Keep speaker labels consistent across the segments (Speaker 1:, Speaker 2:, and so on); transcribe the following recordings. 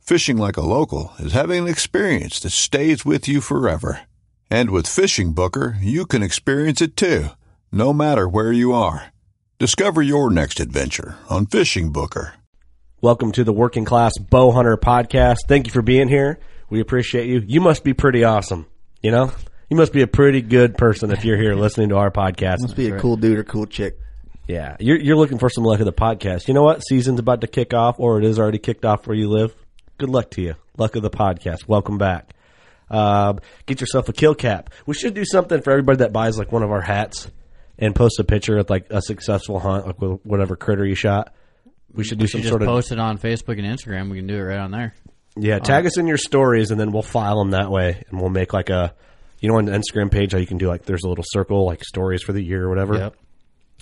Speaker 1: Fishing like a local is having an experience that stays with you forever. And with Fishing Booker, you can experience it too, no matter where you are. Discover your next adventure on Fishing Booker.
Speaker 2: Welcome to the Working Class Bow Hunter podcast. Thank you for being here. We appreciate you. You must be pretty awesome. You know, you must be a pretty good person if you're here listening to our podcast.
Speaker 3: Must be a cool dude or cool chick.
Speaker 2: Yeah, you're, you're looking for some luck of the podcast. You know what? Season's about to kick off, or it is already kicked off where you live. Good luck to you. Luck of the podcast. Welcome back. Uh, get yourself a kill cap. We should do something for everybody that buys like one of our hats and post a picture of like a successful hunt, like with whatever critter you shot. We should do some
Speaker 4: just
Speaker 2: sort of
Speaker 4: post it on Facebook and Instagram. We can do it right on there. Um,
Speaker 2: Yeah, tag us in your stories, and then we'll file them that way, and we'll make like a, you know, on the Instagram page how you can do like there's a little circle like stories for the year or whatever.
Speaker 4: Yep.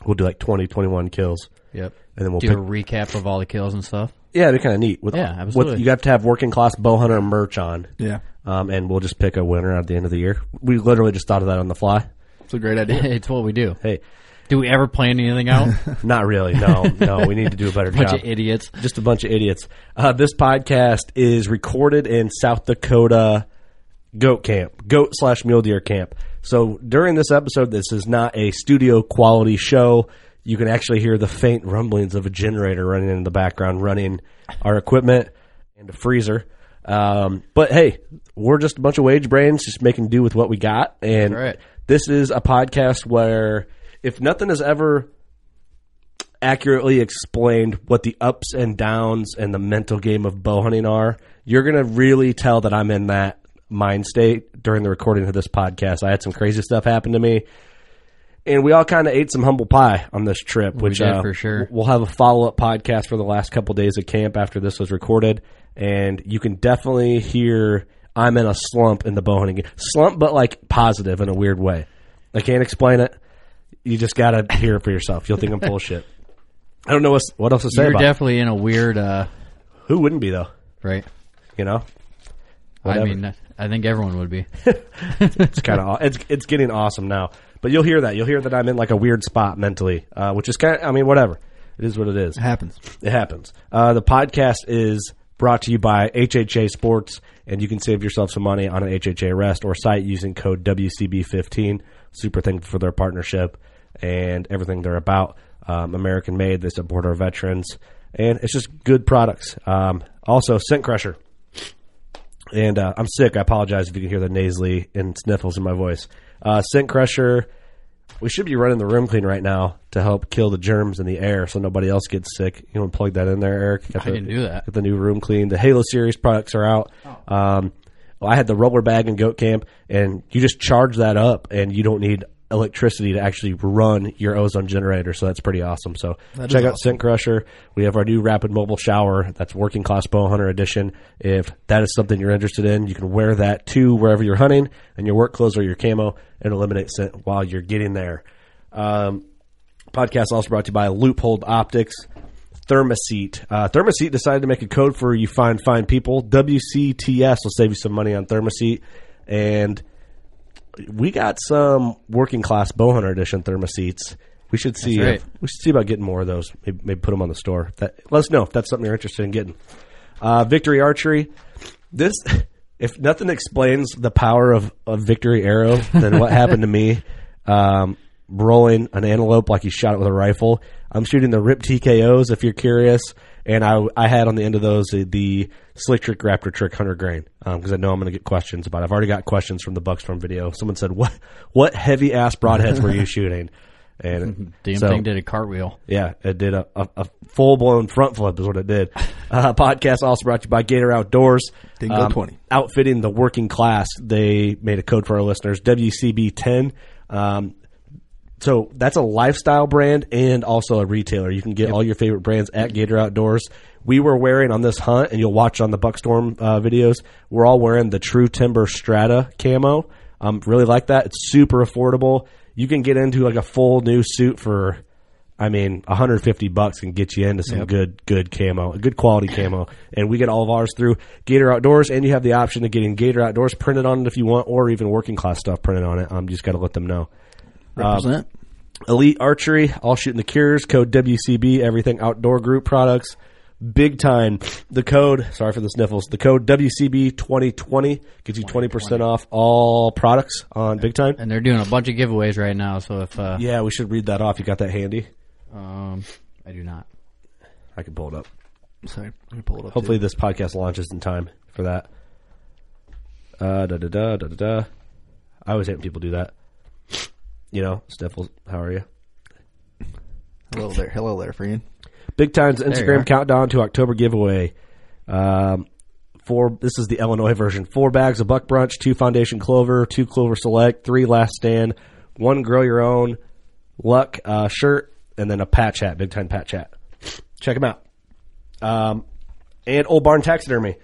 Speaker 2: We'll do like 20, 21 kills,
Speaker 4: Yep.
Speaker 2: and then we'll
Speaker 4: Do
Speaker 2: pick.
Speaker 4: a recap of all the kills and stuff.
Speaker 2: yeah, it'd be kind of neat. With,
Speaker 4: Yeah, absolutely.
Speaker 2: With, you have to have working class bow hunter merch on.
Speaker 3: Yeah.
Speaker 2: Um, and we'll just pick a winner at the end of the year. We literally just thought of that on the fly.
Speaker 3: It's a great idea.
Speaker 4: it's what we do.
Speaker 2: Hey,
Speaker 4: Do we ever plan anything out?
Speaker 2: not really. No, no, we need to do a better
Speaker 4: Bunch
Speaker 2: job.
Speaker 4: of idiots.
Speaker 2: just a bunch of idiots. Uh, this podcast is recorded in South Dakota goat camp, goat slash mule deer camp. So during this episode, this is not a studio quality show. You can actually hear the faint rumblings of a generator running in the background, running our equipment and a freezer. Um, but hey, we're just a bunch of wage brains, just making do with what we got. And
Speaker 4: right.
Speaker 2: this is a podcast where if nothing is ever accurately explained what the ups and downs and the mental game of bow hunting are, you're going to really tell that I'm in that mind state during the recording of this podcast. I had some crazy stuff happen to me. And we all kind of ate some humble pie on this trip, which
Speaker 4: did,
Speaker 2: uh,
Speaker 4: for sure.
Speaker 2: We'll have a follow up podcast for the last couple days of camp after this was recorded, and you can definitely hear I'm in a slump in the bow hunting game. slump, but like positive in a weird way. I can't explain it. You just gotta hear it for yourself. You'll think I'm full of shit. I don't know what's, what else to say
Speaker 4: You're
Speaker 2: about. it.
Speaker 4: definitely in a weird, uh,
Speaker 2: Who wouldn't be though?
Speaker 4: right?
Speaker 2: You know,
Speaker 4: I
Speaker 2: Whatever.
Speaker 4: mean, I think everyone would be.
Speaker 2: it's kind of it's it's getting awesome now. But you'll hear that. You'll hear that I'm in like a weird spot mentally, uh, which is kind. of I mean, whatever. It is what it is.
Speaker 3: It happens.
Speaker 2: It happens. Uh, the podcast is brought to you by HHA Sports, and you can save yourself some money on an HHA rest or site using code WCB15. Super thankful for their partnership and everything they're about. Um, American made, they support our veterans, and it's just good products. Um, also, Scent Crusher. And uh, I'm sick. I apologize if you can hear the nasally and sniffles in my voice. Uh, Scent Crusher. We should be running the room clean right now to help kill the germs in the air so nobody else gets sick. You want to plug that in there, Eric? Get
Speaker 4: I didn't do that.
Speaker 2: Get the new room clean. The Halo series products are out. Um, well, I had the roller bag in Goat Camp, and you just charge that up, and you don't need electricity to actually run your ozone generator. So that's pretty awesome. So check out Scent Crusher. We have our new Rapid Mobile Shower. That's Working Class Bow Hunter Edition. If that is something you're interested in, you can wear that to wherever you're hunting and your work clothes or your camo and eliminate scent while you're getting there. Um, podcast also brought to you by Loophold Optics. Thermoseat. Uh, Thermoseat decided to make a code for you fine, fine people. WCTS will save you some money on Thermoseat. And we got some working class bow hunter edition thermoseats. We should see.
Speaker 4: That's right.
Speaker 2: if- we should see about getting more of those. Maybe, maybe put them on the store. That, let us know if that's something you're interested in getting. Uh, Victory Archery. This, if nothing explains the power of a Victory Arrow, than what happened to me. Um, rolling an antelope like you shot it with a rifle. I'm shooting the Rip TKOs if you're curious. And I, I had on the end of those the, the Slick Trick Raptor Trick 100 grain because I know I'm going to get questions about it. I've already got questions from the Bucks Farm video. Someone said, What what heavy ass broadheads were you shooting? And
Speaker 4: Damn
Speaker 2: so-
Speaker 4: thing did a cartwheel.
Speaker 2: yeah, it did a, a, a full blown front flip is what it did. Uh, podcast also brought to you by Gator Outdoors. Um,
Speaker 3: Didn't go 20.
Speaker 2: Outfitting the working class. They made a code for our listeners WCB10. Um, so that's a lifestyle brand and also a retailer. You can get all your favorite brands at Gator Outdoors. We were wearing on this hunt, and you'll watch on the Buckstorm uh, videos. We're all wearing the True Timber Strata camo. Um, really like that. It's super affordable. You can get into like a full new suit for, I mean, 150 bucks can get you into some good, good camo, good quality camo. And we get all of ours through Gator Outdoors, and you have the option of getting Gator Outdoors printed on it if you want, or even working class stuff printed on it. Um, you just got to let them know.
Speaker 3: Represent.
Speaker 4: Um,
Speaker 2: Elite Archery, All Shooting the Cures, code WCB, everything outdoor group products. Big time. The code, sorry for the sniffles, the code WCB2020 gets you 20% off all products on Big Time.
Speaker 4: And they're doing a bunch of giveaways right now. So if uh,
Speaker 2: Yeah, we should read that off. You got that handy?
Speaker 4: um, I do not.
Speaker 2: I can pull it up.
Speaker 3: Sorry, I'm gonna pull it up.
Speaker 2: Hopefully, this podcast launches in time for that. Uh, da da da da da da. I always hate when people do that. You know, sniffles, how are you?
Speaker 3: too. hello there, hello there, friend.
Speaker 2: Big Time's
Speaker 4: you
Speaker 2: Instagram
Speaker 4: are.
Speaker 2: countdown to October giveaway. Um, four. This is the Illinois version. Four bags of Buck Brunch, two Foundation Clover, two Clover Select, three Last Stand, one Grow Your Own Luck uh, shirt, and then a patch hat. Big Time patch hat. Check them out. Um, and Old Barn Taxidermy.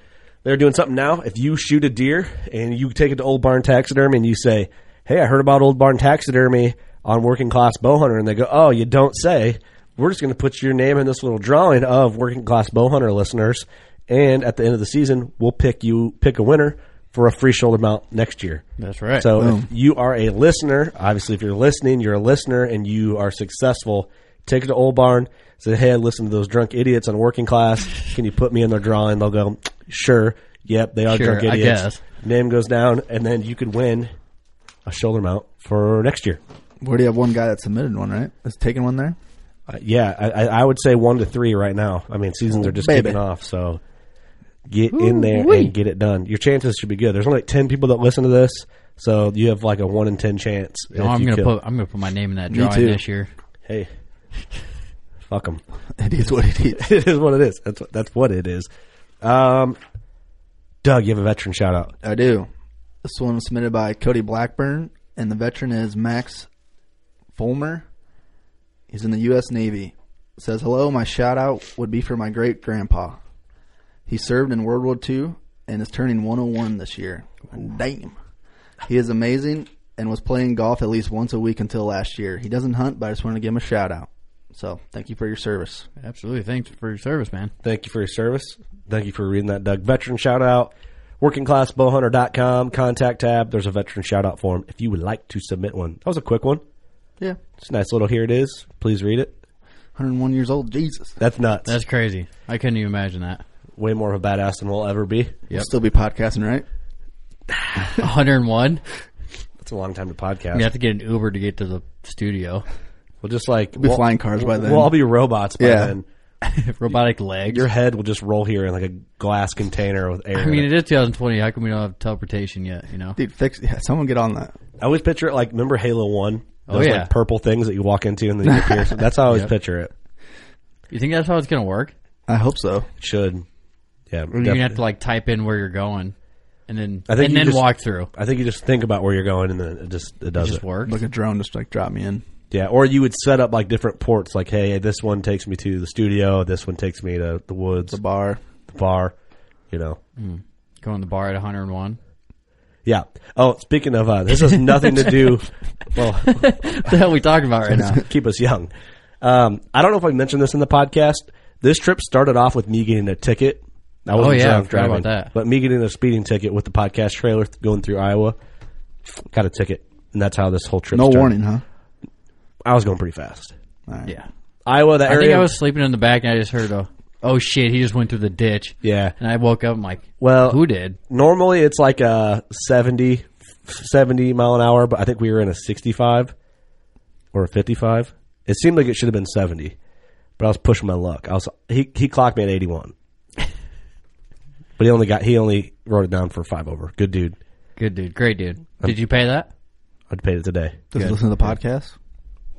Speaker 2: They're doing something now. If you shoot a deer and you take it to Old Barn Taxidermy and you say, "Hey, I heard about Old Barn Taxidermy on Working Class Bowhunter," and they go, "Oh, you don't say." We're just going to put your name in this little drawing of Working Class Bowhunter listeners, and at the end of the season, we'll pick you pick a winner for a free shoulder mount next year.
Speaker 4: That's right.
Speaker 2: So if you are a listener, obviously, if you're listening, you're a listener and you are successful, take it to Old Barn, say, hey, I listened to those drunk idiots on working class. Can you put me in their drawing? They'll go, sure. Yep, they are
Speaker 4: Sure,
Speaker 2: drunk
Speaker 4: I
Speaker 2: idiots.
Speaker 4: guess.
Speaker 2: Name goes down, and then you could win a shoulder mount for next year.
Speaker 3: We already have one guy that submitted one, right? That's taking one there.
Speaker 2: Uh, yeah, I, I I would say one to three right now. I mean, seasons are just
Speaker 3: Baby.
Speaker 2: kicking off, so get in there and get it done. Your chances should be good. There's only like ten people that listen to this, so you have like a one in ten chance.
Speaker 4: No,
Speaker 2: if
Speaker 4: I'm
Speaker 2: you
Speaker 4: gonna
Speaker 2: kill.
Speaker 4: put I'm gonna put my name in that drawing
Speaker 3: too.
Speaker 4: this year.
Speaker 2: Hey, fuck them.
Speaker 3: It is what it is.
Speaker 2: it is what it is. That's that's what it is. Um, Doug, you have a veteran shout out.
Speaker 3: I do. This one was submitted by Cody Blackburn, and the veteran is Max Fulmer. He's in the U.S. Navy. Says, hello, my shout out would be for my great grandpa. He served in World War II and is turning 101 this year. Damn. He is amazing and was playing golf at least once a week until last year. He doesn't hunt, but I just wanted to give him a shout out. So thank you for your service.
Speaker 4: Absolutely. Thanks for your service, man.
Speaker 2: Thank you for your service. Thank you for reading that, Doug. Veteran shout out. Workingclassbowhunter.com contact tab. There's a veteran shout out form if you would like to submit one. That was a quick one.
Speaker 3: Yeah.
Speaker 2: It's a nice little here it is. Please read it.
Speaker 3: 101 years old. Jesus.
Speaker 2: That's nuts.
Speaker 4: That's crazy. I couldn't even imagine that.
Speaker 2: way more of a badass than we'll ever be.
Speaker 3: We'll still be podcasting, right?
Speaker 4: 101.
Speaker 2: That's a long time to podcast.
Speaker 4: You have to get an Uber to get to the studio.
Speaker 2: We'll just like
Speaker 3: be flying cars by then.
Speaker 2: We'll all be robots by
Speaker 3: Yeah.
Speaker 2: then.
Speaker 4: Robotic legs.
Speaker 2: Your head will just roll here in like a glass container with air.
Speaker 4: I
Speaker 2: in
Speaker 4: mean,
Speaker 2: it.
Speaker 4: it is 2020. How come we don't have teleportation yet? You know,
Speaker 3: Dude, fix. Yeah, someone get on that.
Speaker 2: I always picture it like remember Halo One?
Speaker 4: Oh,
Speaker 2: Those
Speaker 4: yeah.
Speaker 2: like purple things that you walk into and then you appear. That's how I always picture it.
Speaker 4: you think that's how it's gonna work?
Speaker 3: I hope so.
Speaker 2: It should. Yeah.
Speaker 4: Or you're
Speaker 2: definitely.
Speaker 4: gonna have to like type in where you're going, and then
Speaker 2: I think
Speaker 4: and
Speaker 2: you
Speaker 4: then
Speaker 2: just-
Speaker 4: walk through.
Speaker 2: I think you just think about where you're going and then it just it does
Speaker 4: Just
Speaker 2: it.
Speaker 4: work.
Speaker 3: Like a drone just like drop me in.
Speaker 2: Yeah. Or you would set up like different ports like, hey, this one takes me to the studio, this one takes me to the woods,
Speaker 3: The bar.
Speaker 2: the bar, you know.
Speaker 4: Go in the bar at 101.
Speaker 2: Yeah. Oh, speaking of uh this has nothing to do well
Speaker 4: what the hell are we talking about right now?
Speaker 2: keep us young. Um, I don't know if I mentioned this in the podcast. This trip started off with me getting a ticket. I wasn't
Speaker 4: Oh, yeah, I
Speaker 2: drunk
Speaker 4: forgot
Speaker 2: driving,
Speaker 4: about that.
Speaker 2: but me getting a speeding ticket with the podcast trailer th- going through Iowa. Got a ticket, and that's how this whole trip.
Speaker 3: No
Speaker 2: started.
Speaker 3: warning, huh?
Speaker 2: I was going pretty fast.
Speaker 3: All right.
Speaker 4: Yeah.
Speaker 2: Iowa, that
Speaker 4: I
Speaker 2: area.
Speaker 4: think I was sleeping in the back and I just heard a, oh shit, he just went through the ditch.
Speaker 2: Yeah.
Speaker 4: And I woke up, I'm like,
Speaker 2: Well,
Speaker 4: who did?
Speaker 2: normally it's like a 70, 70 mile an hour, but I think we were in a 65 or a 55. It seemed like it should have been 70, but I was pushing my luck. I was he he clocked me at 81. but he only got he only wrote it down for 5 over. Good dude.
Speaker 4: Good dude. Great dude. Did you pay that?
Speaker 2: I'd paid it today.
Speaker 3: Does he listen to the podcast?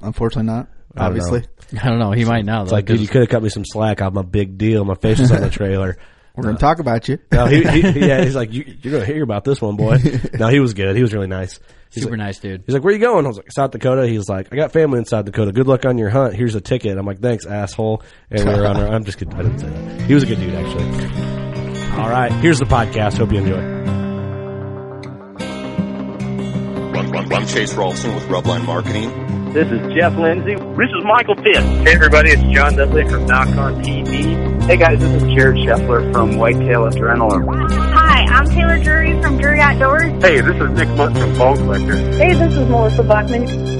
Speaker 3: Unfortunately, not.
Speaker 2: I don't
Speaker 3: Obviously,
Speaker 2: know.
Speaker 4: I don't know. He might now.
Speaker 2: It's like, dude, you could have cut me some slack. I'm a big deal. My face was on the trailer.
Speaker 3: we're gonna talk about you.
Speaker 2: No, he, he, yeah, he's like, you, you're gonna hear about this one, boy. No, he was good. He was really nice. He's
Speaker 4: Super
Speaker 2: like,
Speaker 4: nice dude.
Speaker 2: He's like, "Where you going?" I was like, "South Dakota." He's like, "I got family in South Dakota. Good luck on your hunt. Here's a ticket." I'm like, "Thanks, asshole." And we were on our. I'm just kidding. I didn't say that. He was a good dude, actually. All right, here's the podcast. Hope you enjoy.
Speaker 1: I'm Chase Rolfson with Rubline Marketing.
Speaker 5: This is Jeff Lindsay. This is Michael Pitt. Hey, everybody, it's John Dudley from Knock on TV. Hey, guys, this is Jared Scheffler from Whitetail Adrenaline.
Speaker 6: Hi, I'm Taylor Drury from Drury Outdoors.
Speaker 5: Hey, this is Nick Munt from Bow Collector.
Speaker 6: Hey, this is Melissa Buckman.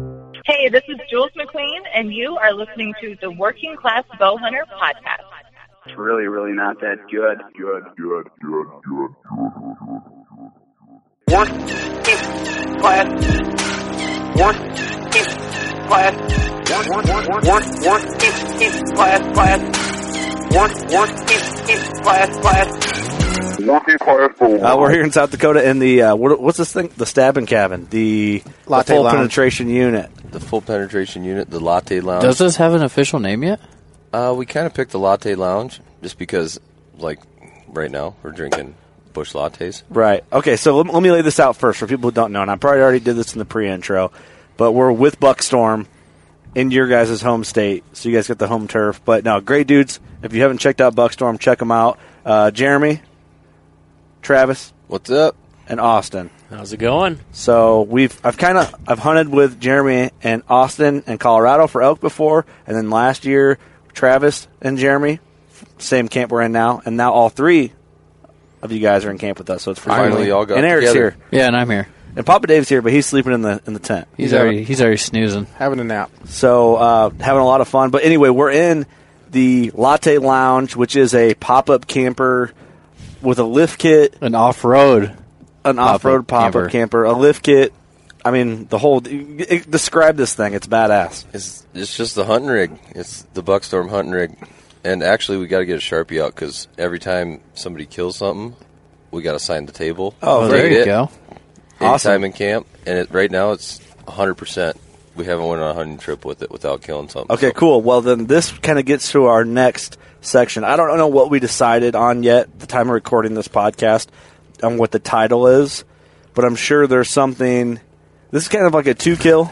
Speaker 6: Hey, this is Jules McQueen, and you are listening to the Working Class Bowhunter Podcast.
Speaker 5: It's really, really not that good. Good, good, good, good.
Speaker 7: Working Class. Working Class. Work, work, work, work, class, class. Work, work, class, class.
Speaker 5: Working Class Bow Hunter.
Speaker 8: Uh, we're here in South Dakota in the uh, what, what's this thing? The stabbing cabin, the, the
Speaker 3: Latte
Speaker 8: full
Speaker 3: lounge.
Speaker 8: penetration unit.
Speaker 9: The full penetration unit, the latte lounge.
Speaker 4: Does this have an official name yet?
Speaker 9: uh, we kind of picked the latte lounge just because, like, right now we're drinking bush lattes.
Speaker 8: Right. Okay. So let, let me lay this out first for people who don't know, and I probably already did this in the pre-intro, but we're with Buckstorm in your guys' home state, so you guys get the home turf. But no, great dudes. If you haven't checked out Buckstorm, check them out. Uh, Jeremy, Travis,
Speaker 9: What's up?
Speaker 8: and Austin.
Speaker 10: How's it going?
Speaker 8: So we've I've kind of I've hunted with Jeremy and Austin and Colorado for elk before, and then last year Travis and Jeremy, same camp we're in now, and now all three of you guys are in camp with us. So it's pretty
Speaker 9: Finally
Speaker 8: cool.
Speaker 9: all got
Speaker 8: and Eric's
Speaker 9: together.
Speaker 8: here,
Speaker 4: Yeah, and I'm here.
Speaker 8: and Papa Dave's here, but he's sleeping in the in the tent.
Speaker 4: He's already he's already snoozing.
Speaker 3: Having a nap.
Speaker 8: So uh, having a lot of fun. But anyway, we're in the Latte Lounge, which is a pop up camper with a lift kit,
Speaker 4: An off road.
Speaker 8: an
Speaker 4: Pop-up
Speaker 8: off road pop
Speaker 4: camper.
Speaker 8: up camper, a lift kit. I mean, the whole. Describe this thing. It's badass.
Speaker 9: It's it's just the hunting rig. It's the Buckstorm hunting rig, and actually we got to get a sharpie out because every time somebody kills something, we got to sign the table.
Speaker 8: Oh,
Speaker 9: Take
Speaker 4: there you
Speaker 9: it
Speaker 4: go.
Speaker 9: Anytime
Speaker 8: Awesome.
Speaker 9: in camp, and it, right now it's 100. percent We haven't went on a hunting trip with it without killing something.
Speaker 8: Okay,
Speaker 9: So-
Speaker 8: cool. Well, then this kind of gets to our next section. I don't know what we decided on yet, at the time of recording this podcast, on what the title is, but I'm sure there's something. This is kind of like a two kill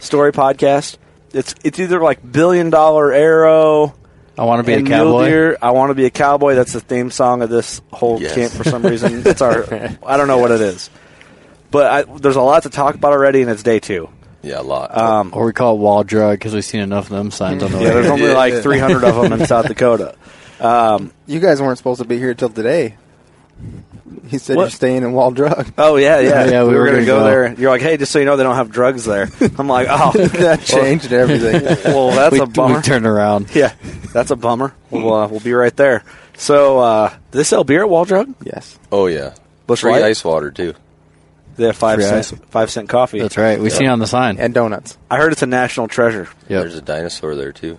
Speaker 8: story podcast. It's it's either like billion dollar arrow
Speaker 4: I want to be
Speaker 8: and
Speaker 4: a
Speaker 8: mule
Speaker 4: cowboy.
Speaker 8: deer. I want to be a cowboy. That's the theme song of this whole
Speaker 9: Yes.
Speaker 8: camp for some reason. It's our I don't know what it is, but I, there's a lot to talk about already, and it's day two. Um,
Speaker 9: Yeah, a lot.
Speaker 4: Or we call it wall drug because we've seen enough of them signs on the
Speaker 8: Yeah,
Speaker 4: road.
Speaker 8: there's only
Speaker 9: Yeah.
Speaker 8: like 300 of them in South Dakota.
Speaker 3: You guys weren't supposed to be here till today. He said
Speaker 8: What?
Speaker 3: you're staying in Wall Drug.
Speaker 8: Oh yeah, yeah,
Speaker 4: Yeah,
Speaker 8: We, were, gonna, go, there. You're like, hey, just so you know, they don't have drugs there. I'm like, oh,
Speaker 3: that changed everything.
Speaker 8: well, that's
Speaker 4: we,
Speaker 8: a bummer.
Speaker 4: we turned around.
Speaker 8: yeah, that's a bummer. We'll, uh, we'll be right there. So, uh, do they sell beer at Wall Drug?
Speaker 3: yes.
Speaker 9: oh yeah,
Speaker 8: Bush
Speaker 9: free
Speaker 8: Light?
Speaker 9: ice water too.
Speaker 8: They have five
Speaker 4: Free
Speaker 8: cents, five cent coffee.
Speaker 4: That's right. We seen it on the sign.
Speaker 3: And donuts.
Speaker 8: I heard it's a national treasure.
Speaker 4: Yep.
Speaker 9: There's a dinosaur there too.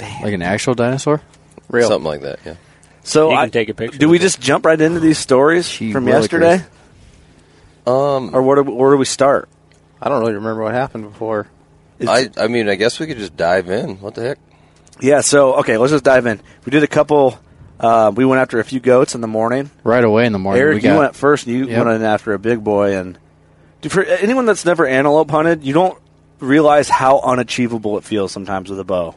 Speaker 4: Like an actual dinosaur.
Speaker 3: Real.
Speaker 9: Something like that. Yeah.
Speaker 8: So
Speaker 10: You can
Speaker 8: I,
Speaker 10: take a picture
Speaker 8: Do
Speaker 10: of
Speaker 8: we
Speaker 10: it.
Speaker 8: just jump right into these stories
Speaker 4: Gee,
Speaker 8: from
Speaker 4: willikers.
Speaker 8: yesterday,
Speaker 9: Um,
Speaker 8: or where do, we- where do we start?
Speaker 3: I don't really remember what happened before.
Speaker 9: I, I mean, I guess we could just dive in. What the heck?
Speaker 8: Yeah. So okay, let's just dive in. We did a couple. Uh, we went after a few goats in the morning.
Speaker 4: Right away in the morning. we
Speaker 8: Eric,
Speaker 4: got,
Speaker 8: you went first, and you
Speaker 4: Yep.
Speaker 8: went in after a big boy. And dude, for anyone that's never antelope hunted, you don't
Speaker 2: realize how unachievable it feels sometimes with a bow.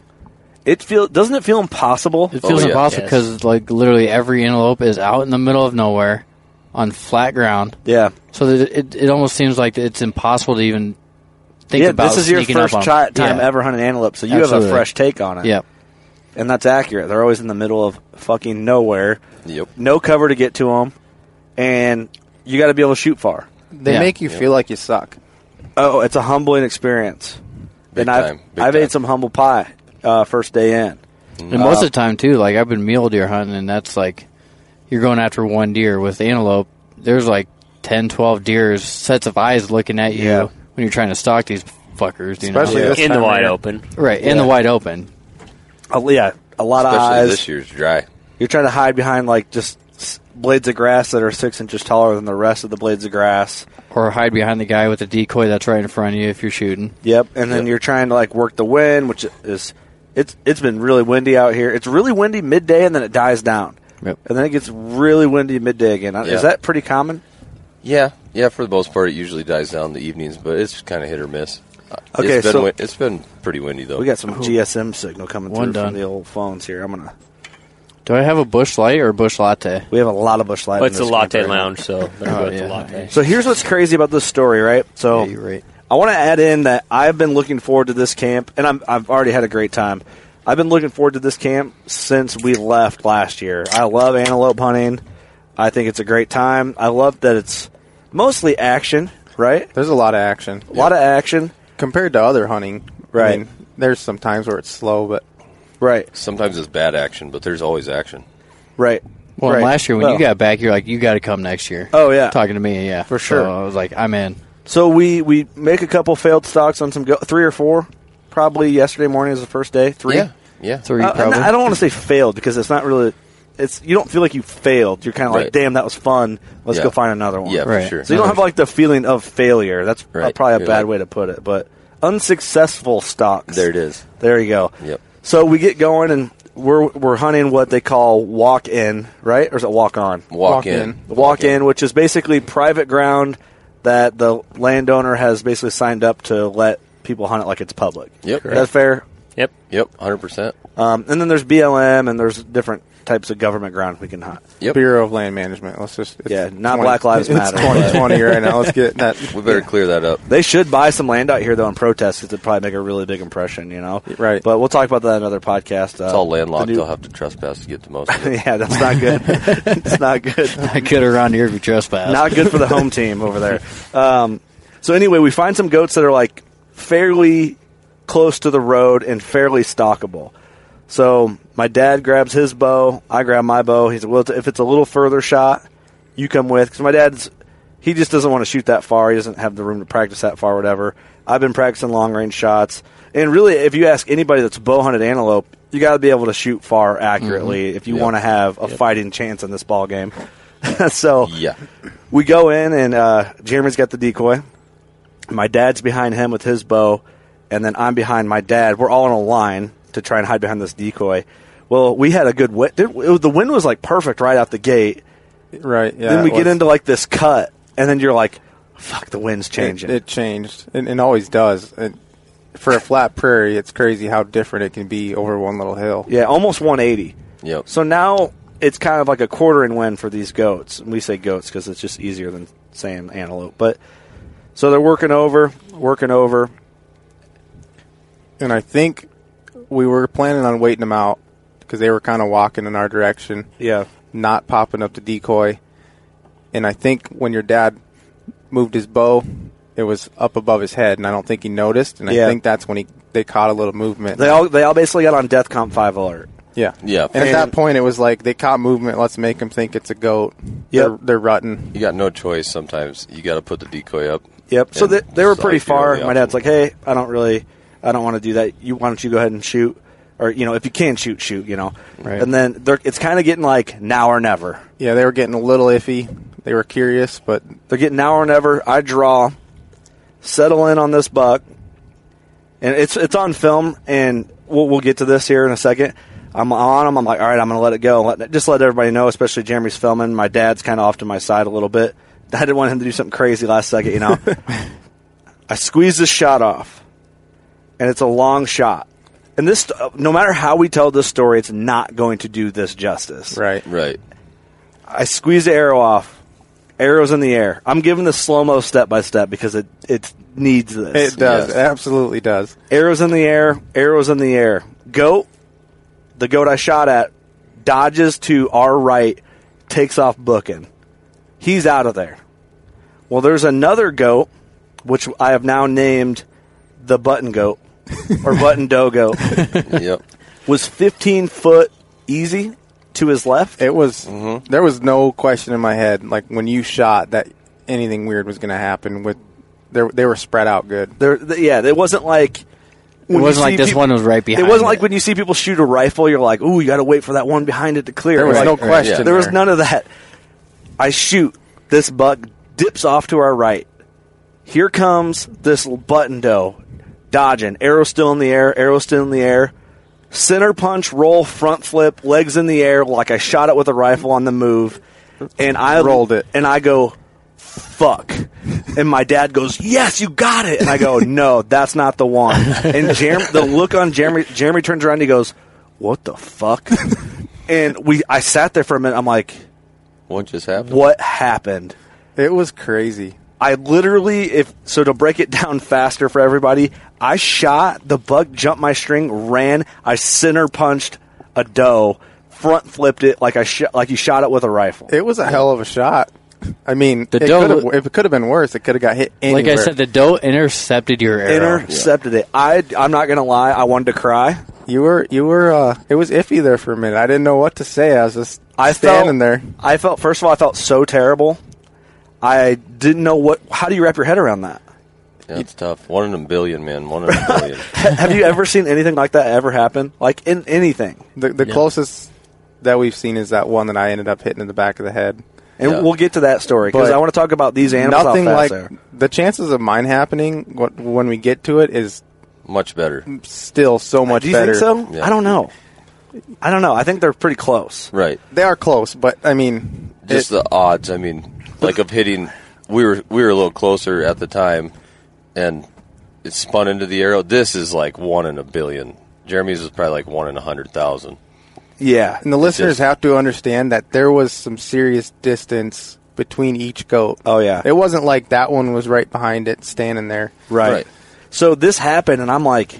Speaker 2: It feel doesn't it feel impossible?
Speaker 4: It
Speaker 9: Oh,
Speaker 4: feels impossible because like literally every antelope is out in the middle of nowhere, on flat ground.
Speaker 2: Yeah.
Speaker 4: So that it, it almost seems like it's impossible to even think
Speaker 2: yeah,
Speaker 4: about.
Speaker 2: this is your
Speaker 4: sneaking up
Speaker 2: first
Speaker 4: on
Speaker 2: chi-
Speaker 4: 'em.
Speaker 2: time
Speaker 4: Yeah.
Speaker 2: ever hunting antelope, so you have
Speaker 4: Absolutely.
Speaker 2: a fresh take on it.
Speaker 4: Yep.
Speaker 2: and that's accurate. They're always in the middle of fucking nowhere.
Speaker 9: Yep,
Speaker 2: no cover to get to them, and you got to be able to shoot far.
Speaker 7: They make you feel like you suck.
Speaker 2: Oh, it's a humbling experience.
Speaker 7: Big
Speaker 2: and I've,
Speaker 7: time, big
Speaker 2: I've ate some humble pie uh, first day in.
Speaker 4: And most
Speaker 2: Uh,
Speaker 4: of the time too, like I've been mule deer hunting, and that's like you're going after one deer with antelope. There's like 10, 12 deers, sets of eyes looking at you when you're trying to stalk these fuckers. You know?
Speaker 7: Especially this In the time of wide year. open.
Speaker 4: right? In the
Speaker 2: Yeah.
Speaker 4: wide open.
Speaker 2: Oh, yeah, a lot
Speaker 9: Especially
Speaker 2: of eyes.
Speaker 9: this year's dry.
Speaker 2: You're trying to hide behind like just s- blades of grass that are six inches taller than the rest of the blades of grass.
Speaker 4: Or hide behind the guy with the decoy that's right in front of you if you're shooting.
Speaker 2: Yep, and then you're trying to like work the wind, which is it's it's been really windy out here. It's really windy midday, and then it dies down,
Speaker 4: Yep.
Speaker 2: and then it gets really windy midday again.
Speaker 9: Yeah.
Speaker 2: Is that pretty common?
Speaker 9: Yeah, yeah. For the most part, it usually dies down in the evenings, but it's kind of hit or miss. Uh,
Speaker 2: Okay,
Speaker 9: it's been,
Speaker 2: so-
Speaker 9: win- it's been pretty windy though.
Speaker 2: We got some GSM signal coming
Speaker 4: One
Speaker 2: through
Speaker 4: done.
Speaker 2: from the old phones here. I'm gonna.
Speaker 4: Do I have a bush light or a bush latte?
Speaker 2: We have a lot of bush light.
Speaker 7: But
Speaker 2: in
Speaker 7: it's a
Speaker 2: this
Speaker 7: latte
Speaker 2: country.
Speaker 7: lounge, so there
Speaker 4: Oh,
Speaker 7: go with the
Speaker 4: yeah.
Speaker 7: latte.
Speaker 2: So here's what's crazy about this story, right? So I want to add in that I've been looking forward to this camp, and I'm, I've already had a great time. I've been looking forward to this camp since we left last year. I love antelope hunting. I think it's a great time. I love that it's mostly action, right?
Speaker 7: There's a lot of action.
Speaker 2: A lot of action
Speaker 7: compared to other hunting. I
Speaker 2: Right.
Speaker 7: mean, there's some times where it's slow, but
Speaker 2: right.
Speaker 9: Sometimes it's bad action, but there's always action.
Speaker 2: Right.
Speaker 4: Well, and
Speaker 7: Right.
Speaker 4: last year when
Speaker 8: Oh.
Speaker 7: Well-
Speaker 4: you got back, you're like, you got to come next year.
Speaker 2: Oh, yeah.
Speaker 4: talking to me, yeah, for
Speaker 2: sure.
Speaker 4: I was like, I'm in.
Speaker 2: So we we make a couple failed stocks on some go- three or four. Probably yesterday morning is the first day. Three.
Speaker 9: Yeah, yeah.
Speaker 4: Three,
Speaker 2: Uh, and
Speaker 4: probably.
Speaker 2: I don't want to say failed because it's not really. It's you don't feel like you failed. You're kind of like,
Speaker 9: Right.
Speaker 2: damn, that was fun. Let's
Speaker 9: Yeah.
Speaker 2: go find another one.
Speaker 9: Yeah, for Right. sure.
Speaker 2: So you don't have like the feeling of failure. That's
Speaker 9: Right.
Speaker 2: probably a
Speaker 9: You're
Speaker 2: bad
Speaker 9: like-
Speaker 2: way to put it. But unsuccessful stocks.
Speaker 9: There it is.
Speaker 2: There you go.
Speaker 9: Yep.
Speaker 2: So we get going and we're we're hunting what they call walk in, right? Or is it walk on?
Speaker 9: Walk in.
Speaker 2: Walk, in, which is basically private ground that the landowner has basically signed up to let people hunt it like it's public.
Speaker 9: Yep.
Speaker 2: Is that fair?
Speaker 7: Yep.
Speaker 9: Yep. Hundred percent.
Speaker 2: Um, and then there's BLM, and there's different types of government ground we can hunt.
Speaker 9: Yep.
Speaker 7: Bureau of Land Management. Let's just it's
Speaker 2: Yeah, not
Speaker 7: 20
Speaker 2: Black Lives Matter.
Speaker 7: It's 2020 right now. Let's get that.
Speaker 9: We better clear that up.
Speaker 2: They should buy some land out here though and protest because it'd probably make a really big impression, you know.
Speaker 7: Right.
Speaker 2: But we'll talk about that in another podcast. Uh,
Speaker 9: It's all landlocked.
Speaker 2: the new-
Speaker 9: They'll have to trespass to get the most. Of it.
Speaker 2: yeah, that's not good. it's not good.
Speaker 4: I could around here if you trespass.
Speaker 2: Not Ah, good for the home team over there. Um, so anyway, we find some goats that are like fairly close to the road and fairly stockable. So my dad grabs his bow. I grab my bow. He's well, if it's a little further shot, you come with because my dad's he just doesn't want to shoot that far. He doesn't have the room to practice that far. Whatever. I've been practicing long range shots, and really, if you ask anybody that's bow hunted antelope, you got to be able to shoot far accurately if you
Speaker 9: Mm-hmm. Yep.
Speaker 2: want to have a fighting chance in this ball game. so
Speaker 9: yeah.
Speaker 2: we go in, and uh, Jeremy's got the decoy. My dad's behind him with his bow, and then I'm behind my dad. We're all in a line to try and hide behind this decoy. Well, we had a good wind. It was, the wind was like perfect right out the gate.
Speaker 7: Right. Yeah.
Speaker 2: then we
Speaker 7: it
Speaker 2: get
Speaker 7: was.
Speaker 2: into like this cut, and then you're like, "Fuck, the wind's changing."
Speaker 7: It, it changed, and, and always does. It, for a flat prairie, it's crazy how different it can be over one little hill.
Speaker 2: yeah, almost 180.
Speaker 9: Yep.
Speaker 2: So now it's kind of like a quartering wind for these goats. And we say goats because it's just easier than saying antelope. But so they're working over, working over.
Speaker 7: And I think we were planning on waiting them out because they were kind of walking in our direction.
Speaker 2: Yeah.
Speaker 7: Not popping up the decoy. And I think when your dad moved his bow, it was up above his head, and I don't think he noticed. And
Speaker 2: Yeah.
Speaker 7: I think that's when he they caught a little movement.
Speaker 2: They all they all basically got on Death Comp Five alert.
Speaker 7: yeah.
Speaker 9: Yeah.
Speaker 7: And, at that point, it was like they caught movement. Let's make them think it's a goat. They're, they're rutting.
Speaker 9: You got no choice. Sometimes you got to put the decoy up.
Speaker 2: Yep. So
Speaker 9: And
Speaker 2: they, they were
Speaker 9: it's
Speaker 2: pretty
Speaker 9: like the only
Speaker 2: far. My
Speaker 9: option.
Speaker 2: dad's like, "Hey, I don't really, I don't want to do that. You why don't you go ahead and shoot, or you know, if you can shoot, shoot. You know."
Speaker 7: Right.
Speaker 2: And then they're, it's kind of getting like now or never.
Speaker 7: Yeah, they were getting a little iffy. They were curious, but
Speaker 2: They're getting now or never. I draw, settle in on this buck, and it's it's on film, and we'll, we'll get to this here in a second. I'm on him. I'm like, all right, I'm going to let it go. Let, just let everybody know, especially Jeremy's filming. My dad's kind of off to my side a little bit. I didn't want him to do something crazy last second, you know. I squeeze this shot off. and it's a long shot. And this, uh, no matter how we tell this story, it's not going to do this justice.
Speaker 3: Right.
Speaker 9: Right.
Speaker 2: I squeeze the arrow off. Arrow's in the air. I'm giving the slow mo step by step because it it needs this.
Speaker 3: It does. It absolutely does.
Speaker 2: Arrows in the air. Arrows in the air. Goat. The goat I shot at dodges to our right, takes off booking. He's out of there. Well, there's another goat, which I have now named the button goat or button doe goat.
Speaker 9: yep.
Speaker 2: Was 15 foot easy to his left.
Speaker 3: It was. There was no question in my head. Like when you shot, that anything weird was going to happen. With they, they were spread out good.
Speaker 2: There, th- yeah, it wasn't like. when you
Speaker 4: wasn't like
Speaker 2: see
Speaker 4: this one was right behind
Speaker 2: It wasn't like
Speaker 4: it.
Speaker 2: when you see people shoot a rifle, you're like, "Ooh, you got to wait for that one behind it to clear."
Speaker 3: There was
Speaker 2: Like,
Speaker 3: no question
Speaker 2: There was
Speaker 3: there.
Speaker 2: none of that. I shoot. This buck dips off to our right. Here comes this l- button doe, dodging. Arrow still in the air. Arrow still in the air. Center punch, roll, front flip, legs in the air, like I shot it with a rifle on the move, and I
Speaker 3: Rolled it.
Speaker 2: And I go, fuck. And my dad goes, yes, you got it. And I go, no, that's not the one. And Jeremy, the look on Jeremy, Jeremy turns around and he goes, what the fuck? And we, I sat there for a minute. I'm like,
Speaker 9: What just happened?
Speaker 2: what happened?
Speaker 3: It was crazy.
Speaker 2: I literally, if so, to break it down faster for everybody, I shot the bug, jumped my string, ran, I center punched a doe, front flipped it like I sh- like you shot it with a rifle.
Speaker 3: It was a hell of a shot. I mean,
Speaker 4: The
Speaker 3: it
Speaker 4: doe-
Speaker 3: could have it could have been worse. It could have got hit anywhere.
Speaker 4: Like I said, the doe intercepted your arrow.
Speaker 2: Intercepted it. I, I'm not gonna lie, I wanted to cry.
Speaker 3: you were you were. Uh, it was iffy there for a minute. I didn't know what to say. I was just
Speaker 2: I
Speaker 3: standing
Speaker 2: felt,
Speaker 3: there.
Speaker 2: I felt first of all, I felt so terrible. I didn't know what. How do you wrap your head around that?
Speaker 9: Yeah, it's tough. One in a billion, man. One in a billion.
Speaker 2: Ha- Have you ever seen anything like that ever happen? Like in anything?
Speaker 3: The, the closest that we've seen is that one that I ended up hitting in the back of the head.
Speaker 2: And
Speaker 9: Yeah.
Speaker 2: we'll get to that story because
Speaker 3: But
Speaker 2: I want to talk about these animals.
Speaker 3: Nothing
Speaker 2: how
Speaker 3: like
Speaker 2: fast they are.
Speaker 3: the chances of mine happening wh- when we get to it is
Speaker 9: Much better.
Speaker 3: still so much
Speaker 2: Do you
Speaker 3: better.
Speaker 2: think so?
Speaker 9: Yeah.
Speaker 2: I don't know. I don't know. I think they're pretty close.
Speaker 9: Right.
Speaker 3: They are close, but I mean,
Speaker 9: Just
Speaker 3: it-
Speaker 9: the odds. I mean, like of hitting. We were we were a little closer at the time, and it spun into the arrow. This is like one in a billion. Jeremy's is probably like one in a hundred thousand.
Speaker 2: Yeah.
Speaker 3: and the listeners
Speaker 9: just-
Speaker 3: have to understand that there was some serious distance between each goat.
Speaker 2: Oh, yeah.
Speaker 3: it wasn't like that one was right behind it, standing there.
Speaker 2: Right.
Speaker 9: Right.
Speaker 2: So this happened, and I'm like,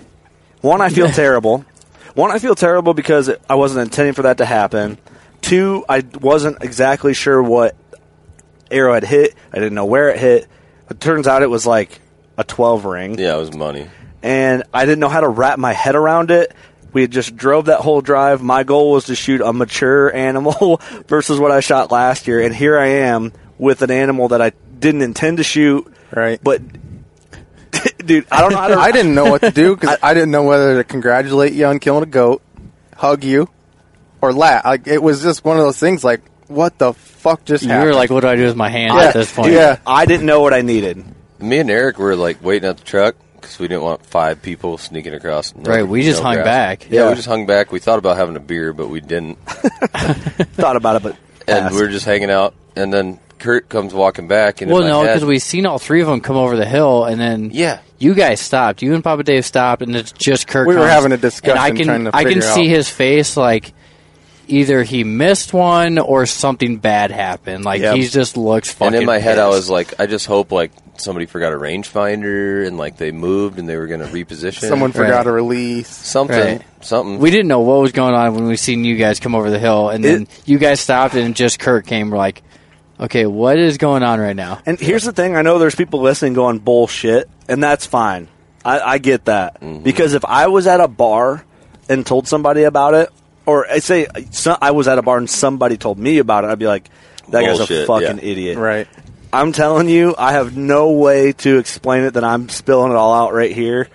Speaker 2: one, I feel terrible. One, I feel terrible because I wasn't intending for that to happen. Two, I wasn't exactly sure what arrow had hit. I didn't know where it hit. It turns out it was like a 12 ring,
Speaker 9: Yeah, it was money.
Speaker 2: and I didn't know how to wrap my head around it. We had just drove that whole drive. My goal was to shoot a mature animal versus what I shot last year, and here I am with an animal that I didn't intend to shoot.
Speaker 3: Right.
Speaker 2: But, dude, I don't know how to.
Speaker 3: I didn't know what to do because I, didn't know whether to congratulate you on killing a goat, hug you, or laugh. Like it was just one of those things. Like, what the fuck just
Speaker 4: You
Speaker 3: happened?
Speaker 4: were like, what do I do with my hand
Speaker 3: Yeah.
Speaker 4: at this point?
Speaker 3: Yeah.
Speaker 2: I didn't know what I needed.
Speaker 9: Me and Eric were like waiting at the truck because we didn't want five people sneaking across. no-
Speaker 4: Right, we just
Speaker 9: no
Speaker 4: hung
Speaker 9: grass.
Speaker 4: back.
Speaker 9: Yeah,
Speaker 2: Yeah.
Speaker 9: we just hung back. We thought about having a beer, but we didn't,
Speaker 2: Thought about it, but
Speaker 9: and
Speaker 2: passed.
Speaker 9: we were just hanging out. And then Kurt comes walking back, and in
Speaker 4: Well,
Speaker 9: my
Speaker 4: no,
Speaker 9: head-
Speaker 4: because we seen all three of them come over the hill, and then
Speaker 9: Yeah.
Speaker 4: you guys stopped. You and Papa Dave stopped, and it's just Kirk.
Speaker 3: We were having
Speaker 4: Hunt.
Speaker 3: a
Speaker 4: And I
Speaker 3: discussion
Speaker 4: can
Speaker 3: trying to
Speaker 4: I can
Speaker 3: figure
Speaker 4: see
Speaker 3: out-
Speaker 4: his face like either he missed one or something bad happened. Like
Speaker 2: Yep.
Speaker 4: he just looks fucking.
Speaker 9: and in my head, I
Speaker 4: pissed.
Speaker 9: was like, I just hope like somebody forgot a rangefinder and like they moved and they were going to reposition
Speaker 3: Someone forgot
Speaker 4: Right.
Speaker 3: a release.
Speaker 9: something,
Speaker 4: Right.
Speaker 9: something.
Speaker 4: we didn't know what was going on when we seen you guys come over the hill, and then
Speaker 2: It-
Speaker 4: you guys stopped, and just Kirk came. We're like, okay, what is going on right now?
Speaker 2: and here's the thing: I know there's people listening going bullshit, and that's fine. I, I get that
Speaker 9: Mm-hmm.
Speaker 2: because if I was at a bar and told somebody about it, or I say so, I was at a bar and somebody told me about it, I'd be like, "That guy's a
Speaker 9: Bullshit,
Speaker 2: fucking
Speaker 9: yeah.
Speaker 2: idiot."
Speaker 3: Right.
Speaker 2: I'm telling you, I have no way to explain it. That I'm spilling it all out right here,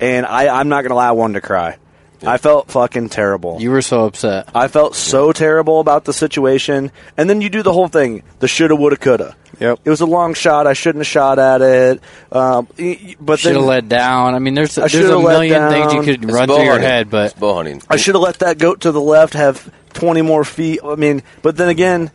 Speaker 2: and I, I'm not gonna lie, I wanted to cry. I felt fucking terrible.
Speaker 4: You were so upset.
Speaker 2: I felt so terrible about the situation. And then you do the whole thing the shoulda, woulda, coulda.
Speaker 3: Yep.
Speaker 2: It was a long shot. I shouldn't have shot at it. Um, y- y- but
Speaker 4: Should have
Speaker 2: then
Speaker 4: let down. I mean, there's
Speaker 2: I
Speaker 4: there's
Speaker 2: shoulda
Speaker 4: a
Speaker 2: let
Speaker 4: million things you
Speaker 2: down.
Speaker 4: could
Speaker 9: It's
Speaker 4: run
Speaker 9: bow
Speaker 4: through your
Speaker 9: hunting.
Speaker 4: head,
Speaker 9: It's
Speaker 4: but
Speaker 9: bow hunting.
Speaker 2: I should have let that goat to the left, have 20 more feet. I mean, but then again,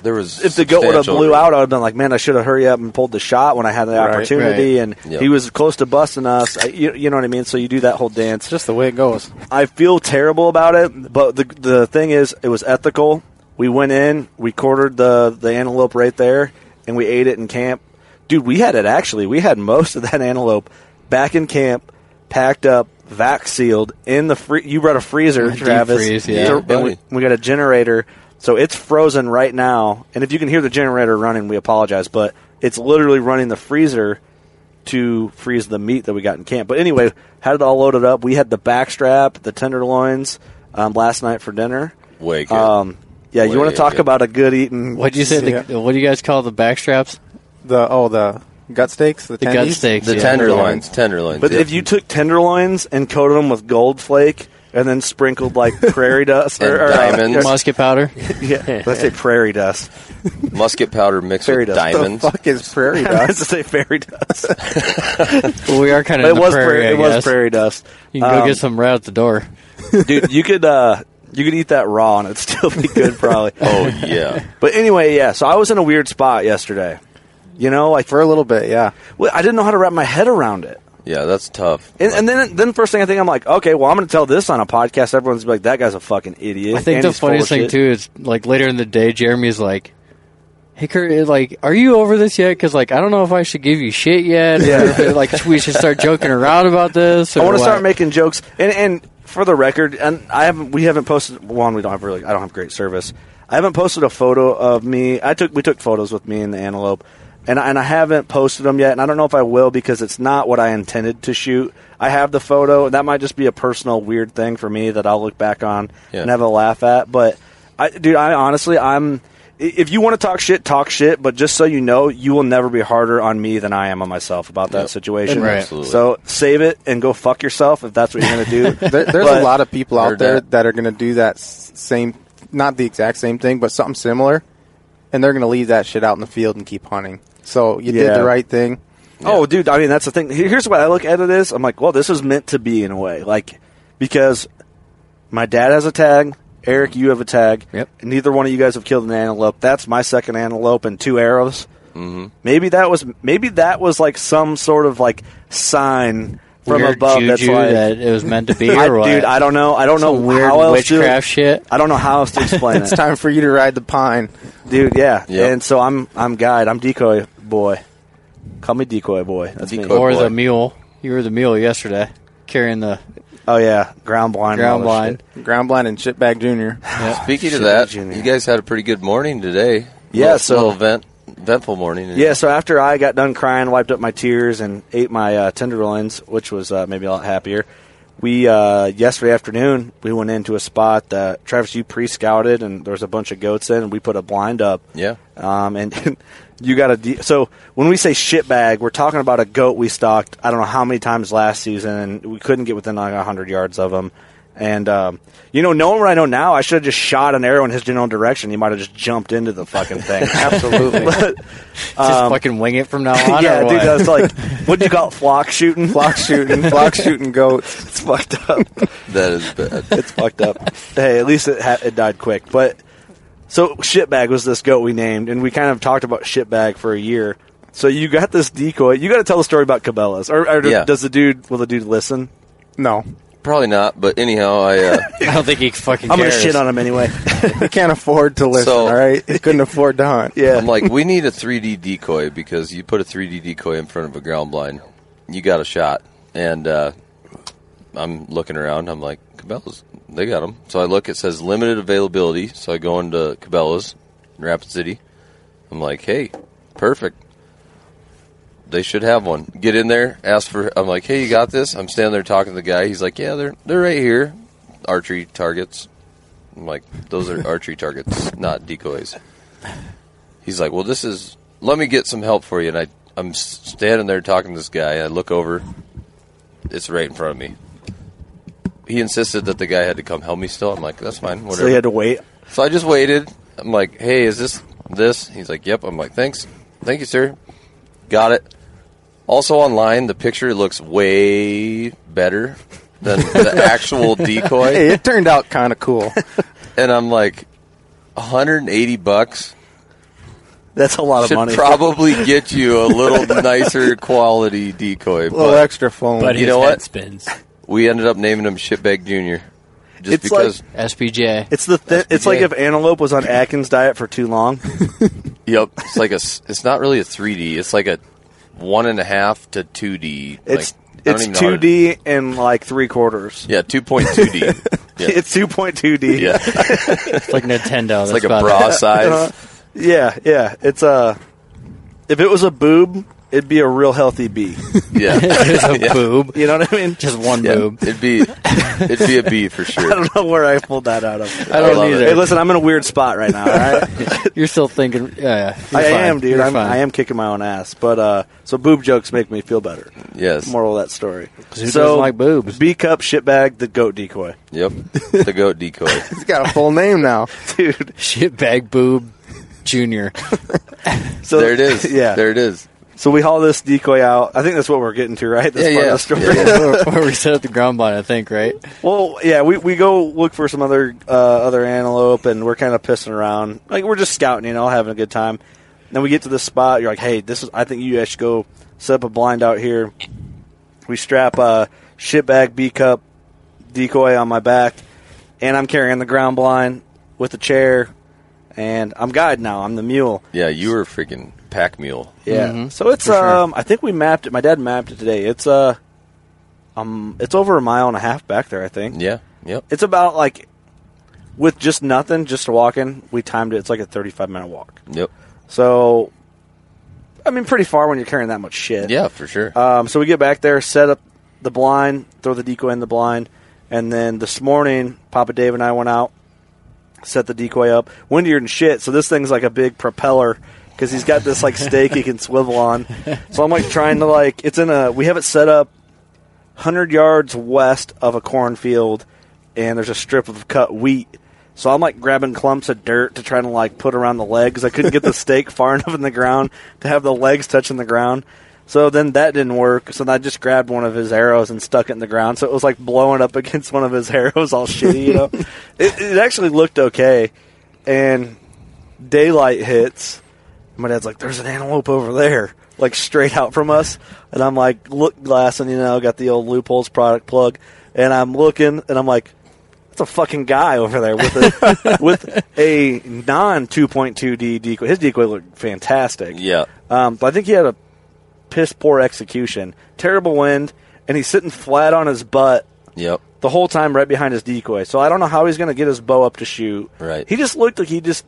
Speaker 9: there was
Speaker 8: if the goat would have
Speaker 9: substantial-
Speaker 8: blew out, I would have been like, man, I should have hurried up and pulled the shot when I had the
Speaker 9: Right,
Speaker 8: opportunity.
Speaker 9: right.
Speaker 8: And
Speaker 9: Yep.
Speaker 8: he was close to busting us. I, you, you know what I mean? So you do that whole dance. Just the way it goes. I feel terrible about it, but the the thing is, it was ethical. We went in, we quartered the the antelope right there, and we ate it in camp. Dude, we had it actually. We had most of that antelope back in camp, packed up, vac sealed in the free. You brought a freezer,
Speaker 4: Deep
Speaker 8: Travis.
Speaker 4: freeze, yeah.
Speaker 8: And we- we got a generator, so it's frozen right now. And if you can hear the generator running, we apologize, but it's literally running the freezer to freeze the meat that we got in camp. But anyway, had it all loaded up. We had the backstrap, the tenderloins um, last night for dinner.
Speaker 9: Way good.
Speaker 8: Um, yeah,
Speaker 4: Way
Speaker 8: you want to talk
Speaker 4: good.
Speaker 8: about a good eating?
Speaker 4: What'd you say?
Speaker 8: Yeah.
Speaker 4: The, what do you guys call the backstraps?
Speaker 8: The oh the gut steaks, the,
Speaker 4: gut tendies? steaks,
Speaker 9: The
Speaker 4: yeah.
Speaker 9: tenderloins, tenderloins.
Speaker 8: But
Speaker 9: yeah.
Speaker 8: if you took tenderloins and coated them with gold flake and then sprinkled like prairie dust
Speaker 9: And
Speaker 8: or, or, uh,
Speaker 9: diamonds. Musket
Speaker 4: powder.
Speaker 8: yeah, let's say prairie dust.
Speaker 9: musket powder mixed
Speaker 8: Fairy
Speaker 9: with
Speaker 8: dust. What the
Speaker 9: diamonds.
Speaker 8: fuck is prairie
Speaker 9: dust?
Speaker 8: I meant to say fairy dust.
Speaker 4: Well, we are kind
Speaker 8: But
Speaker 4: of
Speaker 8: it was prairie- it was prairie dust.
Speaker 4: You can go
Speaker 8: Um,
Speaker 4: get some right out the door.
Speaker 8: dude. You could uh, you could eat that raw and it'd still be good, probably.
Speaker 9: oh yeah.
Speaker 8: But anyway, yeah. So I was in a weird spot yesterday. You know, like for a little bit, yeah. Well, I didn't know how to wrap my head around it.
Speaker 9: yeah, that's tough.
Speaker 8: And, and then, then first thing I think I'm like, okay, well, I'm going to tell this on a podcast. Everyone's gonna be like, that guy's a fucking idiot.
Speaker 4: I think
Speaker 8: and
Speaker 4: the
Speaker 8: he's full
Speaker 4: funniest
Speaker 8: of
Speaker 4: thing
Speaker 8: shit.
Speaker 4: too is like later in the day, Jeremy's like, "Hey, Kurt, like, are you over this yet? Because like, I don't know if I should give you shit yet.
Speaker 8: Yeah.
Speaker 4: Or if it, like, we should start joking around about this.
Speaker 8: I
Speaker 4: or
Speaker 8: want to
Speaker 4: what."
Speaker 8: start making jokes. And, and for the record, and I haven't. We haven't posted one. We don't have really. I don't have great service. I haven't posted a photo of me. I took we took photos with me and the antelope, and I- and I haven't posted them yet. And I don't know if I will because it's not what I intended to shoot. I have the photo, and that might just be a personal weird thing for me that I'll look back on
Speaker 9: Yeah.
Speaker 8: and have a laugh at. But I, dude, I honestly, I'm. i- If you want to talk shit, talk shit. But just so you know, you will never be harder on me than I am on myself about that
Speaker 9: Yep.
Speaker 8: situation.
Speaker 9: Right. Absolutely.
Speaker 8: So save it and go fuck yourself if that's what you're going to do.
Speaker 7: there, there's a
Speaker 8: But-
Speaker 7: lot of people out
Speaker 8: Heard
Speaker 7: there
Speaker 8: that.
Speaker 7: that. are going to do that s- same, not the exact same thing, but something similar, and they're going to leave that shit out in the field and keep hunting. So you did
Speaker 8: Yeah.
Speaker 7: the right thing.
Speaker 8: Oh, dude, I mean, that's the thing. Here- Here's what I look at it is. I'm like, well, this is meant to be in a way. Like, because my dad has a tag. Eric, you have a tag. Yep. Neither one of you guys have killed an antelope. That's my second antelope and two arrows.
Speaker 7: Mm-hmm.
Speaker 9: Mhm.
Speaker 8: Maybe that was maybe that was like some sort of like sign from
Speaker 4: Weird
Speaker 8: above. that's
Speaker 4: juju
Speaker 8: like
Speaker 4: that it was meant to be,
Speaker 8: I-
Speaker 4: or what?
Speaker 8: dude, I don't know. I don't know
Speaker 4: Some weird
Speaker 8: how else to-
Speaker 4: witchcraft shit.
Speaker 8: I don't know how else to explain
Speaker 7: it's
Speaker 8: it.
Speaker 7: time for you to ride the pine,
Speaker 8: dude. Yeah,
Speaker 7: Yep.
Speaker 8: and so I'm I'm guide. I'm decoy boy. Call me decoy Oh, boy. That's me.
Speaker 4: or the mule. You were the mule yesterday, carrying the
Speaker 8: oh yeah ground blind
Speaker 4: ground blind.
Speaker 7: ground blind, and shitbag junior.
Speaker 9: Speaking of that, you guys had a pretty good morning today.
Speaker 8: Yeah,
Speaker 9: Little-
Speaker 8: so-
Speaker 9: little event, eventful morning.
Speaker 8: Yeah, so after I got done crying, wiped up my tears, and ate my uh, tenderloins, which was uh, maybe a lot happier. We uh, yesterday afternoon we went into a spot that Travis you pre scouted, and there was a bunch of goats in, and we put a blind up.
Speaker 9: Yeah.
Speaker 8: Um, and you got to de- so when we say shit bag, we're talking about a goat we stalked. I don't know how many times last season, and we couldn't get within like hundred yards of him. And um, you know, knowing what I know now, I should have just shot an arrow in his general direction. He might have just jumped into the fucking thing. Absolutely.
Speaker 4: Just fucking wing it from now on.
Speaker 8: Um, yeah,
Speaker 4: or
Speaker 8: dude,
Speaker 4: what?
Speaker 8: that's like what do you call it? Flock shooting, flock shooting,
Speaker 7: flock shooting goats.
Speaker 8: It's fucked up.
Speaker 9: That is bad.
Speaker 8: It's fucked up. Hey, at least it ha- it died quick. But so shitbag was this goat we named, and we kind of talked about shitbag for a year. So you got this decoy. You got to tell the story about Cabela's, or, or
Speaker 9: Yeah.
Speaker 8: does the dude? Will the dude listen?
Speaker 7: No,
Speaker 9: probably not. But anyhow, I uh,
Speaker 4: I don't think he fucking.
Speaker 8: I'm gonna
Speaker 9: cares.
Speaker 8: shit on him anyway.
Speaker 7: he can't afford to listen.
Speaker 9: So-
Speaker 7: all right, he couldn't afford to hunt.
Speaker 8: Yeah,
Speaker 9: I'm like, we need a 3D decoy because you put a 3D decoy in front of a ground blind, you got a shot. And uh, I'm looking around. I'm like, Cabela's, they got them. So I look. It says limited availability. So I go into Cabela's in Rapid City. I'm like, hey, perfect. They should have one. Get in there. Ask for. I'm like, hey, you got this? I'm standing there talking to the guy. He's like, yeah, they're they're right here. Archery targets. I'm like, those are archery targets, not decoys he's like, "Well, this is. Let me get some help for you." And I, I'm s- standing there talking to this guy. And I look over. It's right in front of me. He insisted that the guy had to come help me. Still, I'm like, "That's fine. Whatever."
Speaker 8: so you had to wait.
Speaker 9: So I just waited. I'm like, "Hey, is this this?" He's like, "Yep." I'm like, "Thanks, thank you, sir. Got it." Also online, the picture looks way better than the actual decoy
Speaker 7: Hey, it turned out kind of cool.
Speaker 9: and I'm like, 180 bucks
Speaker 8: That's a lot of
Speaker 9: Should
Speaker 8: money.
Speaker 9: probably get you a little nicer quality decoy.
Speaker 8: Little extra foam. But
Speaker 9: you
Speaker 8: his
Speaker 9: know
Speaker 8: head
Speaker 9: what?
Speaker 4: spins.
Speaker 9: We ended up naming him Shitbag Junior. Just
Speaker 8: It's like-
Speaker 9: because
Speaker 4: SPJ.
Speaker 8: It's the thi- it's like if antelope was on Atkins diet for too long.
Speaker 9: Yep. It's like a. s- It's not really a 3D. It's like a one and a half to 2D.
Speaker 8: It's
Speaker 9: like, I don't
Speaker 8: it's
Speaker 9: even know how
Speaker 8: two
Speaker 9: to-
Speaker 8: D and like three quarters.
Speaker 9: Yeah, 2.2D. Yeah.
Speaker 8: It's two point two D.
Speaker 9: Yeah.
Speaker 4: It's like Nintendo.
Speaker 9: It's
Speaker 4: that's
Speaker 9: like a
Speaker 4: about
Speaker 9: bra
Speaker 4: it.
Speaker 9: size.
Speaker 8: Uh-huh. Yeah, yeah. It's uh, a. If it was a boob, it'd be a real healthy bee.
Speaker 9: Yeah.
Speaker 4: It's a
Speaker 9: Yeah.
Speaker 4: boob.
Speaker 8: You know what I mean?
Speaker 4: Just one
Speaker 9: Yeah,
Speaker 4: boob.
Speaker 9: It'd be it'd be a B for sure.
Speaker 8: I don't know where I pulled that out of.
Speaker 4: I don't
Speaker 9: love
Speaker 4: either.
Speaker 8: Hey, listen, I'm in a weird spot right now. All right,
Speaker 4: You're still thinking. Yeah, yeah. You're
Speaker 8: I
Speaker 4: fine.
Speaker 8: am, dude.
Speaker 4: You're
Speaker 8: I'm,
Speaker 4: fine.
Speaker 8: I am kicking my own ass. But uh, so boob jokes make me feel better.
Speaker 9: Yes.
Speaker 8: Moral of that story.
Speaker 4: who doesn't like boobs?
Speaker 8: B cup shitbag, the goat decoy,
Speaker 9: Yep. The goat decoy.
Speaker 7: He's got a full name now.
Speaker 8: dude.
Speaker 4: Shitbag boob junior.
Speaker 8: So
Speaker 9: there it is.
Speaker 8: Yeah.
Speaker 9: There it is.
Speaker 8: So we haul this decoy out. I think that's what we're getting to, right? That's
Speaker 9: Yeah,
Speaker 8: part of
Speaker 9: yeah.
Speaker 8: the story.
Speaker 9: Yeah,
Speaker 4: where, where we set up the ground blind, I think, right?
Speaker 8: Well, yeah, we, we go look for some other uh, other antelope, and we're kind of pissing around, like we're just scouting, you know, having a good time. Then we get to this spot. You're like, hey, this is. I think you guys should go set up a blind out here. We strap a shit bag B cup decoy on my back, and I'm carrying the ground blind with a chair, and I'm guide now. I'm the mule.
Speaker 9: Yeah, you were freaking pack mule.
Speaker 8: Yeah.
Speaker 4: Mhm.
Speaker 8: So it's
Speaker 4: For sure.
Speaker 8: um I think we mapped it. My dad mapped it today. It's uh um it's over a mile and a half back there, I think.
Speaker 9: Yeah. Yep.
Speaker 8: It's about like with just nothing, just walking, we timed it. It's like a 35 minute walk.
Speaker 9: Yep.
Speaker 8: So I mean pretty far when you're carrying that much shit.
Speaker 9: Yeah, for sure.
Speaker 8: Um, so we get back there, set up the blind, throw the decoy in the blind, and then this morning, Papa Dave and I went out, set the decoy up, windier and shit. So this thing's like a big propeller because he's got this like stake he can swivel on. So I'm like trying to like it's in a we have it set up hundred yards west of a cornfield, and there's a strip of cut wheat. So I'm like grabbing clumps of dirt to try to like put around the legs. I couldn't get the stake far enough in the ground to have the legs touching the ground. So then that didn't work. So then I just grabbed one of his arrows and stuck it in the ground. So it was like blowing up against one of his arrows, all shitty. You know, it, it actually looked okay. And daylight hits. And my dad's like, "There's an antelope over there, like straight out from us." And I'm like, "Look, glass, and you know, got the old loopholes product plug." And I'm looking, and I'm like, "That's a fucking guy over there with a with a non 2.2D decoy. His decoy looked fantastic.
Speaker 9: Yeah.
Speaker 8: Um, but I think he had a piss poor execution, terrible wind, and he's sitting flat on his butt."
Speaker 9: Yep.
Speaker 8: the whole time right behind his decoy. So I don't know how he's going to get his bow up to shoot.
Speaker 9: Right.
Speaker 8: He just looked like he just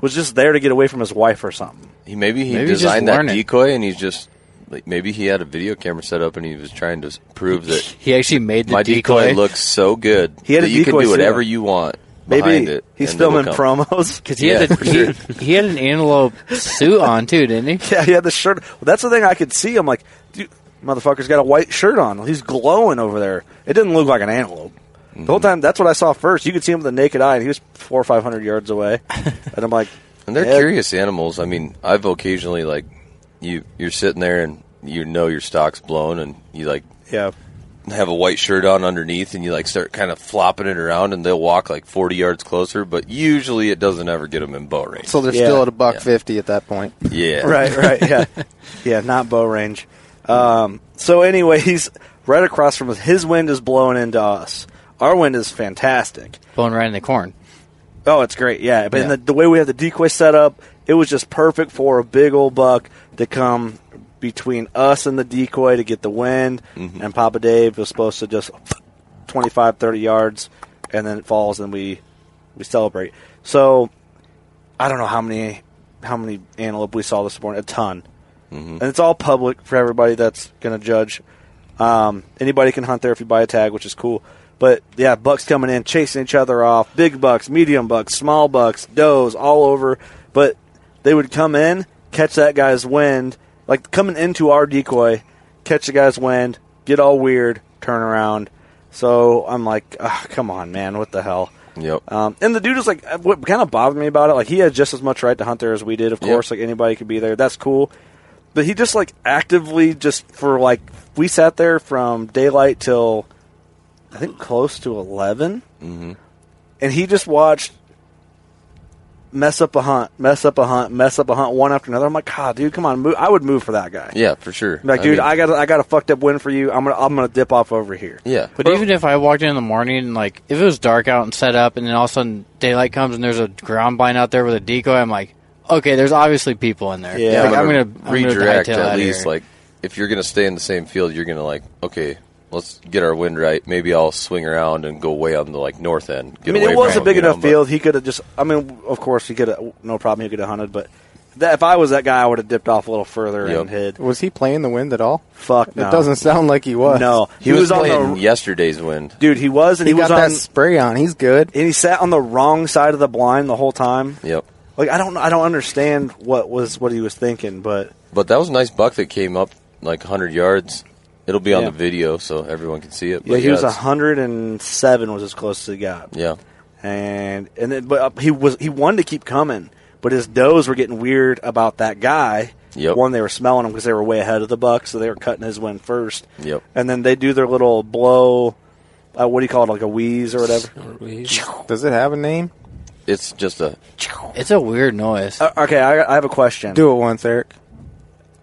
Speaker 8: was just there to get away from his wife or something.
Speaker 9: He maybe he
Speaker 4: Maybe he's
Speaker 9: designed
Speaker 4: just
Speaker 9: that
Speaker 4: learning.
Speaker 9: decoy and he's just like maybe he had a video camera set up and he was trying to s- prove that
Speaker 4: He actually made the
Speaker 9: my decoy,
Speaker 4: decoy
Speaker 9: looks so good
Speaker 8: He had
Speaker 9: that
Speaker 8: a
Speaker 9: you can
Speaker 8: decoy
Speaker 9: do whatever
Speaker 8: set up.
Speaker 9: you want behind
Speaker 8: Maybe
Speaker 9: it.
Speaker 8: he's
Speaker 9: and it'll
Speaker 8: filming
Speaker 9: come.
Speaker 8: promos.
Speaker 4: because he
Speaker 9: Yeah,
Speaker 4: had
Speaker 9: for
Speaker 4: a, he,
Speaker 9: sure.
Speaker 4: he had an antelope suit on too, didn't he?
Speaker 8: Yeah, he had the shirt. Well, that's the thing I could see. I'm like, dude, motherfucker's got a white shirt on. He's glowing over there. It didn't look like an antelope. The whole time, that's what I saw first. You could see him with the naked eye, and he was four or five hundred yards away. And I'm like,
Speaker 9: And they're
Speaker 8: yeah,
Speaker 9: curious animals. I mean, I've occasionally like you you're sitting there and you know your stock's blown and you like
Speaker 8: Yeah,
Speaker 9: have a white shirt on underneath and you like start kind of flopping it around and they'll walk like 40 yards closer but usually it doesn't ever get them in bow range
Speaker 7: So they're
Speaker 8: Yeah.
Speaker 7: still at a buck
Speaker 9: Yeah.
Speaker 7: fifty at that point.
Speaker 9: yeah
Speaker 8: right, right, yeah, yeah, not bow range. Um, so, anyways, right across from us, his wind is blowing into us. Our wind is fantastic.
Speaker 4: Blowing right in the corn.
Speaker 8: Oh, it's great, yeah. But
Speaker 4: Yeah.
Speaker 8: The, the way we had the decoy set up, it was just perfect for a big old buck to come between us and the decoy to get the wind. And Papa Dave was supposed to just 25, 30 yards, and then it falls, and we we celebrate. So I don't know how many how many antelope we saw this morning. A ton, and it's all public for everybody that's going to judge. Um, anybody can hunt there if you buy a tag, which is cool. But yeah, bucks coming in, chasing each other off. Big bucks, medium bucks, small bucks, does, all over. But they would come in, catch that guy's wind, like coming into our decoy, catch the guy's wind, get all weird, turn around. So I'm like, ah, come on, man, what the hell?
Speaker 9: yep
Speaker 8: Um, and the dude is like, what kind of bothered me about it? Like, he had just as much right to hunt there as we did, of
Speaker 9: Yeah.
Speaker 8: course. Like, anybody could be there. That's cool. But he just, like, actively just for, like, we sat there from daylight till, I think, close to 11. Mm-hmm. And he just watched mess up a hunt, mess up a hunt, mess up a hunt, one after another. I'm like, God, dude, come on, move. I would move for that guy.
Speaker 9: Yeah, for sure.
Speaker 8: I'm like, dude,
Speaker 9: mean,
Speaker 8: I, got a, I got a fucked up win for you. I'm gonna I'm gonna dip off over here.
Speaker 9: Yeah,
Speaker 4: But even if I walked in, in the morning and like if it was dark out and set up, and then all of a sudden daylight comes and there's a ground blind out there with a decoy, I'm like, okay, there's obviously people in there.
Speaker 9: Yeah,
Speaker 4: like, I'm
Speaker 9: gonna
Speaker 4: gonna I'm gonna
Speaker 9: redirect
Speaker 4: hightail
Speaker 9: at
Speaker 4: outta
Speaker 9: least.
Speaker 4: here.
Speaker 9: Like, if you're gonna stay in the same field, you're gonna like, okay, let's get our wind right. Maybe I'll swing around and go way on the like north end. Get
Speaker 8: I mean,
Speaker 9: away
Speaker 8: it was
Speaker 9: from
Speaker 8: a big
Speaker 9: you know,
Speaker 8: enough
Speaker 9: but-
Speaker 8: field. He could have just. I mean, of course, he could have. No problem. He could have hunted, but. That, if I was that guy, I would have dipped off a little further
Speaker 9: Yep.
Speaker 8: and hid.
Speaker 7: Was he playing the wind at all?
Speaker 8: Fuck, no.
Speaker 7: It doesn't sound like he was.
Speaker 8: No,
Speaker 9: He, was, playing
Speaker 8: on the
Speaker 9: yesterday's wind.
Speaker 8: dude. He was, and
Speaker 7: He
Speaker 8: he, was
Speaker 7: got
Speaker 8: on
Speaker 7: that spray on. He's good.
Speaker 8: and he sat on the wrong side of the blind the whole time.
Speaker 9: Yep.
Speaker 8: Like I don't, I don't understand what was what he was thinking, but
Speaker 9: But that was a nice buck that came up like 100 yards. It'll be on
Speaker 8: Yeah.
Speaker 9: the video so everyone can see it.
Speaker 8: yeah,
Speaker 9: but
Speaker 8: he was
Speaker 9: it's-
Speaker 8: hundred and seven was as close as he got,
Speaker 9: Yeah.
Speaker 8: and and then, but he was he wanted to keep coming, but his does were getting weird about that guy.
Speaker 9: Yep.
Speaker 8: One, they were smelling him because they were way ahead of the buck, so they were cutting his wind first,
Speaker 9: Yep.
Speaker 8: and then they do their little blow. Uh, what do you call it? Like a wheeze or whatever.
Speaker 7: Does it have a name?
Speaker 9: It's just a
Speaker 4: It's a weird noise.
Speaker 8: Uh, okay, I, I have a question.
Speaker 7: Do it once, Eric.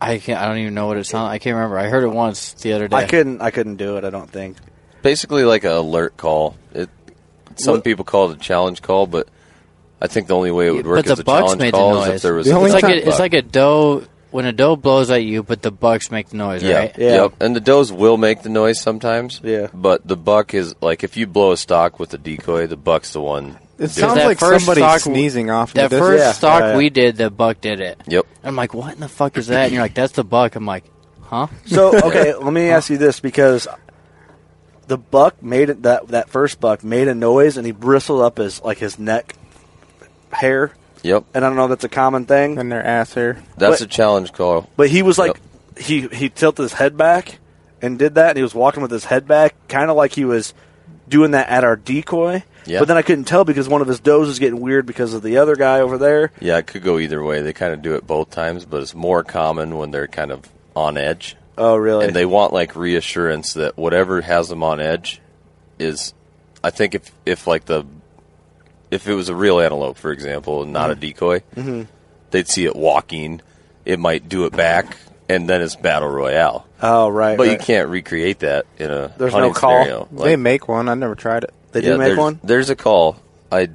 Speaker 4: I can't. I don't even know what it sounds. I can't remember. I heard it once the other day.
Speaker 8: I couldn't. I couldn't do it. I don't think.
Speaker 9: basically like an alert call. It some
Speaker 8: What-
Speaker 9: people call it a challenge call, but I think the only way it would work
Speaker 4: but
Speaker 9: as
Speaker 4: the
Speaker 9: a
Speaker 4: bucks
Speaker 9: challenge
Speaker 4: made the
Speaker 9: call is
Speaker 4: noise.
Speaker 9: if there was
Speaker 4: it's
Speaker 9: a
Speaker 4: like
Speaker 9: different
Speaker 4: a, it's
Speaker 9: buck.
Speaker 4: like a doe when a doe blows at you, but the bucks make the noise,
Speaker 9: yeah,
Speaker 4: right?
Speaker 8: Yeah.
Speaker 9: Yep. And the does will make the noise sometimes.
Speaker 8: Yeah.
Speaker 9: But the buck is like if you blow a stock with a decoy, the buck's the one.
Speaker 7: It
Speaker 9: doing
Speaker 7: sounds
Speaker 4: that
Speaker 7: like
Speaker 4: first
Speaker 7: somebody
Speaker 4: stock-
Speaker 7: sneezing off. in
Speaker 4: That
Speaker 7: the
Speaker 4: first
Speaker 7: distance.
Speaker 4: stock
Speaker 8: yeah, yeah.
Speaker 4: we did, the buck did it.
Speaker 9: Yep.
Speaker 4: I'm like, what in the fuck is that? And you're like, that's the buck. I'm like, huh?
Speaker 8: So Oh, okay, let me ask you this because the buck made it that that first buck made a noise and he bristled up his like his neck hair,
Speaker 9: Yep.
Speaker 8: and I don't know if that's a common thing,
Speaker 7: And their ass hair.
Speaker 9: That's
Speaker 8: But-
Speaker 9: a challenge call.
Speaker 8: but he was like he he tilted his head back and did that, and he was walking with his head back, kind of like he was doing that at our decoy.
Speaker 9: Yeah.
Speaker 8: But then I couldn't tell because one of his does was getting weird because of the other guy over there.
Speaker 9: Yeah, it could go either way. They kind of do it both times, but it's more common when they're kind of on edge.
Speaker 8: Oh, really?
Speaker 9: and they want like reassurance that whatever has them on edge is i think if if like the if it was a real antelope for example and
Speaker 8: Mm-hmm.
Speaker 9: not a decoy they'd see it walking it might do it back and then it's battle royale
Speaker 8: oh, right.
Speaker 9: but you
Speaker 8: right.
Speaker 9: can't recreate that in a
Speaker 8: There's
Speaker 9: hunting
Speaker 8: no call.
Speaker 9: scenario.
Speaker 7: they
Speaker 9: Like,
Speaker 7: make one. I've never tried it.
Speaker 8: They
Speaker 9: yeah,
Speaker 8: do make
Speaker 9: there's-
Speaker 8: one.
Speaker 9: there's a call i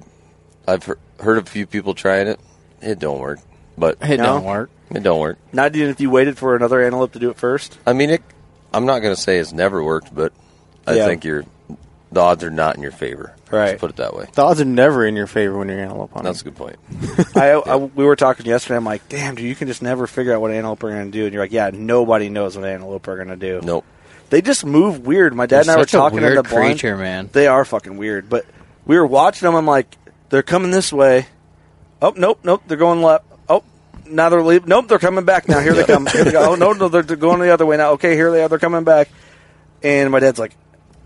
Speaker 9: i've he- heard a few people trying it it don't work but
Speaker 4: It
Speaker 8: No.
Speaker 4: don't work.
Speaker 9: it don't work
Speaker 8: Not even if you waited for another antelope to do it first.
Speaker 9: I mean, it, I'm not going to say it's never worked, but I
Speaker 8: Yeah.
Speaker 9: think you're, the odds are not in your favor.
Speaker 8: Right.
Speaker 9: Let's put it that way.
Speaker 7: The odds are never in your favor when you're antelope hunting.
Speaker 9: That's a good point.
Speaker 8: I, I- we were talking yesterday. I'm like, damn, dude, you can just never figure out what antelope are going to do. And you're like, yeah, nobody knows what antelope are going to do.
Speaker 9: Nope.
Speaker 8: They just move weird. My dad and I were
Speaker 4: such a
Speaker 8: talking
Speaker 4: weird
Speaker 8: at the blind.
Speaker 4: creature, man.
Speaker 8: They are fucking weird. But we were watching them. I'm like, they're coming this way. Oh nope, nope, they're going left. Oh, now they're leaving. Nope, they're coming back now. Here they come. Here they go. Oh no, no, they're they're going the other way now. Okay, here they are. They're coming back. And my dad's like,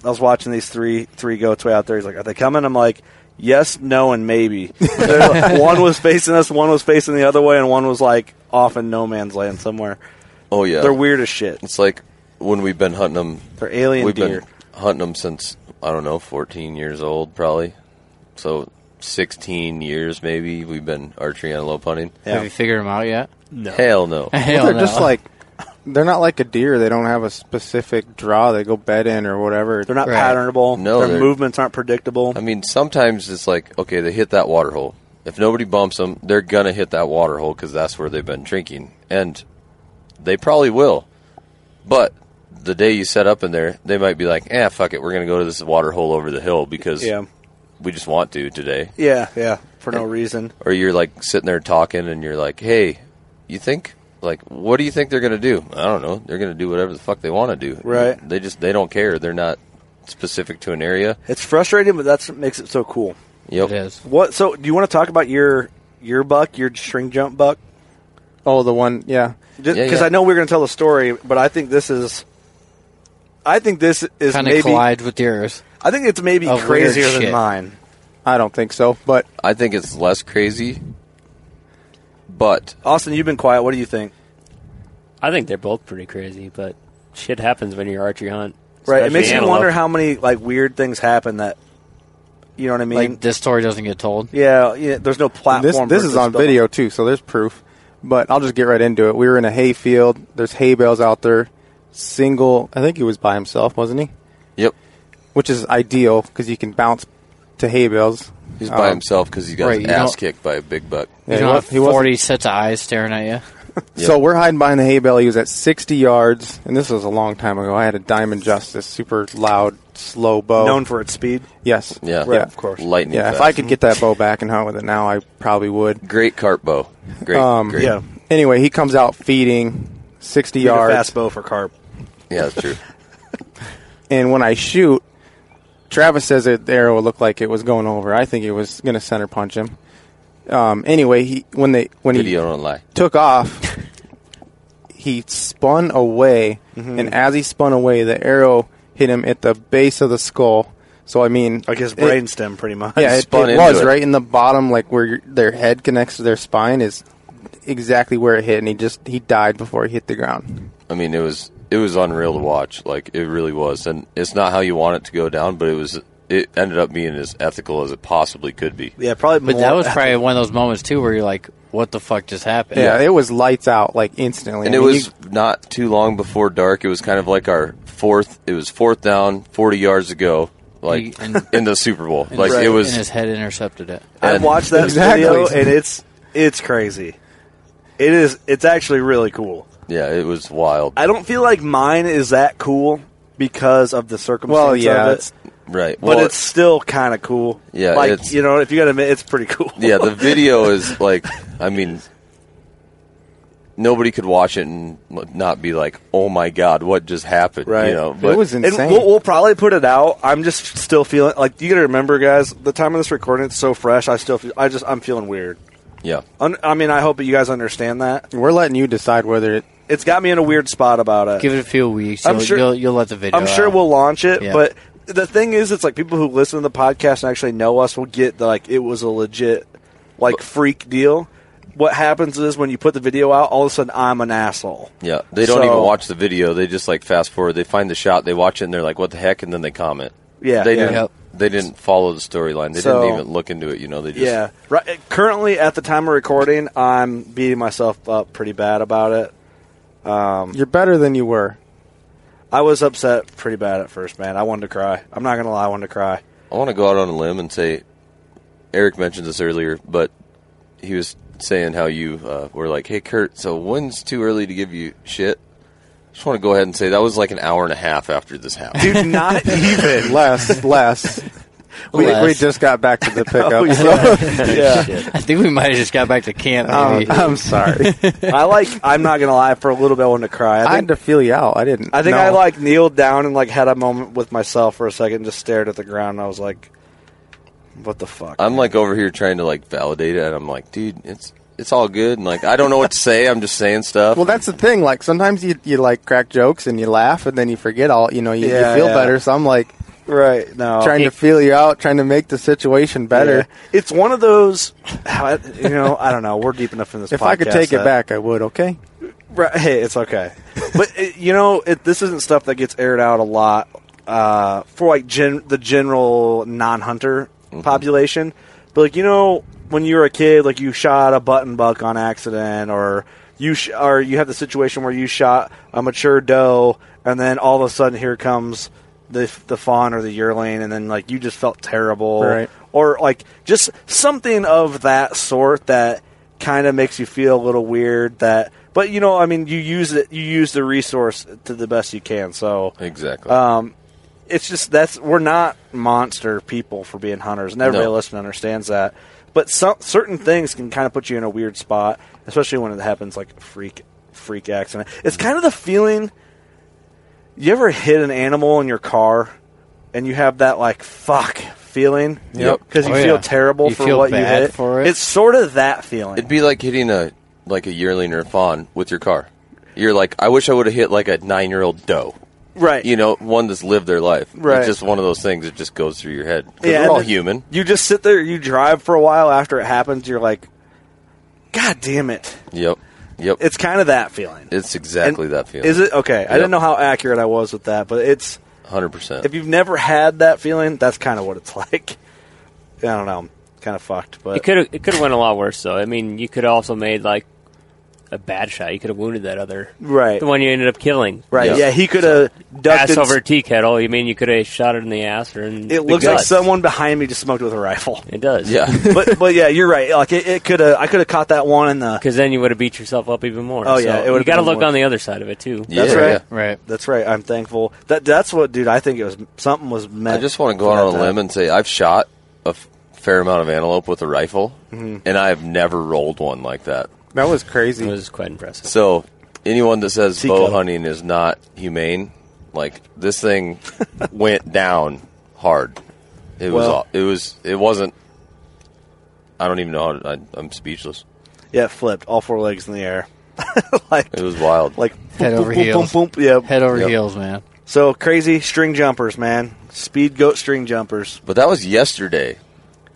Speaker 8: I was watching these three three goats way out there. He's like, are they coming? I'm like. Yes, no, and maybe. They're like- one was facing us, one was facing the other way, and one was like off in no man's land somewhere.
Speaker 9: Oh, yeah.
Speaker 8: They're weird as shit.
Speaker 9: It's like when we've been hunting them.
Speaker 8: They're alien
Speaker 9: We've
Speaker 8: deer.
Speaker 9: been hunting them since, I don't know, 14 years old, probably. So 16 years, maybe, we've been archery antelope hunting.
Speaker 4: Have you figured them out yet?
Speaker 9: Hell no.
Speaker 4: Hell
Speaker 7: they're
Speaker 4: no.
Speaker 7: just like they're not like a deer. They don't have a specific draw. They go bed in or whatever.
Speaker 8: They're not
Speaker 4: Right.
Speaker 8: patternable.
Speaker 9: No,
Speaker 8: their
Speaker 9: they're-
Speaker 8: movements aren't predictable.
Speaker 9: I mean, sometimes it's like, okay, they hit that water hole. If nobody bumps them, they're going to hit that water hole because that's where they've been drinking. And they probably will. But the day you set up in there, they might be like, eh, fuck it. We're going to go to this water hole over the hill because
Speaker 8: Yeah.
Speaker 9: we just want to today.
Speaker 8: Yeah, yeah, for no reason.
Speaker 9: Or you're like sitting there talking and you're like, hey, you think, like, what do you think they're going to do? I don't know. They're going to do whatever the fuck they want to do.
Speaker 8: Right.
Speaker 9: They just, they don't care. They're not specific to an area.
Speaker 8: It's frustrating, but that's what makes it so cool.
Speaker 9: Yep.
Speaker 4: It is.
Speaker 8: What? So, do you want to talk about your your buck, your string jump buck?
Speaker 7: Oh, the one. Yeah,
Speaker 8: Because
Speaker 9: Yeah, yeah.
Speaker 8: I know we're going to tell the story, but I think this is, I think this is
Speaker 4: Kind
Speaker 8: maybe,
Speaker 4: of collides with yours.
Speaker 8: I think it's maybe
Speaker 4: of weird
Speaker 8: crazier than
Speaker 4: shit.
Speaker 8: mine.
Speaker 7: I don't think so. But
Speaker 9: I think it's less crazy. But
Speaker 8: Austin, you've been quiet. What do you think?
Speaker 11: I think they're both pretty crazy, but shit happens when you're archery hunt.
Speaker 8: Right, it
Speaker 11: especially
Speaker 8: makes me
Speaker 11: antelope.
Speaker 8: wonder how many like weird things happen that You know what I mean?
Speaker 4: Like this story doesn't get told.
Speaker 8: yeah, yeah, there's no
Speaker 7: This,
Speaker 8: platform.
Speaker 7: this
Speaker 8: for it
Speaker 7: is
Speaker 8: to
Speaker 7: on
Speaker 8: spill.
Speaker 7: video too, so there's proof. But I'll just get right into it. We were in a hay field. There's hay bales out there. Single, I think he was by himself, wasn't he?
Speaker 9: Yep.
Speaker 7: Which is ideal because you can bounce to hay bales.
Speaker 9: He's by
Speaker 7: Um,
Speaker 9: himself because he got
Speaker 4: Right,
Speaker 9: his
Speaker 4: you
Speaker 9: ass
Speaker 4: don't-
Speaker 9: kicked by a big buck.
Speaker 4: You don't have forty sets of eyes staring at you.
Speaker 7: So we're hiding behind the hay bale. He was at 60 yards, and this was a long time ago. I had a Diamond Justice, super loud, slow bow.
Speaker 8: Known for its speed.
Speaker 7: Yes.
Speaker 9: Yeah.
Speaker 7: Yeah.
Speaker 9: Of course. Lightning
Speaker 7: Yeah, if
Speaker 9: fast.
Speaker 7: I could get that bow back and hunt with it now, I probably would.
Speaker 9: Great cart bow. Great.
Speaker 7: Um,
Speaker 9: great.
Speaker 7: Anyway, he comes out feeding 60
Speaker 8: Need a
Speaker 7: yards.
Speaker 8: fast bow for carp.
Speaker 9: Yeah, that's true.
Speaker 7: And when I shoot, Travis says that the arrow looked like it was going over. I think it was going to center punch him. Um, anyway, he when they when
Speaker 9: Video
Speaker 7: he
Speaker 9: don't lie.
Speaker 7: took off, he spun away,
Speaker 8: Mhm.
Speaker 7: and as he spun away, the arrow hit him at the base of the skull. So I mean,
Speaker 8: Like his
Speaker 7: it-
Speaker 8: brainstem, pretty much.
Speaker 7: Yeah, it,
Speaker 8: Spun
Speaker 7: it
Speaker 8: into
Speaker 7: was
Speaker 8: it.
Speaker 7: right in the bottom, like where your, their head connects to their spine, is exactly where it hit, and he just he died before he hit the ground.
Speaker 9: I mean, it was it was unreal to watch. Like it really was, and it's not how you want it to go down, but it was. It ended up being as ethical as it possibly could be.
Speaker 8: Yeah, probably.
Speaker 4: But that was probably one of those moments too where you're like, "What the fuck just happened?"
Speaker 7: Yeah, it was lights out like instantly,
Speaker 9: And
Speaker 7: I
Speaker 9: it
Speaker 7: mean,
Speaker 9: was not too long before dark. It was kind of like our fourth. It was fourth down, forty yards to go, like in the Super Bowl.
Speaker 4: And
Speaker 9: Like
Speaker 4: his-
Speaker 9: it was.
Speaker 4: and his head intercepted it.
Speaker 9: and-
Speaker 8: I watched that
Speaker 7: Exactly.
Speaker 8: video, and it's it's crazy. It is. It's actually really cool.
Speaker 9: Yeah, it was wild.
Speaker 8: I don't feel like mine is that cool because of the circumstance
Speaker 7: Well, yeah,
Speaker 8: of it.
Speaker 7: it's-
Speaker 9: Right.
Speaker 8: But
Speaker 9: Well,
Speaker 8: it's still kind of cool.
Speaker 9: Yeah,
Speaker 8: like
Speaker 9: it's-
Speaker 8: you know, if you got to admit, it's pretty cool.
Speaker 9: yeah, the video is like, I mean, nobody could watch it and not be like, "Oh my god, what just happened?" You know, but
Speaker 8: And we'll, we'll probably put it out. I'm just still feeling like you got to remember, guys. The time of this recording, it's so fresh. I still, feel, I just, I'm feeling weird.
Speaker 9: yeah,
Speaker 8: Un- I mean, I hope that you guys understand that.
Speaker 7: We're letting you decide whether it.
Speaker 8: It's got me in a weird spot about it.
Speaker 4: Give it a few weeks.
Speaker 8: I'm
Speaker 4: You'll,
Speaker 8: sure-
Speaker 4: you'll, you'll let the video.
Speaker 8: I'm sure
Speaker 4: out.
Speaker 8: we'll launch it,
Speaker 4: Yeah.
Speaker 8: but the thing is, it's like people who listen to the podcast and actually know us will get the, like it was a legit like freak deal. What happens is when you put the video out, all of a sudden I'm an asshole.
Speaker 9: yeah, they don't
Speaker 8: So-
Speaker 9: even watch the video. They just like fast forward. They find the shot, they watch it, and they're like, "What the heck?" And then they comment.
Speaker 8: Yeah,
Speaker 9: they
Speaker 8: yeah.
Speaker 9: didn't.
Speaker 8: Yep.
Speaker 9: They didn't follow the storyline. They
Speaker 8: So-
Speaker 9: didn't even look into it. You know, they just
Speaker 8: Yeah. Right. Currently, at the time of recording, I'm beating myself up pretty bad about it. Um,
Speaker 7: You're better than you were.
Speaker 8: I was upset pretty bad at first, man. I wanted to cry. I'm not gonna lie, I wanted to cry.
Speaker 9: I want to go out on a limb and say, Eric mentioned this earlier, but he was saying how you uh, were like, "Hey, Kurt, so when's too early to give you shit?" Just want to go ahead and say that was like an hour and a half after this happened.
Speaker 8: Dude, not even.
Speaker 7: less, less. We,
Speaker 4: Less.
Speaker 7: we just got back to the pickup.
Speaker 4: Oh,
Speaker 7: so-
Speaker 4: yeah. I think we might have just got back to camp. Maybe.
Speaker 7: Oh, I'm sorry.
Speaker 8: I like. I'm not gonna lie. For a little bit, I wanted to cry.
Speaker 7: I
Speaker 8: I
Speaker 7: had
Speaker 8: think.
Speaker 7: to feel you out. I didn't.
Speaker 8: I, think
Speaker 7: no.
Speaker 8: I like kneeled down and like had a moment with myself for a second, and just stared at the ground. And I was like, "What the
Speaker 4: Uh,
Speaker 8: fuck?"
Speaker 9: I'm like over here trying to like validate it, and I'm like, dude, it's it's all good. And like, I don't know what to say. I'm just saying stuff.
Speaker 7: Well, that's the thing. Like sometimes you you like crack jokes and you laugh and then you forget all. You know, you,
Speaker 8: Yeah,
Speaker 7: you feel
Speaker 8: yeah.
Speaker 7: better. So I'm like
Speaker 8: Right. No.
Speaker 7: trying to feel you out, trying to make the situation better.
Speaker 8: Yeah. It's one of those. I- You know. I don't know. We're deep enough in this.
Speaker 7: If I could
Speaker 8: podcast
Speaker 7: take it
Speaker 8: that-
Speaker 7: back, I would. Okay.
Speaker 8: Right, hey, it's okay. but it, you know, it, this isn't stuff that gets aired out a lot uh, for like gen- the general non-hunter population. But like you know, when you were a kid, like you shot a button buck on accident, or you sh- or you have the situation where you shot a mature doe, and then all of a sudden here comes the the fawn or the yearling, and then like you just felt terrible,
Speaker 7: Right.
Speaker 8: or like just something of that sort that kind of makes you feel a little weird that but you know i mean you use it you use the resource to the best you can so
Speaker 9: exactly.
Speaker 8: um it's just that's we're not monster people for being hunters and everybody
Speaker 9: No.
Speaker 8: listening understands that but some certain things can kind of put you in a weird spot especially when it happens like freak freak accident it's
Speaker 9: Mm-hmm.
Speaker 8: kind of the feeling you ever hit an animal in your car and you have that like fuck feeling
Speaker 9: Yep.
Speaker 8: because you
Speaker 9: Oh,
Speaker 8: feel
Speaker 9: yeah.
Speaker 8: terrible
Speaker 9: You
Speaker 8: for
Speaker 9: feel
Speaker 8: what you
Speaker 9: bad
Speaker 8: hit
Speaker 9: for it.
Speaker 8: it's sort of that feeling
Speaker 9: It'd be like hitting a like a yearling or a fawn with your car. You're like, I wish I would have hit like a nine year old doe.
Speaker 8: Right.
Speaker 9: You know, one that's lived their life.
Speaker 8: Right.
Speaker 9: It's just one of those things that just goes through your head. 'Cause
Speaker 8: Yeah,
Speaker 9: we're all
Speaker 8: and then
Speaker 9: human.
Speaker 8: You just sit there, you drive for a while after it happens, you're like, God damn it.
Speaker 9: Yep. Yep.
Speaker 8: It's kind of that feeling.
Speaker 9: It's exactly
Speaker 8: And
Speaker 9: that feeling.
Speaker 8: Is it? Okay. I
Speaker 9: Yep.
Speaker 8: didn't know how accurate I was with that, but it's.
Speaker 9: 100%.
Speaker 8: If you've never had that feeling, that's kind of what it's like. I don't know, kind of fucked. But
Speaker 2: It could it could have went a lot worse though. I mean, you could have also made like a bad shot. You could have wounded that other
Speaker 8: Right.
Speaker 2: the one you ended up killing.
Speaker 8: Right, yeah, he could have ducked
Speaker 2: ass
Speaker 8: and-
Speaker 2: over a tea kettle. You mean you could have shot it in the ass or in
Speaker 8: It
Speaker 2: the
Speaker 8: looks like
Speaker 2: guts.
Speaker 8: someone behind me just smoked with a rifle.
Speaker 2: It does.
Speaker 9: Yeah.
Speaker 8: but but yeah, you're right. Like it, it could have. I could have caught that one in the.
Speaker 2: Because then you would have beat yourself up even more.
Speaker 8: Oh yeah,
Speaker 2: So
Speaker 8: it
Speaker 2: you
Speaker 8: would
Speaker 2: got to look on the other side of it too.
Speaker 8: That's right. Right. That's right. I'm thankful. That that's what, dude. I think it was something was meant.
Speaker 9: I just want to go
Speaker 8: for
Speaker 9: out on
Speaker 8: that
Speaker 9: a limb and say I've shot a f- fair amount of antelope with a rifle,
Speaker 4: Mhm.
Speaker 8: Mm-hmm.
Speaker 9: and I have never rolled one like that.
Speaker 4: That was crazy. It
Speaker 2: was quite impressive.
Speaker 9: So anyone that says
Speaker 4: Sea
Speaker 9: bow
Speaker 4: cattle.
Speaker 9: hunting is not humane, like this thing went down hard. It was
Speaker 8: Well-
Speaker 9: all, it was it wasn't. I don't even know. How to, I, I'm speechless.
Speaker 8: Yeah, it flipped all four legs in the air. like
Speaker 9: it was wild.
Speaker 8: Like
Speaker 3: Head
Speaker 8: boom,
Speaker 3: over
Speaker 8: boom,
Speaker 3: heels.
Speaker 8: boom, boom, yep.
Speaker 3: Head over
Speaker 8: Yep.
Speaker 3: heels, man.
Speaker 8: So crazy string jumpers, man. Speed goat string jumpers.
Speaker 9: But that was yesterday,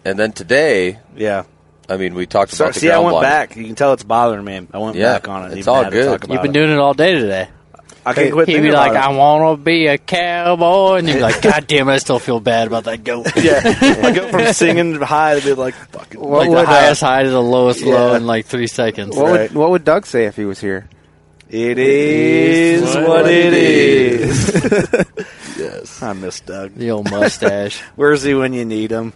Speaker 9: and then today.
Speaker 8: Yeah.
Speaker 9: I mean, we talked
Speaker 8: So,
Speaker 9: about the
Speaker 8: see, I
Speaker 9: ground
Speaker 8: went
Speaker 9: blind.
Speaker 8: back. You can tell it's bothering me. I went
Speaker 9: Yeah,
Speaker 8: back on it.
Speaker 9: it's
Speaker 8: even
Speaker 9: all
Speaker 8: had to
Speaker 9: good.
Speaker 8: talk about
Speaker 3: You've been
Speaker 8: it.
Speaker 3: doing it all day today.
Speaker 8: I can't quit
Speaker 3: He'd be
Speaker 8: thinking
Speaker 3: like,
Speaker 8: about
Speaker 3: I want to be a cowboy. And you'd be like, God damn, I still feel bad about that goat.
Speaker 8: yeah, I go from singing high to be like fucking
Speaker 3: What
Speaker 8: like
Speaker 3: would,
Speaker 9: uh,
Speaker 8: the
Speaker 3: the highest
Speaker 8: high.
Speaker 3: high to the lowest
Speaker 8: uh, Yeah.
Speaker 3: low in like three seconds.
Speaker 4: What would what would Doug say if he was here?
Speaker 8: It is what, it is. yes, I miss Doug.
Speaker 3: The old mustache.
Speaker 8: Where's he when you need him?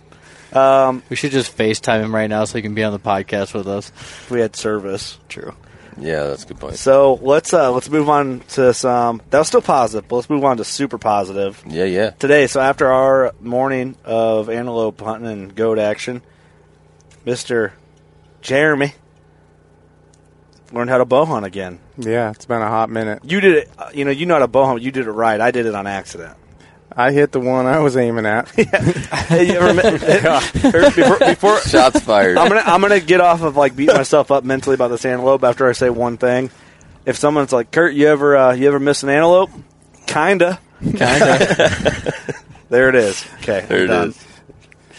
Speaker 8: Um,
Speaker 3: we should just FaceTime him right now so he can be on the podcast with us.
Speaker 8: We had service.
Speaker 3: True.
Speaker 9: Yeah, that's a good point.
Speaker 8: So let's uh, let's move on to some. That was still positive, but let's move on to super positive.
Speaker 9: Yeah, yeah.
Speaker 8: Today, so after our morning of antelope hunting and goat action, Mister Jeremy learned how to bow hunt again.
Speaker 4: Yeah, it's been a hot minute.
Speaker 8: You did it. uh, You know, you know how to bow hunt. You did it right. I did it on accident.
Speaker 4: I hit the one I was aiming at.
Speaker 8: Hey, you ever met- before, before
Speaker 9: shots fired.
Speaker 8: I'm gonna I'm gonna get off of like beating myself up mentally about this antelope after I say one thing. If someone's like, Kurt, you ever uh, you ever miss an antelope? Kinda. Kinda. there it is. Okay.
Speaker 9: There
Speaker 8: I'm
Speaker 9: it
Speaker 8: done.
Speaker 9: is.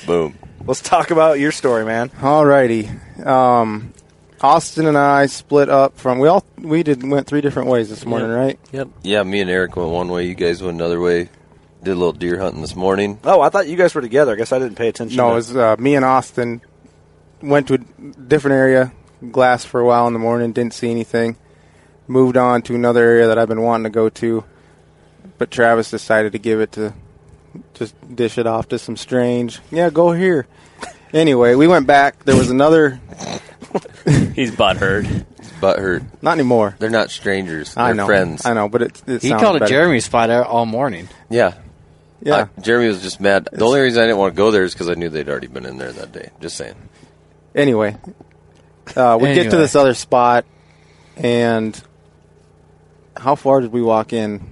Speaker 9: Boom.
Speaker 8: Let's talk about your story, man.
Speaker 4: Alrighty. Um, Austin and I split up from we all we did went three different ways this morning, right?
Speaker 2: Yep.
Speaker 9: Yeah, me and Eric went one way. You guys went another way. Did a little deer hunting this morning.
Speaker 8: Oh, I thought you guys were together. I guess I didn't pay attention.
Speaker 4: No,
Speaker 8: to
Speaker 4: it was uh, me and Austin went to a different area, glass for a while in the morning, didn't see anything. Moved on to another area that I've been wanting to go to, but Travis decided to give it to just dish it off to some strange. Yeah, go here. Anyway, we went back. There was another,
Speaker 2: He's butthurt.
Speaker 9: Butthurt.
Speaker 4: not anymore.
Speaker 9: They're not strangers. They're
Speaker 4: I know,
Speaker 9: friends.
Speaker 4: I know, but it, it
Speaker 3: He
Speaker 4: sounds
Speaker 3: called it
Speaker 4: better.
Speaker 3: Jeremy's spot out all morning.
Speaker 9: Yeah.
Speaker 4: Yeah.
Speaker 9: I- Jeremy was just mad. The only reason I didn't want to go there is because I knew they'd already been in there that day. Just saying.
Speaker 4: Anyway, uh, we get to
Speaker 9: Anyway.
Speaker 4: this other spot, and how far did we walk in?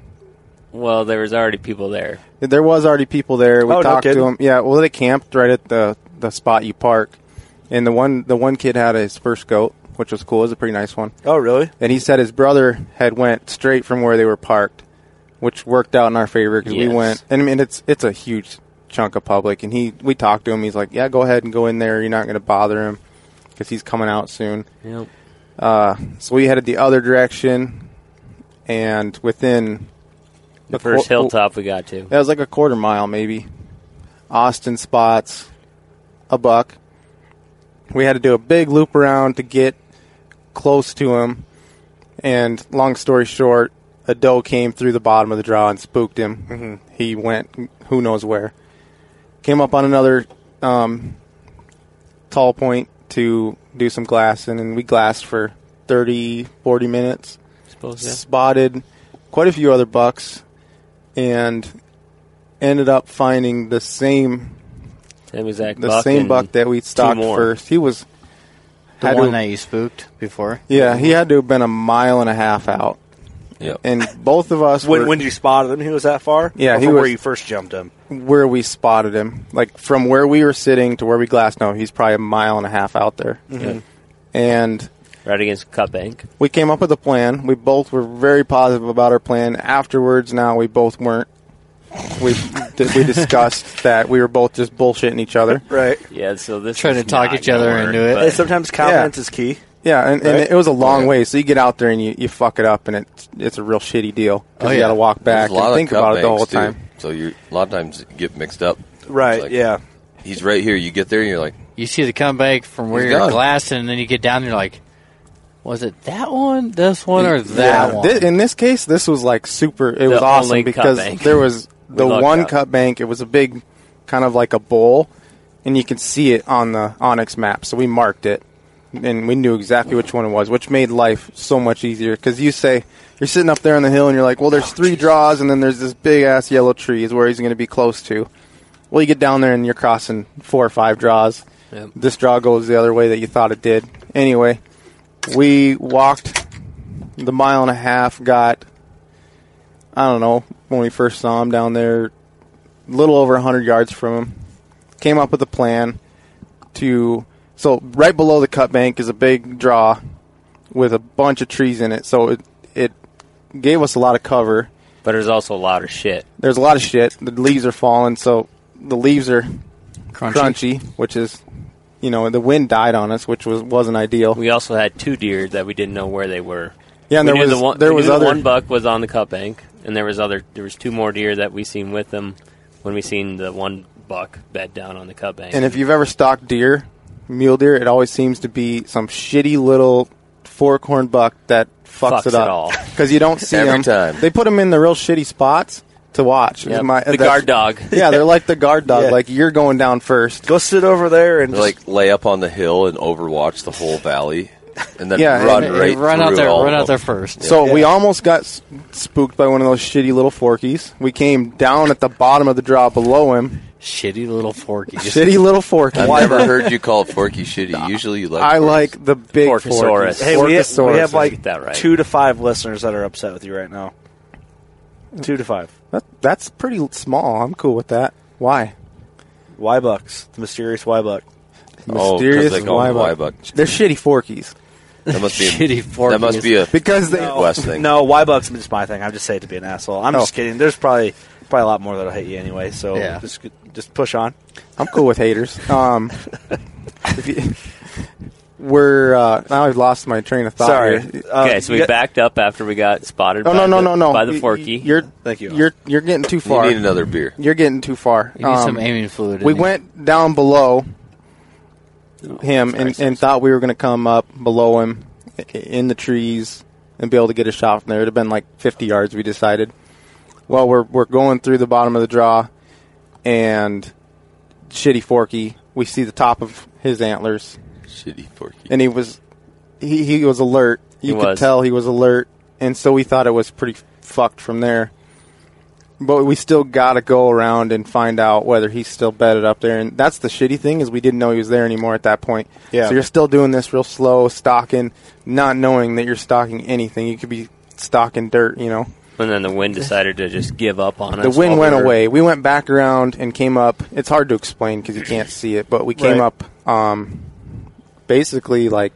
Speaker 2: Well, there was already people there.
Speaker 4: There was already people there. We
Speaker 2: Oh, no
Speaker 4: talked to
Speaker 2: kidding.
Speaker 4: them. Yeah, well, they camped right at the, the spot you park, and the one the one kid had his first goat, which was cool. It was a pretty nice one.
Speaker 8: Oh, really?
Speaker 4: And he said his brother had went straight from where they were parked, which worked out in our favor because we
Speaker 8: Yes.
Speaker 4: went. And I mean, it's it's a huge chunk of public, and he we talked to him. He's like, "Yeah, go ahead and go in there. You're not going to bother him because he's coming out soon."
Speaker 2: Yep.
Speaker 4: Uh, so we headed the other direction, and within
Speaker 2: The
Speaker 4: a
Speaker 2: first
Speaker 4: quar-
Speaker 2: hilltop we got to.
Speaker 4: that was like a quarter mile, maybe. Austin spots a buck. We had to do a big loop around to get close to him. And long story short, a doe came through the bottom of the draw and spooked him.
Speaker 2: Mm-hmm.
Speaker 8: Mhm.
Speaker 4: He went who knows where. Came up on another um, tall point to do some glassing, and we glassed for 30, 40 minutes.
Speaker 2: Suppose, yeah.
Speaker 4: Spotted quite a few other bucks and ended up finding the same
Speaker 2: Same exact
Speaker 4: the
Speaker 2: buck
Speaker 4: same
Speaker 2: and
Speaker 4: buck that we
Speaker 2: two
Speaker 4: stocked
Speaker 2: more.
Speaker 4: first. He was
Speaker 3: The
Speaker 4: had to
Speaker 3: one
Speaker 4: have-
Speaker 3: that you spooked before.
Speaker 4: yeah, he had to have been a mile and a half out.
Speaker 9: Yep.
Speaker 4: And both of us
Speaker 8: When,
Speaker 4: were
Speaker 8: when you spotted him, he was that far.
Speaker 4: Yeah,
Speaker 8: Or
Speaker 4: he
Speaker 8: from where
Speaker 4: was-
Speaker 8: you first jumped him.
Speaker 4: where we spotted him, like from where we were sitting to where we glassed. No, he's probably a mile and a half out there.
Speaker 2: Mhm.
Speaker 4: And
Speaker 2: right against Cut Bank.
Speaker 4: we came up with a plan. We both were very positive about our plan. Afterwards, now we both weren't. We d- we discussed that we were both just bullshitting each other.
Speaker 8: Right.
Speaker 2: Yeah. So this
Speaker 3: Trying
Speaker 2: is
Speaker 3: to talk
Speaker 2: not
Speaker 3: each other
Speaker 2: gonna work,
Speaker 3: into it.
Speaker 2: but-
Speaker 8: Hey, sometimes confidence
Speaker 4: Yeah.
Speaker 8: is key.
Speaker 4: Yeah, and, and
Speaker 8: Right?
Speaker 4: it was a long way. So you get out there and you, you fuck it up, and it's it's a real shitty deal 'Cause you got to walk
Speaker 9: There's
Speaker 4: back
Speaker 9: a lot
Speaker 4: and
Speaker 9: of
Speaker 4: think
Speaker 9: cut
Speaker 4: about it the
Speaker 9: banks,
Speaker 4: whole
Speaker 9: too.
Speaker 4: time.
Speaker 9: So you a lot of times you get mixed up.
Speaker 8: Right,
Speaker 9: It's like-
Speaker 8: yeah.
Speaker 9: he's right here. You get there, and you're like,
Speaker 4: You see the comeback from where
Speaker 9: He's
Speaker 4: you're
Speaker 9: gone.
Speaker 4: glassing, and then you get down there like, was it that one, this one, or that
Speaker 7: Yeah,
Speaker 4: one?
Speaker 7: thi- in this case, this was like super. It
Speaker 4: The
Speaker 7: was
Speaker 4: only
Speaker 7: awesome
Speaker 4: cup
Speaker 7: because
Speaker 4: bank.
Speaker 7: there was
Speaker 4: We
Speaker 7: the
Speaker 4: lucked
Speaker 7: one
Speaker 4: out.
Speaker 7: cup bank. It was a big, kind of like a bowl, and you could see it on the Onyx map. So we marked it, and we knew exactly which one it was, which made life so much easier. Because you say you're sitting up there on the hill, and you're like, "Well, there's
Speaker 11: Oh,
Speaker 7: three draws, and then there's this big ass yellow tree is where he's going to be close to." Well, you get down there, and you're crossing four or five draws.
Speaker 11: Yep.
Speaker 7: This draw goes the other way that you thought it did. Anyway, we walked the mile and a half got I don't know when we first saw him down there, little over hundred yards from him. Came up with a plan to so right below the cut bank is a big draw with a bunch of trees in it. So it it gave us a lot of cover.
Speaker 11: But there's also a lot of shit.
Speaker 7: There's a lot of shit. The leaves are falling, so the leaves are crunchy, which is you know the wind died on us, which was wasn't ideal.
Speaker 11: We also had two deer that we didn't know where they were.
Speaker 7: Yeah, and
Speaker 11: We
Speaker 7: there
Speaker 11: knew
Speaker 7: was-
Speaker 11: the one,
Speaker 7: there
Speaker 11: we
Speaker 7: was
Speaker 11: knew the
Speaker 7: other-
Speaker 11: one buck was on the cup bank, and there was other there was two more deer that we seen with them when we seen the one buck bed down on the cup bank.
Speaker 7: And if you've ever stalked deer, mule deer, it always seems to be some shitty little fork horn buck that fucks,
Speaker 11: Fucks it all.
Speaker 7: because you don't see
Speaker 11: Every
Speaker 7: them.
Speaker 11: time.
Speaker 7: They put them in the real shitty spots to watch.
Speaker 11: Yep.
Speaker 7: My-
Speaker 11: The
Speaker 7: that's-
Speaker 11: guard dog.
Speaker 7: yeah, they're like the guard dog.
Speaker 9: Yeah.
Speaker 7: Like you're going down first. Go sit over there and
Speaker 9: like lay up on the hill and overwatch the whole valley, and then
Speaker 7: Yeah,
Speaker 9: run
Speaker 7: and-
Speaker 9: right
Speaker 7: and run
Speaker 9: through
Speaker 7: out there-
Speaker 9: all of
Speaker 7: run out
Speaker 9: them.
Speaker 4: there first.
Speaker 7: So we almost got s- spooked by one of those shitty little forkies. We came down at the bottom of the draw below him.
Speaker 4: Shitty little forky.
Speaker 7: Shitty little forky.
Speaker 9: I've never heard you call Forky shitty. Usually you like.
Speaker 7: I like the big forkies.
Speaker 8: Hey, we have, we have
Speaker 7: Forkosaurus.
Speaker 8: like two to five listeners that are upset with you right now. Two to five.
Speaker 7: That, that's pretty small. I'm cool with that. Why?
Speaker 8: Y bucks. The mysterious Y buck.
Speaker 9: Oh, 'cause they
Speaker 7: Mysterious
Speaker 9: call them
Speaker 7: Wybuck.
Speaker 9: Wybuck.
Speaker 7: They're shitty forkies.
Speaker 9: That must be a- Shitty forkies. that must be a
Speaker 7: because they
Speaker 8: no, No, Y bucks is my thing. I just say it to be an asshole. I'm
Speaker 7: Oh.
Speaker 8: just kidding. There's probably probably a lot more that'll hate you anyway. So
Speaker 7: Yeah.
Speaker 8: just just push on.
Speaker 7: I'm cool with haters. Um, if you- we're uh, now I've lost my train of thought. here. Uh,
Speaker 11: okay, so we
Speaker 7: yeah-
Speaker 11: backed up after we got spotted.
Speaker 7: Oh
Speaker 11: by
Speaker 7: no no
Speaker 11: the-
Speaker 7: no no!
Speaker 11: By the
Speaker 7: Y-
Speaker 11: forky.
Speaker 7: y- You're thank you. You're you're getting too far.
Speaker 9: need another beer.
Speaker 7: You're getting too far.
Speaker 4: You need some aiming fluid in
Speaker 7: Um, We
Speaker 4: you.
Speaker 7: went down below him and, and thought we were going to come up below him i- i- in the trees and be able to get a shot from there. It'd have been like 50 yards. We decided. Well, we're we're going through the bottom of the draw, and shitty Forky. We see the top of his antlers.
Speaker 9: Shitty Forky.
Speaker 7: And he was he he was alert. You
Speaker 9: He
Speaker 7: could
Speaker 9: was.
Speaker 7: tell he was alert, and so we thought it was pretty fucked from there. But we still got to go around and find out whether he's still bedded up there. And that's the shitty thing is we didn't know he was there anymore at that point.
Speaker 8: Yeah.
Speaker 7: So you're still doing this real slow stalking, not knowing that you're stalking anything. You could be stalking dirt, you know.
Speaker 11: and then the wind decided to just give up on us.
Speaker 7: The wind
Speaker 11: while
Speaker 7: went
Speaker 11: we were-
Speaker 7: away. We went back around and came up. It's hard to explain because you can't see it, but we came
Speaker 11: Right.
Speaker 7: up um, basically like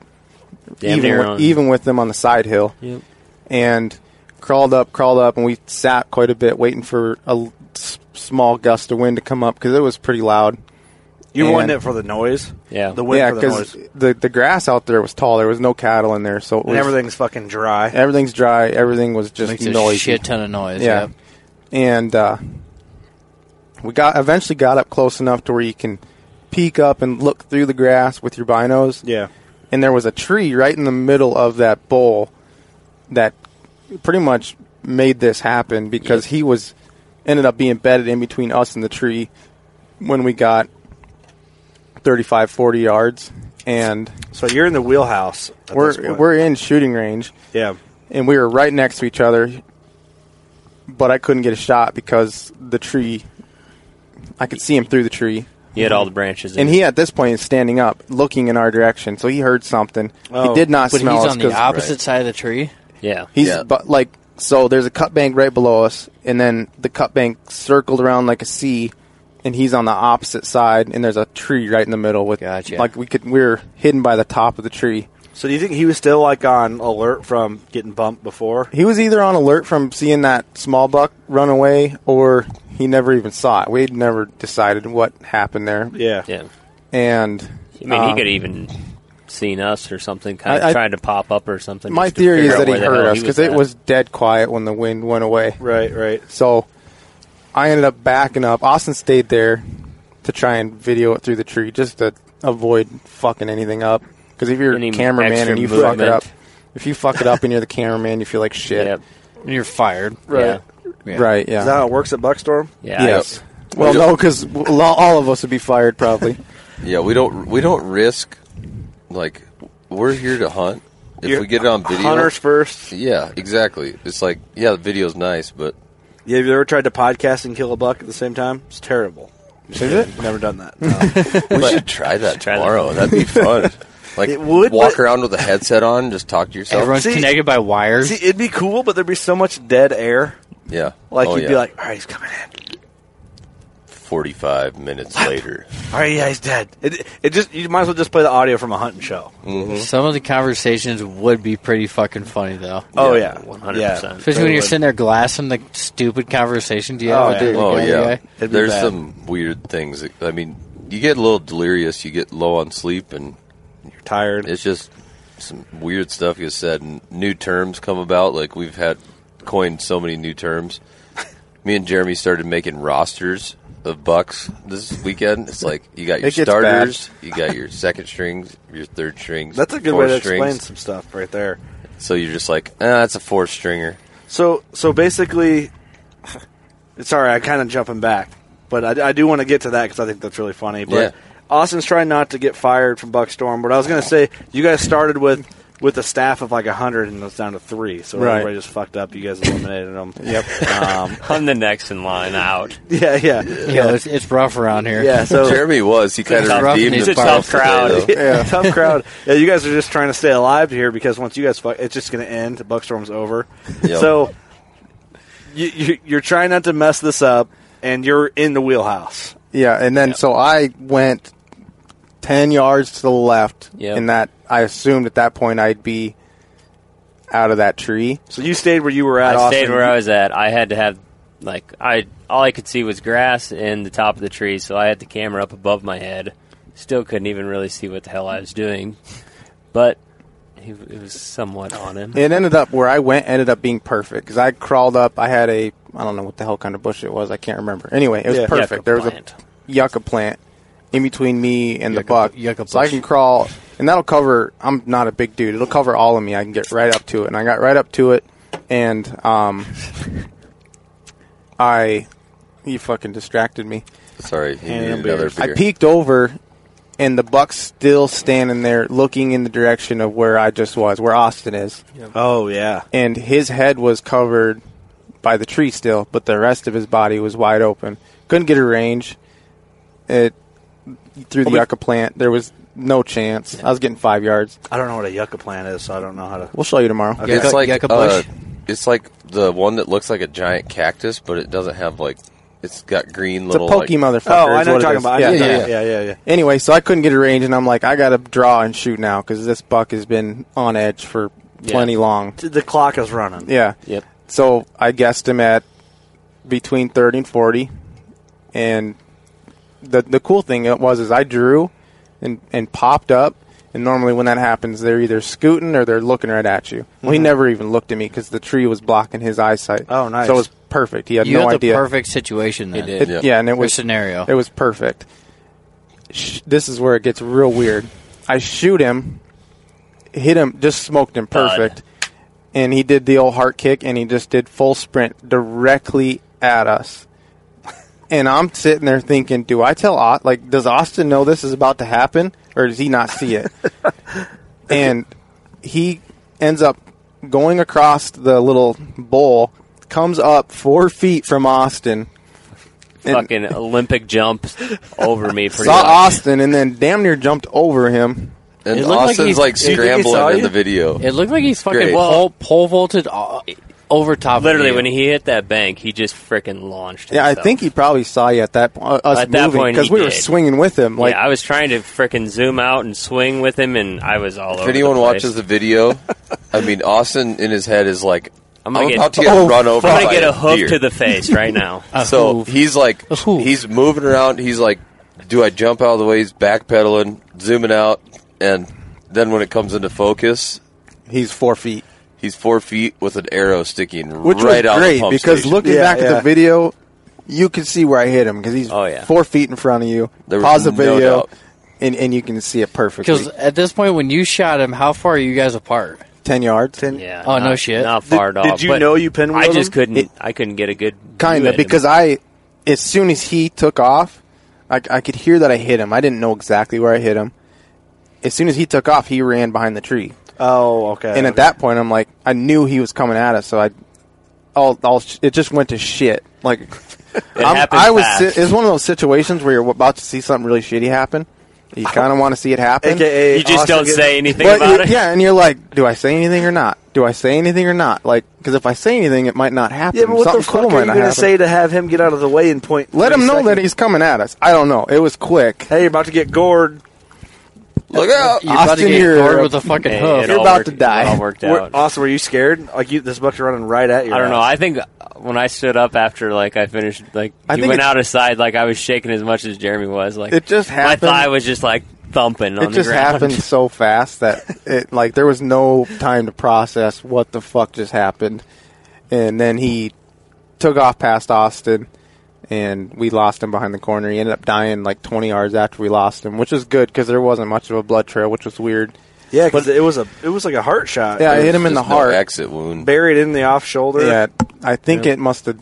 Speaker 11: Damn
Speaker 7: even
Speaker 11: near
Speaker 7: with,
Speaker 11: on-
Speaker 7: even with them on the side hill,
Speaker 11: Yep.
Speaker 7: and crawled up, crawled up, and we sat quite a bit waiting for a l- s- small gust of wind to come up because it was pretty loud.
Speaker 8: You
Speaker 7: And-
Speaker 8: won it for the noise. The wind
Speaker 7: yeah,
Speaker 8: for the noise.
Speaker 7: the the grass out there was tall. There was no cattle in there, so it
Speaker 8: And
Speaker 7: was,
Speaker 8: everything's fucking dry.
Speaker 7: Everything's dry. Everything was just
Speaker 8: Makes a
Speaker 7: noisy.
Speaker 8: shit
Speaker 4: ton of noise,
Speaker 7: Yeah,
Speaker 4: yep.
Speaker 7: and uh, we got eventually got up close enough to where you can peek up and look through the grass with your binos.
Speaker 8: Yeah,
Speaker 7: and there was a tree right in the middle of that bowl that pretty much made this happen because he was ended up being bedded in between us and the tree when we got 35 40 yards and
Speaker 8: so you're in the wheelhouse at
Speaker 7: we're
Speaker 8: this point.
Speaker 7: we're in shooting range
Speaker 8: Yeah.
Speaker 7: and we were right next to each other but I couldn't get a shot because the tree I could see him through the tree
Speaker 11: He had all the branches. in
Speaker 7: and
Speaker 11: it.
Speaker 7: he at this point is standing up looking in our direction so he heard something
Speaker 8: Oh,
Speaker 7: he did not
Speaker 4: but
Speaker 7: smell
Speaker 4: he's
Speaker 7: us
Speaker 4: on the
Speaker 7: 'cause-
Speaker 4: opposite side of the tree.
Speaker 11: Yeah,
Speaker 7: He's but like so. There's a cut bank right below us, and then the cut bank circled around like a C, and he's on the opposite side, and there's a tree right in the middle with like we could we were hidden by the top of the tree.
Speaker 8: So do you think he was still like on alert from getting bumped before?
Speaker 7: He was either on alert from seeing that small buck run away, or he never even saw it. We'd never decided what happened there.
Speaker 8: Yeah.
Speaker 11: Yeah.
Speaker 7: and
Speaker 11: I mean, he
Speaker 7: um,
Speaker 11: could even seen us or something, kind of
Speaker 7: I- I-
Speaker 11: trying to pop up or something.
Speaker 7: My
Speaker 11: just to
Speaker 7: theory
Speaker 11: figure out
Speaker 7: is that he
Speaker 11: where the
Speaker 7: heard
Speaker 11: hell
Speaker 7: us because it
Speaker 11: at.
Speaker 7: was dead quiet when the wind went away.
Speaker 8: Right, right.
Speaker 7: So I ended up backing up. Austin stayed there to try and video it through the tree just to avoid fucking anything up. Because if you're
Speaker 9: Any
Speaker 7: a cameraman
Speaker 9: extra
Speaker 7: and you fuck it
Speaker 9: movement.
Speaker 7: up, if you fuck it up and you're the cameraman, you feel like shit.
Speaker 4: You're fired.
Speaker 8: Right.
Speaker 7: Yeah. Right, yeah.
Speaker 8: Is that how it works at Buckstorm?
Speaker 7: Yes. Well, no, because all of us would be fired probably.
Speaker 9: Yeah, we don't we don't risk like we're here to hunt. If
Speaker 8: You're
Speaker 9: we get it on video,
Speaker 8: hunters first.
Speaker 9: Yeah, exactly. It's like yeah, the video's nice, but
Speaker 8: Yeah, have you ever tried to podcast and kill a buck at the same time? It's terrible. Is
Speaker 9: it?
Speaker 8: Never done that. No.
Speaker 9: we
Speaker 8: But-
Speaker 9: should try that tomorrow. That'd be fun. Like
Speaker 8: It would,
Speaker 9: walk
Speaker 8: but-
Speaker 9: around with a headset on, and just talk to yourself.
Speaker 8: Everyone's See- connected
Speaker 4: by wires.
Speaker 8: See, it'd be cool, but there'd be so much dead air.
Speaker 9: yeah,
Speaker 8: Like
Speaker 9: Oh,
Speaker 8: you'd be
Speaker 9: yeah.
Speaker 8: like, all right, he's coming in.
Speaker 9: forty-five minutes later.
Speaker 8: All right, yeah, he's dead. It, it just you might as well just play the audio from a hunting show.
Speaker 4: Mm-hmm. Some of the conversations would be pretty fucking funny, though.
Speaker 8: Oh, yeah.
Speaker 4: one
Speaker 8: 100%. Yeah.
Speaker 4: Especially when you're sitting there glassing the stupid conversations you have with the
Speaker 9: Oh,
Speaker 4: other
Speaker 9: yeah.
Speaker 4: guy.
Speaker 9: There's some weird things. that- I mean, you get a little delirious, you get low on sleep, and
Speaker 8: you're tired.
Speaker 9: It's just some weird stuff gets said, and new terms come about. Like we've had coined so many new terms. Me and Jeremy started making rosters of bucks this weekend. It's like you got your
Speaker 8: It gets bad.
Speaker 9: starters, you got your second strings, your third strings.
Speaker 8: That's a good
Speaker 9: fourth
Speaker 8: way to
Speaker 9: strings.
Speaker 8: explain some stuff right there.
Speaker 9: So you're just like, ah, that's a four stringer.
Speaker 8: So so basically, sorry, I kind of jumping back, but I, I do want to get to that because I think that's really funny. But
Speaker 9: Yeah.
Speaker 8: Austin's trying not to get fired from Buckstorm. But I was going to say, you guys started with with a staff of like hundred, and it was down to three. So
Speaker 11: Right.
Speaker 8: everybody just fucked up. You guys eliminated them.
Speaker 11: Yep.
Speaker 8: Um,
Speaker 11: I'm the next in line out.
Speaker 8: yeah, yeah,
Speaker 4: Yeah, it's, it's rough around here.
Speaker 8: Yeah, so
Speaker 9: Jeremy was. He kind of redeemed
Speaker 4: It's a
Speaker 9: himself
Speaker 4: tough crowd.
Speaker 9: today, though.
Speaker 8: yeah. tough crowd. Yeah, you guys are just trying to stay alive here because once you guys fuck, it's just going to end. Buckstorm's over.
Speaker 9: Yep.
Speaker 8: So you, you, you're trying not to mess this up, and you're in the wheelhouse.
Speaker 7: Yeah, and then so I went ten yards to the left,
Speaker 8: Yep.
Speaker 7: and that I assumed at that point I'd be out of that tree.
Speaker 8: So you stayed where you were at.
Speaker 11: I
Speaker 8: Austin.
Speaker 11: stayed where I was at. I had to have like I all I could see was grass and the top of the tree, so I had the camera up above my head. Still couldn't even really see what the hell I was doing, but he, it was somewhat on him.
Speaker 7: It ended up where I went ended up being perfect because I crawled up. I had a I don't know what the hell kind of bush it was. I can't remember. Anyway, it was
Speaker 11: Yeah.
Speaker 7: perfect.
Speaker 11: Yucca
Speaker 7: there was
Speaker 11: plant.
Speaker 7: a yucca plant in between me and the buck,
Speaker 11: yucca
Speaker 7: so I
Speaker 11: bush.
Speaker 7: can crawl, and that'll cover. I'm not a big dude. It'll cover all of me. I can get right up to it, and I got right up to it, and um, I you fucking distracted me.
Speaker 9: Sorry, he
Speaker 7: And
Speaker 9: needed
Speaker 7: a beer.
Speaker 9: another beer.
Speaker 7: I peeked over, and the buck's still standing there, looking in the direction of where I just was, where Austin is.
Speaker 8: Oh yeah.
Speaker 7: And his head was covered by the tree still, but the rest of his body was wide open. Couldn't get a range. It through the
Speaker 8: Well, we-
Speaker 7: yucca plant. There was no chance. I was getting five yards.
Speaker 8: I don't know what a yucca plant is, so I don't know how to.
Speaker 7: We'll show you tomorrow.
Speaker 8: Okay.
Speaker 9: It's like uh, it's like the one that looks like a giant cactus, but it doesn't have like it's got green
Speaker 7: It's a
Speaker 9: little.
Speaker 7: pokey
Speaker 9: like,
Speaker 7: motherfucker.
Speaker 8: Oh, I
Speaker 7: is
Speaker 8: know what you're
Speaker 7: what it is.
Speaker 8: talking about. I know what you're talking about. Yeah, yeah,
Speaker 7: Anyway, so I couldn't get a range, and I'm like, I gotta draw and shoot now because this buck has been on edge for
Speaker 8: Yeah.
Speaker 7: plenty long.
Speaker 8: The clock is running.
Speaker 7: Yeah.
Speaker 8: Yep.
Speaker 7: So I guessed him at between thirty and forty, and the the cool thing it was is I drew and and popped up. And normally when that happens, they're either scooting or they're looking right at you. Well, he
Speaker 8: Mhm.
Speaker 7: never even looked at me because the tree was blocking his eyesight.
Speaker 8: Oh, nice.
Speaker 7: So it was perfect. He had
Speaker 4: you
Speaker 7: no
Speaker 4: had
Speaker 7: idea.
Speaker 4: the perfect situation then.
Speaker 7: It- yeah, and it
Speaker 4: Your
Speaker 7: was
Speaker 4: scenario.
Speaker 7: It was perfect. Sh- this is where it gets real weird. I shoot him, hit him, just smoked him perfect, and he did the old heart kick, and he just did full sprint directly at us. And I'm sitting there thinking, do I tell Aust- like does Austin know this is about to happen, or does he not see it? and he ends up going across the little bowl, comes up four feet from Austin,
Speaker 11: Fucking Olympic jump over me. Pretty
Speaker 7: saw
Speaker 11: much.
Speaker 7: Austin and then damn near jumped over him.
Speaker 9: And It looked like Austin's, he- like, you think he scrambling saw in you? the video.
Speaker 4: It looked like he's fucking
Speaker 11: Great.
Speaker 4: pole, pole vaulted o- over top.
Speaker 11: Literally,
Speaker 4: of you.
Speaker 11: when he hit that bank, he just frickin' launched.
Speaker 7: Yeah, I
Speaker 11: himself.
Speaker 7: think he probably saw you at that po- uh, us
Speaker 11: At that
Speaker 7: moving
Speaker 11: point,
Speaker 7: because
Speaker 11: he
Speaker 7: we were
Speaker 11: did.
Speaker 7: swinging with him. Like
Speaker 11: yeah, I was trying to frickin' zoom out and swing with him, and I was all
Speaker 9: If
Speaker 11: over.
Speaker 9: anyone
Speaker 11: the place.
Speaker 9: watches the video, I mean Austin in his head is like,
Speaker 11: I'm
Speaker 9: I'm,
Speaker 11: gonna get-
Speaker 9: about to get
Speaker 11: Oh,
Speaker 9: run over.
Speaker 11: I'm gonna
Speaker 9: by
Speaker 11: get a hook
Speaker 9: deer.
Speaker 11: to the face right now. A
Speaker 9: so
Speaker 11: hoof.
Speaker 9: he's like, he's moving around. He's like, do I jump out of the way? He's backpedaling, zooming out, and then when it comes into focus,
Speaker 7: he's four feet.
Speaker 9: He's four feet with an arrow sticking
Speaker 7: which
Speaker 9: right
Speaker 7: was
Speaker 9: out of the
Speaker 7: great
Speaker 9: pump
Speaker 7: because
Speaker 9: station.
Speaker 7: looking back at the video, you can see where I hit him because he's four feet in front of you.
Speaker 9: There was
Speaker 7: Pause the
Speaker 9: no
Speaker 7: video,
Speaker 9: doubt.
Speaker 7: and and you can see it perfectly.
Speaker 4: Because at this point, when you shot him, how far are you guys apart?
Speaker 7: Ten yards. Ten.
Speaker 11: Yeah.
Speaker 4: Oh no
Speaker 11: not-
Speaker 4: shit.
Speaker 11: Not far at all. but I just couldn't.
Speaker 7: It-
Speaker 11: I couldn't get a good
Speaker 7: Kind
Speaker 11: view at
Speaker 7: of
Speaker 11: him.
Speaker 7: because I, as soon as he took off, I, I could hear that I hit him. I didn't know exactly where I hit him. As soon as he took off, he ran behind the tree.
Speaker 8: Oh, okay.
Speaker 7: and at that point, I'm like, I knew he was coming at us, so I, all, all sh- it just went to shit. Like, I'm,
Speaker 8: happened
Speaker 7: I was.
Speaker 8: fast.
Speaker 7: si- It's one of those situations where you're about to see something really shitty happen. You kind of want to see it happen.
Speaker 8: AKA You just also don't get- say anything
Speaker 7: But
Speaker 8: about
Speaker 7: you-
Speaker 8: it?
Speaker 7: Yeah, and you're like, do I say anything or not? Do I say anything or not? Like, because if I say anything, it might not happen.
Speaker 8: Yeah, but what
Speaker 7: something
Speaker 8: the fuck
Speaker 7: cool
Speaker 8: are
Speaker 7: might
Speaker 8: you
Speaker 7: not
Speaker 8: going to
Speaker 7: happen.
Speaker 8: say to have him get out of the way and point?
Speaker 7: Let
Speaker 8: three
Speaker 7: him know that
Speaker 8: seconds?
Speaker 7: he's coming at us. I don't know. It was quick.
Speaker 8: Hey, you're about to get gored. Look out!
Speaker 7: You're about to Austin, get you're- gored with a fucking Hey, hoof. it all worked-
Speaker 11: it all worked
Speaker 8: Were-
Speaker 11: out.
Speaker 8: Austin, were you scared? Like you, this buck's running right at you.
Speaker 11: I don't know. I think uh, when I stood up after like I finished, like
Speaker 8: I
Speaker 11: he
Speaker 8: think
Speaker 11: went
Speaker 8: it's-
Speaker 11: out of sight, like I was shaking as much as Jeremy was. Like
Speaker 7: It just happened-
Speaker 11: My thigh was just like thumping on
Speaker 7: it
Speaker 11: the
Speaker 7: just
Speaker 11: ground.
Speaker 7: happened so fast that it like there was no time to process what the fuck just happened and then he took off past austin and we lost him behind the corner he ended up dying like 20 yards after we lost him which is good because there wasn't much of a blood trail which was weird
Speaker 8: Yeah, because it was a it was like a heart shot.
Speaker 7: yeah
Speaker 8: It
Speaker 7: i hit
Speaker 8: was
Speaker 7: him in the
Speaker 8: just
Speaker 7: heart
Speaker 9: exit wound
Speaker 8: buried in the off shoulder.
Speaker 7: yeah i think
Speaker 8: Yeah.
Speaker 7: it must have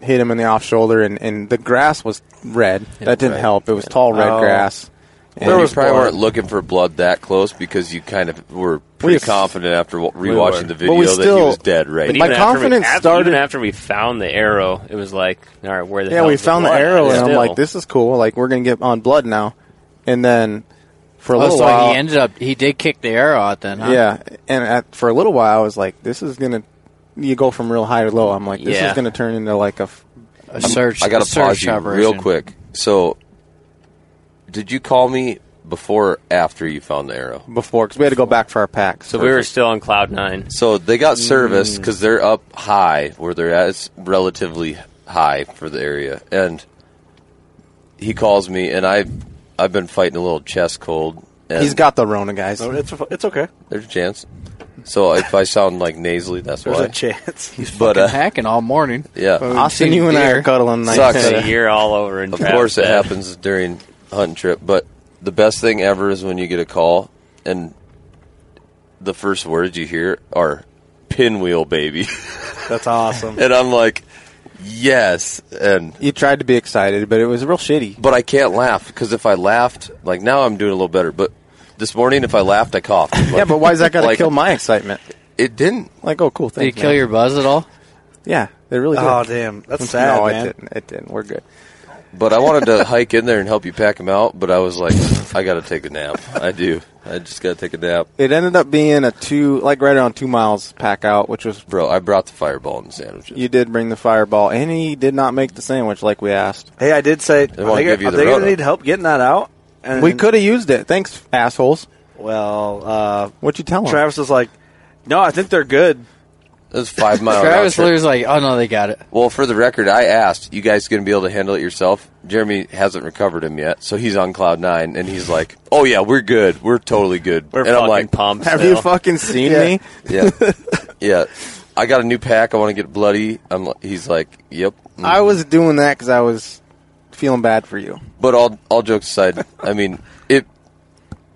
Speaker 7: hit him in the off shoulder and, and the grass was red that didn't
Speaker 9: red.
Speaker 7: help it was tall red
Speaker 9: Oh.
Speaker 7: grass
Speaker 9: Well,
Speaker 7: And
Speaker 9: you probably
Speaker 7: blood.
Speaker 9: weren't looking for blood that close because you kind of were
Speaker 7: We
Speaker 9: pretty
Speaker 7: s-
Speaker 9: confident after wa-
Speaker 11: We
Speaker 9: rewatching
Speaker 11: were.
Speaker 9: the
Speaker 11: But
Speaker 9: video
Speaker 11: we
Speaker 9: that he
Speaker 11: still-
Speaker 9: was dead, right?
Speaker 11: But
Speaker 7: My
Speaker 11: even after we-
Speaker 7: confidence
Speaker 11: after-
Speaker 7: started-
Speaker 11: even after we found the arrow. It was like, all right, where the
Speaker 7: yeah,
Speaker 11: hell
Speaker 7: we
Speaker 11: is
Speaker 7: found the
Speaker 11: blood at?
Speaker 7: arrow, and I'm
Speaker 11: Still.
Speaker 7: like, "This is cool. Like, we're gonna get on blood now." And then for a
Speaker 4: Oh,
Speaker 7: little
Speaker 4: so
Speaker 7: while,
Speaker 4: he ended up. He did kick the arrow out then. Huh?
Speaker 7: yeah, and at, for a little while, I was like, "This is gonna." You go from real high to low. I'm like, "This
Speaker 4: Yeah.
Speaker 7: is gonna turn into like a." f-
Speaker 4: A search.
Speaker 9: I got
Speaker 4: a
Speaker 9: to
Speaker 4: search
Speaker 9: pause you
Speaker 4: operation.
Speaker 9: real quick. So, did you call me before or after you found the arrow?
Speaker 7: Before, because we had to go back for our packs.
Speaker 11: So we were still on cloud nine.
Speaker 9: So they got service
Speaker 11: Mm.
Speaker 9: because they're up high where they're at. It's relatively high for the area, and he calls me, and I, I've been fighting a little chest cold. And
Speaker 7: He's got the Rona, guys.
Speaker 8: So it's it's okay.
Speaker 9: There's a chance. So if I sound like nasally, that's
Speaker 8: There's
Speaker 9: why.
Speaker 8: a chance. He's
Speaker 9: but
Speaker 4: Fucking
Speaker 9: uh,
Speaker 4: hacking all morning.
Speaker 9: yeah,
Speaker 7: Austin, you and I are cuddling. nice
Speaker 9: Sucks.
Speaker 7: together.
Speaker 11: You're all over in
Speaker 9: Of
Speaker 11: Travis
Speaker 9: course, it
Speaker 11: bed.
Speaker 9: happens during hunting trip. But the best thing ever is when you get a call and the first words you hear are "pinwheel, baby."
Speaker 8: That's awesome.
Speaker 9: and I'm like, yes. And
Speaker 7: you tried to be excited, but it was real shitty.
Speaker 9: But I can't laugh because if I laughed, like now I'm doing a little better. But this morning, if I laughed, I coughed.
Speaker 7: Yeah, but why's that gotta
Speaker 9: Like,
Speaker 7: kill my excitement?
Speaker 9: It didn't.
Speaker 7: Like, oh, cool.
Speaker 4: Did he
Speaker 7: Thanks,
Speaker 4: kill
Speaker 7: man.
Speaker 4: your buzz at all?
Speaker 7: Yeah, they really. Did.
Speaker 8: Oh, damn. That's
Speaker 7: No,
Speaker 8: sad,
Speaker 7: it
Speaker 8: man.
Speaker 7: didn't. It didn't. We're good.
Speaker 9: But I wanted to hike in there and help you pack them out. But I was like, I got to take a nap. I do. I just got to take a nap.
Speaker 7: It ended up being a two, like right around two miles pack out, which was
Speaker 9: bro. I brought the fireball and the sandwiches.
Speaker 7: You did bring the fireball, and he did not make the sandwich like we asked.
Speaker 8: Hey, I did say they
Speaker 7: won't
Speaker 8: are they,
Speaker 7: give you
Speaker 8: are
Speaker 7: the
Speaker 8: they gonna
Speaker 7: Rona.
Speaker 8: need help getting that out. And
Speaker 7: we could have used it. Thanks, assholes.
Speaker 8: Well, uh,
Speaker 7: what you telling?
Speaker 8: Travis was like, "No, I think they're good."
Speaker 9: That's five mile.
Speaker 4: Travis
Speaker 9: round trip.
Speaker 4: Lear's like, oh no, they got it.
Speaker 9: Well, for the record, I asked, you guys going to be able to handle it yourself? Jeremy hasn't recovered him yet, so he's on cloud nine, and he's like, oh, yeah, we're good. We're totally good.
Speaker 11: We're
Speaker 9: and I'm
Speaker 11: fucking
Speaker 9: like,
Speaker 11: pumped
Speaker 7: Have you fucking seen
Speaker 9: Yeah.
Speaker 7: me?
Speaker 9: Yeah. yeah. I got a new pack. I want to get bloody. I'm, li- he's like, yep.
Speaker 7: I was doing that because I was feeling bad for you.
Speaker 9: But all, all jokes aside, I mean, it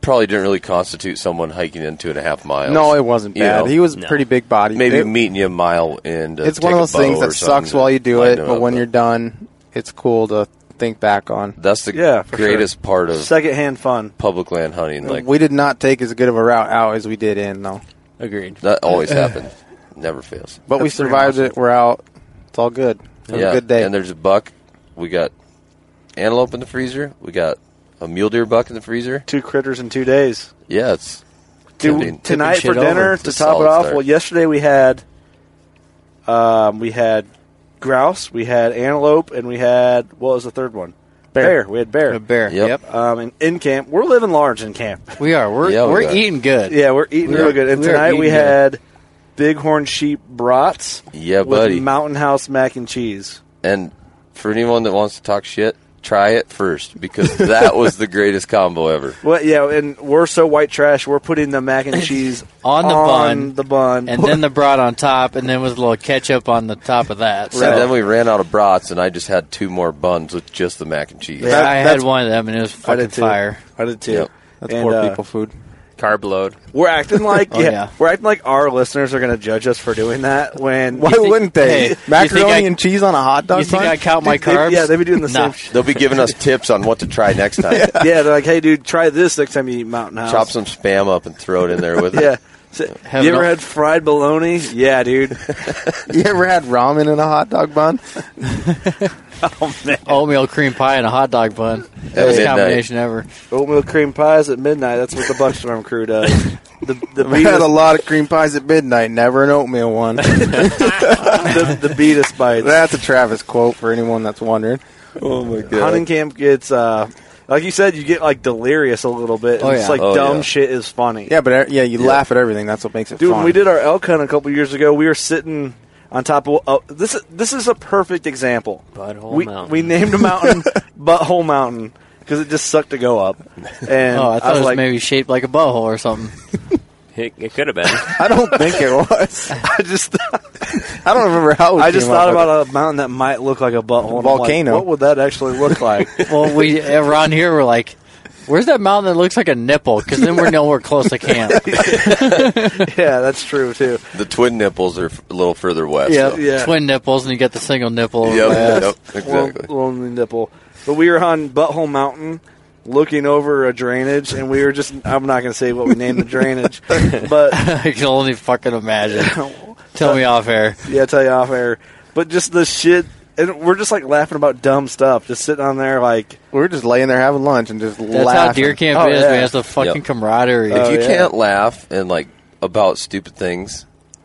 Speaker 9: probably didn't really constitute someone hiking in two and a half miles.
Speaker 7: No, it wasn't
Speaker 9: You
Speaker 7: bad.
Speaker 9: know?
Speaker 7: He was pretty big body.
Speaker 9: Maybe
Speaker 7: It-
Speaker 9: meeting you a mile in. to
Speaker 7: it's one of
Speaker 9: take a
Speaker 7: those things
Speaker 9: bow or
Speaker 7: that sucks
Speaker 9: something
Speaker 7: while
Speaker 9: to
Speaker 7: you do
Speaker 9: line
Speaker 7: it,
Speaker 9: them
Speaker 7: but
Speaker 9: up.
Speaker 7: when you're done, it's cool to think back on.
Speaker 9: That's the
Speaker 7: Yeah, for
Speaker 9: greatest
Speaker 7: sure.
Speaker 9: part of
Speaker 8: secondhand fun,
Speaker 9: public land hunting. Like
Speaker 7: we did not take as good of a route out as we did in, though.
Speaker 11: Agreed.
Speaker 9: That always happens. Never fails.
Speaker 7: But we survived it. We're out. It's all good. It was
Speaker 9: yeah.
Speaker 7: a good day.
Speaker 9: And there's a buck. We got antelope in the freezer. We got a mule deer buck in the freezer.
Speaker 8: Two critters in two days.
Speaker 9: Yeah, it's
Speaker 8: Do-
Speaker 9: tipping- tipping
Speaker 8: tonight for
Speaker 9: shit over.
Speaker 8: dinner
Speaker 9: It's
Speaker 8: to
Speaker 9: a
Speaker 8: top it
Speaker 9: solid
Speaker 8: off.
Speaker 9: start.
Speaker 8: Well, yesterday we had, um, we had grouse, we had antelope, and we had what was the third one?
Speaker 4: Bear.
Speaker 8: We had bear.
Speaker 4: A bear, Yep. yep.
Speaker 8: Um, and in camp, we're living large in camp.
Speaker 4: We are. We're
Speaker 8: Yeah, we
Speaker 4: we're
Speaker 8: are.
Speaker 4: eating good.
Speaker 8: Yeah, we're eating
Speaker 4: We
Speaker 8: real
Speaker 4: are-
Speaker 8: good. And
Speaker 4: we are
Speaker 8: tonight
Speaker 4: eating
Speaker 8: we
Speaker 4: good.
Speaker 8: had bighorn sheep brats.
Speaker 9: Yeah,
Speaker 8: with
Speaker 9: buddy.
Speaker 8: Mountain House mac and cheese.
Speaker 9: and for anyone that wants to talk shit, try it first because that was the greatest combo ever.
Speaker 8: Well, yeah, and we're so white trash. We're putting the mac and cheese
Speaker 4: on the bun,
Speaker 8: the bun,
Speaker 4: and then the brat on top, and then with a little ketchup on the top of that. So
Speaker 9: So then we ran out of brats, and I just had two more buns with just the mac and cheese.
Speaker 4: Yeah, I had one of them, and it was
Speaker 9: I
Speaker 4: fucking
Speaker 9: did too.
Speaker 4: fire.
Speaker 8: I did too.
Speaker 9: Yep.
Speaker 8: That's And, poor uh, people
Speaker 7: food.
Speaker 11: Carb load.
Speaker 8: We're acting like
Speaker 11: Oh,
Speaker 8: yeah,
Speaker 11: yeah.
Speaker 8: we're acting like our listeners are going to judge us for doing that. When
Speaker 7: Why
Speaker 8: You think-
Speaker 7: wouldn't they?
Speaker 8: Hey,
Speaker 7: Macaroni and cheese on a hot dog. bun?
Speaker 8: Dude, they- yeah, they'd be doing the same. shit.
Speaker 9: They'll be giving us tips on what to try next time.
Speaker 8: yeah, they're like, hey, dude, try this next time you eat Mountain House.
Speaker 9: Chop some spam up and throw it in there with
Speaker 8: Yeah.
Speaker 9: it.
Speaker 8: So,
Speaker 9: Have
Speaker 8: you
Speaker 9: an
Speaker 8: ever
Speaker 9: al-
Speaker 8: had fried bologna? Yeah, dude.
Speaker 7: you ever had ramen in a hot dog bun?
Speaker 8: Oh,
Speaker 4: Oatmeal cream pie and a hot dog bun. Best
Speaker 8: midnight.
Speaker 4: combination ever.
Speaker 8: Oatmeal cream pies at midnight. That's what the Buckstorm crew does. The, the
Speaker 7: We
Speaker 8: beat
Speaker 7: had
Speaker 8: us-
Speaker 7: a lot of cream pies at midnight, never an oatmeal one.
Speaker 8: the, the beat us bites.
Speaker 7: That's a Travis quote for anyone that's wondering.
Speaker 8: Oh my god! Hunting camp gets uh, like you said, you get like delirious a little bit.
Speaker 7: Oh,
Speaker 8: and It's
Speaker 7: yeah.
Speaker 8: like
Speaker 7: Oh,
Speaker 8: dumb
Speaker 7: yeah.
Speaker 8: shit is funny.
Speaker 7: Yeah, but uh, yeah, you
Speaker 8: Yeah.
Speaker 7: laugh at everything. That's what makes it
Speaker 8: Dude,
Speaker 7: fun.
Speaker 8: when we did our elk hunt a couple years ago, we were sitting on top of uh, this. is- This is a perfect example.
Speaker 11: Butthole
Speaker 8: we,
Speaker 11: Mountain.
Speaker 8: We named a mountain Butthole Mountain because it just sucked to go up. And
Speaker 4: oh, I thought it
Speaker 8: was
Speaker 4: was
Speaker 8: like,
Speaker 4: maybe shaped like a butthole or something.
Speaker 11: It, it could have been.
Speaker 7: I don't think it was.
Speaker 8: I just,
Speaker 7: I don't remember how. We
Speaker 8: I just
Speaker 7: came
Speaker 8: thought
Speaker 7: up with
Speaker 8: about a mountain that might look like a butthole. And I'm like,
Speaker 7: Volcano.
Speaker 8: what would that actually look like?
Speaker 4: well, we uh, around here we're like, where's that mountain that looks like a nipple? Because then we're nowhere close to camp.
Speaker 8: yeah, that's true too.
Speaker 9: The twin nipples are f- a little further west.
Speaker 4: yeah,
Speaker 9: though.
Speaker 4: twin nipples, and you get the single nipple.
Speaker 9: Yep,
Speaker 4: Yeah.
Speaker 9: yep, exactly.
Speaker 8: Lon- lonely nipple. But we were on Butthole Mountain, looking over a drainage, and we were just—I'm not going to say what we named the drainage, but
Speaker 4: I can only fucking imagine. Tell me off air.
Speaker 8: yeah, I'll tell you off air. But just the shit, and we're just like laughing about dumb stuff, just sitting on there like Oh,
Speaker 7: we were just laying there having lunch and just
Speaker 4: That's how deer camp is, man. It's the fucking
Speaker 9: Yep.
Speaker 4: camaraderie.
Speaker 8: Uh,
Speaker 9: If you can't laugh and like about stupid things,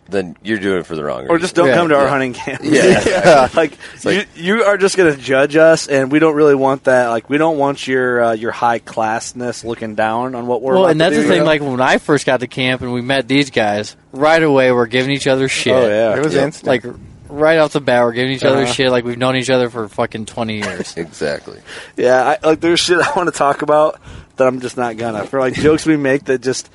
Speaker 9: then you're doing it for the wrong reason.
Speaker 8: Or just don't come to our
Speaker 9: Yeah.
Speaker 8: hunting camp.
Speaker 9: Yeah.
Speaker 8: like,
Speaker 9: It's like-
Speaker 8: you, you are just going to judge us, and we don't really want that. Like we don't want your uh, your high classness looking down on what we're.
Speaker 4: well,
Speaker 8: about
Speaker 4: and
Speaker 8: to
Speaker 4: that's
Speaker 8: do,
Speaker 4: the
Speaker 8: you
Speaker 4: thing.
Speaker 8: know?
Speaker 4: Like when I first got to camp and we met these guys, right away we're giving each other shit.
Speaker 8: Oh, yeah. It was instant.
Speaker 4: Like right off the bat, we're giving each other
Speaker 8: Uh-huh.
Speaker 4: shit. Like we've known each other for fucking twenty years.
Speaker 9: exactly.
Speaker 8: Yeah, I, like there's shit I want to talk about that I'm just not gonna. For like jokes we make that just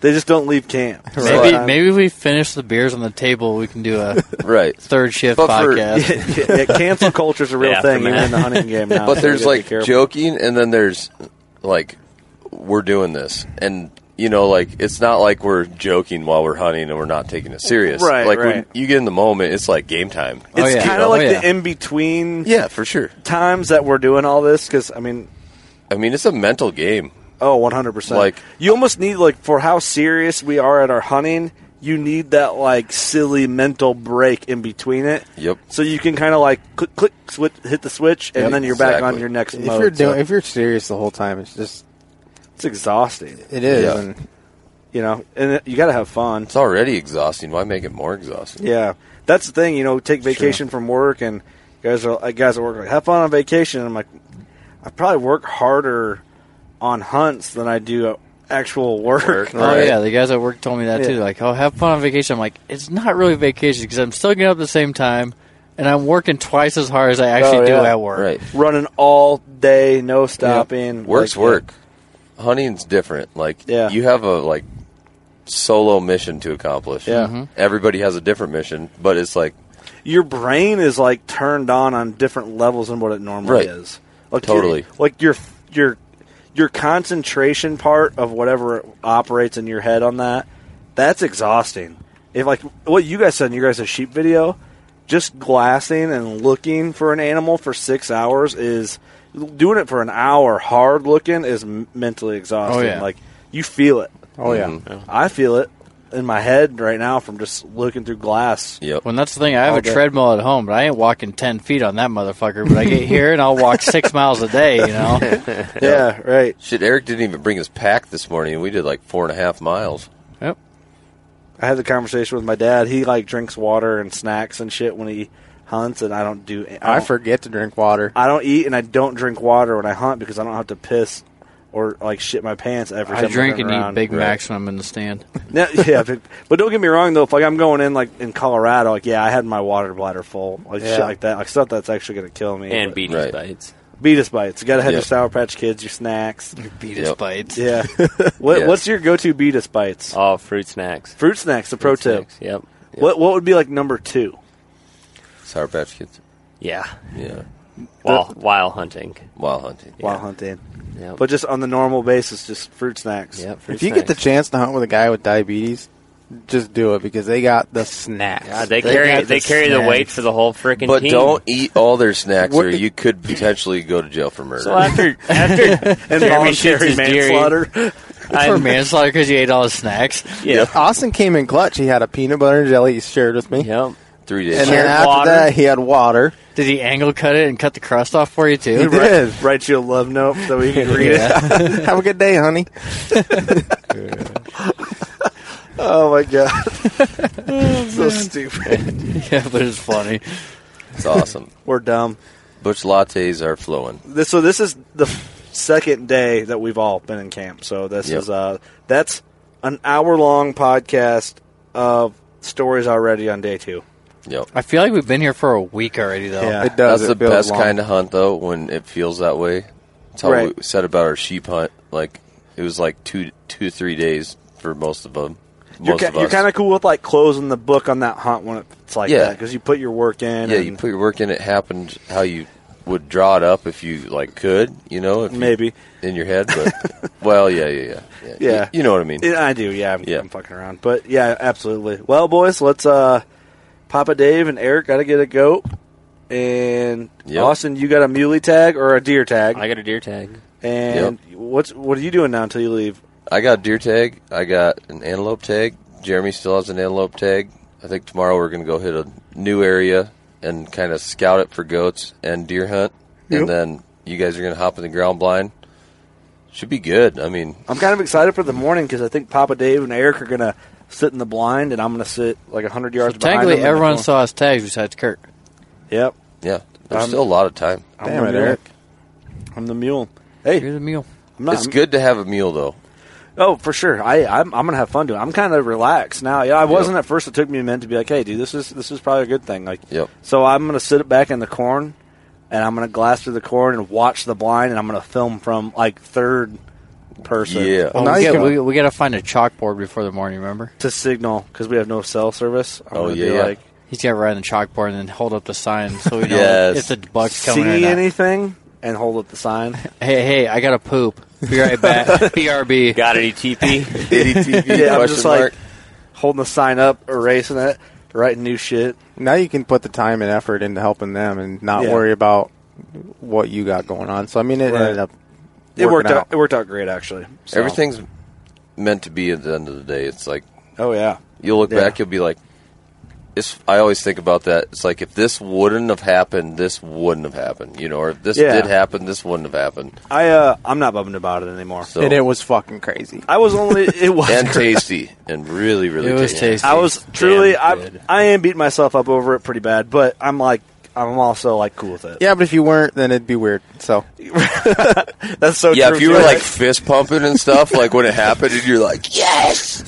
Speaker 8: they just don't leave camp.
Speaker 4: Maybe maybe if we finish the beers on the table. We can do a
Speaker 9: right
Speaker 4: third shift
Speaker 9: But for-
Speaker 4: podcast.
Speaker 8: Yeah, yeah, cancel culture's a real
Speaker 9: Yeah,
Speaker 8: thing
Speaker 9: for
Speaker 8: even
Speaker 9: Matt.
Speaker 8: in the hunting game now.
Speaker 9: But
Speaker 8: so
Speaker 9: there's
Speaker 8: you gotta be
Speaker 9: like
Speaker 8: careful.
Speaker 9: joking, and then there's like we're doing this, and you know, like it's not like we're joking while we're hunting and we're not taking it serious.
Speaker 8: Right,
Speaker 9: Like when
Speaker 8: right.
Speaker 9: you get in the moment, it's like game time.
Speaker 8: It's
Speaker 9: You
Speaker 8: kind of
Speaker 9: know?
Speaker 8: like the in between.
Speaker 9: Yeah, for sure.
Speaker 8: Times that we're doing all this because I mean,
Speaker 9: I mean, it's a mental game.
Speaker 8: Oh, one hundred percent.
Speaker 9: Like-
Speaker 8: you almost need like for how serious we are at our hunting, you need that like silly mental break in between it.
Speaker 9: Yep.
Speaker 8: So you can kind of like click, click, switch, hit the switch, and
Speaker 7: Yep.
Speaker 8: then you're back on your next
Speaker 7: If
Speaker 8: mode.
Speaker 7: you're
Speaker 8: so
Speaker 7: doing, if you're serious the whole time, it's just
Speaker 8: it's exhausting.
Speaker 7: it is.
Speaker 9: Yeah.
Speaker 7: And
Speaker 8: you know, and it- you got to have fun.
Speaker 9: It's already exhausting. Why make it more exhausting?
Speaker 8: Yeah, that's the thing. You know, take vacation from work, and guys are like, guys at work are like have fun on vacation. And I'm like, I probably work harder on hunts than I do at actual work.
Speaker 4: Oh yeah, the guys at work told me that too.
Speaker 8: Yeah.
Speaker 4: Like, oh, have fun on vacation. I'm like, it's not really vacation because I'm still getting up at the same time, and I'm working twice as hard as I actually
Speaker 8: Oh,
Speaker 4: do
Speaker 8: yeah.
Speaker 4: at work.
Speaker 9: Right.
Speaker 8: running all day, no stopping.
Speaker 9: Work's
Speaker 8: Like,
Speaker 9: work. Hunting's different. Like
Speaker 8: Yeah.
Speaker 9: you have a like solo mission to accomplish.
Speaker 8: Yeah.
Speaker 4: Mm-hmm.
Speaker 8: Mhm.
Speaker 9: Everybody has a different mission, but it's like
Speaker 8: Your brain is like turned on on different levels than what it normally
Speaker 9: Right.
Speaker 8: is. Like
Speaker 9: Totally.
Speaker 8: Your, like your your your concentration part of whatever operates in your head on that. That's exhausting. If like what you guys said in your guys' sheep video, just glassing and looking for an animal for six hours is doing it for an hour hard looking is m- mentally exhausting.
Speaker 4: Oh, yeah.
Speaker 8: Like you feel it.
Speaker 7: Oh, yeah.
Speaker 8: I feel it in my head right now from just looking through glass.
Speaker 9: Yep.
Speaker 4: When that's the thing, I have
Speaker 8: All
Speaker 4: a
Speaker 8: day.
Speaker 4: treadmill at home, but I ain't walking ten feet on that motherfucker. But I get here and I'll walk six miles a day. You know.
Speaker 8: Yeah, right.
Speaker 9: Shit, Eric didn't even bring his pack this morning, and we did like four and a half miles.
Speaker 4: Yep.
Speaker 8: I had the conversation with my dad. He like drinks water and snacks and shit when he hunts, and I don't do. I, don't,
Speaker 7: I forget to drink water.
Speaker 8: I don't eat and I don't drink water when I hunt because I don't have to piss or like shit my pants every
Speaker 4: I
Speaker 8: time
Speaker 4: drink
Speaker 8: turn
Speaker 4: and eat
Speaker 8: around.
Speaker 4: Big
Speaker 8: Right.
Speaker 4: Macs when I'm in the stand.
Speaker 8: No, yeah, but, but don't get me wrong though. If like I'm going in like in Colorado, like yeah, I had my water bladder full, like
Speaker 11: Yeah.
Speaker 8: shit like that, like stuff that's actually gonna kill me.
Speaker 11: and
Speaker 8: but-
Speaker 11: beanie's bites.
Speaker 8: Beatus bites. You got to have your
Speaker 9: Yep.
Speaker 8: Sour Patch Kids, your snacks. Your
Speaker 4: Beatus Yep. bites.
Speaker 8: Yeah. what,
Speaker 9: Yes.
Speaker 8: What's your go-to Beatus bites?
Speaker 11: Oh, fruit snacks.
Speaker 8: Fruit snacks. The pro
Speaker 11: Fruit
Speaker 8: tip.
Speaker 11: snacks, yep.
Speaker 8: What What would be like number two?
Speaker 9: Sour Patch Kids.
Speaker 11: Yeah.
Speaker 9: Yeah.
Speaker 11: While while hunting.
Speaker 9: While hunting.
Speaker 8: While hunting.
Speaker 11: Yep.
Speaker 8: But just on the normal basis, just fruit snacks.
Speaker 11: Yeah.
Speaker 7: if you get the chance to hunt with a guy with diabetes, just do it because they got the snacks.
Speaker 11: God, they, carry
Speaker 7: got
Speaker 11: they carry the weight for the whole freaking
Speaker 9: But
Speaker 11: team.
Speaker 9: don't eat all their snacks, or
Speaker 11: What-
Speaker 9: you could potentially go to jail for murder.
Speaker 11: So after after Jeremy shoots his deer, I'm-
Speaker 4: For manslaughter because you ate all the snacks.
Speaker 11: Yeah.
Speaker 7: Austin came in clutch. He had a peanut butter and jelly he shared with me.
Speaker 11: Yep.
Speaker 9: Three
Speaker 7: And then after
Speaker 4: Water.
Speaker 7: that, he had water.
Speaker 4: Did he angle cut it and cut the crust off for you too?
Speaker 7: He
Speaker 4: Right.
Speaker 7: did.
Speaker 8: Write you a love note so you can read
Speaker 7: it. Have a good day, honey.
Speaker 8: oh my god. Oh, so stupid.
Speaker 4: yeah, but it's funny.
Speaker 9: It's awesome.
Speaker 8: We're dumb.
Speaker 9: Butch lattes are flowing.
Speaker 8: This so this is the second day that we've all been in camp. So this
Speaker 9: Yep.
Speaker 8: is uh that's an hour long podcast of stories already on day two.
Speaker 9: Yep.
Speaker 4: I feel like we've been here for a week already though.
Speaker 8: Yeah. It
Speaker 9: That's the best kind of hunt, though, when it feels that way. That's how
Speaker 8: Right.
Speaker 9: we said about our sheep hunt. Like it was like two, two, three days for most of them.
Speaker 8: You're,
Speaker 9: Most
Speaker 8: ki-
Speaker 9: of
Speaker 8: you're
Speaker 9: us.
Speaker 8: kind of cool with like closing the book on that hunt when it's like
Speaker 9: Yeah.
Speaker 8: that because you put your work in.
Speaker 9: yeah.
Speaker 8: and
Speaker 9: You put your work in. It happened how you would draw it up if you like could. You know, if you-
Speaker 8: Maybe.
Speaker 9: in your head, but well, yeah, yeah, yeah, yeah.
Speaker 8: Yeah.
Speaker 9: You, you know what I mean?
Speaker 8: Yeah, I do. Yeah I'm,
Speaker 9: Yeah.
Speaker 8: I'm fucking around, but yeah, absolutely. Well, boys, let's uh, Papa Dave and Eric gotta get a goat, and
Speaker 11: Yep.
Speaker 8: Austin, you got a muley tag or a deer tag?
Speaker 11: I got a deer tag.
Speaker 8: And what's what are you doing now until you leave?
Speaker 9: I got a deer tag. I got an antelope tag. Jeremy still has an antelope tag. I think tomorrow we're going to go hit a new area and kind of scout it for goats and deer hunt.
Speaker 8: Yep.
Speaker 9: And then you guys are going to hop in the ground blind. Should be good. I mean,
Speaker 8: I'm kind of excited for the morning because I think Papa Dave and Eric are gonna sit in the blind, and I'm gonna sit like hundred yards. behind
Speaker 4: Technically,
Speaker 8: them and-
Speaker 4: everyone saw his tags besides Kurt.
Speaker 8: Yep.
Speaker 9: yeah, there's
Speaker 8: I'm-
Speaker 9: still a lot of time.
Speaker 8: I'm the mule. I'm the mule. Hey,
Speaker 4: you're the mule.
Speaker 8: I'm not,
Speaker 9: it's good to have a meal, though.
Speaker 8: Oh, for sure. I I'm, I'm gonna have fun doing. it. I'm kind of relaxed now. Yeah, I wasn't at first. It took me a minute to be like, hey, dude, this is this is probably a good thing. Like,
Speaker 9: Yep.
Speaker 8: so I'm gonna sit it back in the corn, and I'm gonna glass through the corn and watch the blind, and I'm gonna film from like third person.
Speaker 9: Yeah.
Speaker 4: Well, Oh, we, get, we, we got to find a chalkboard before the morning. Remember?
Speaker 8: to signal because oh, we have no cell service. I'm
Speaker 9: Oh,
Speaker 8: gonna
Speaker 9: yeah,
Speaker 8: be
Speaker 9: yeah.
Speaker 8: like,
Speaker 4: He's got to write on the chalkboard and then hold up the sign so we know
Speaker 9: Yes.
Speaker 4: if the buck's coming or
Speaker 8: see
Speaker 4: not.
Speaker 8: anything and hold up the sign.
Speaker 4: hey, hey, I got to poop. Be right back. BRB.
Speaker 11: Got any TP?
Speaker 9: Any TP?
Speaker 8: yeah, I'm
Speaker 9: question
Speaker 8: just like
Speaker 9: mark?
Speaker 8: holding the sign up, erasing it, writing new shit.
Speaker 7: Now you can put the time and effort into helping them and not
Speaker 8: Yeah.
Speaker 7: worry about what you got going on. So I mean, it
Speaker 8: Right.
Speaker 7: ended up
Speaker 8: It
Speaker 7: working
Speaker 8: worked out. It worked out great actually. So-
Speaker 9: Everything's meant to be at the end of the day. It's like
Speaker 8: Oh yeah.
Speaker 9: You'll look
Speaker 8: Yeah.
Speaker 9: back, you'll be like, it's, I always think about that. It's like if this wouldn't have happened, this wouldn't have happened, you know, or if this
Speaker 8: Yeah.
Speaker 9: did happen, this wouldn't have happened.
Speaker 8: I uh, I'm not bummed about it anymore.
Speaker 9: So
Speaker 7: And it was fucking crazy.
Speaker 8: I was only it was
Speaker 9: and
Speaker 8: great.
Speaker 9: tasty and really, really
Speaker 4: It was tasty.
Speaker 8: I was truly I
Speaker 11: good.
Speaker 8: I am beating myself up over it pretty bad, but I'm like I'm also like cool with it.
Speaker 7: Yeah, but if you weren't, then it'd be weird. So
Speaker 8: That's so
Speaker 9: yeah,
Speaker 8: true.
Speaker 9: if you were
Speaker 8: too,
Speaker 9: like
Speaker 8: right?
Speaker 9: fist pumping and stuff, like when it happened, and you're like, yes,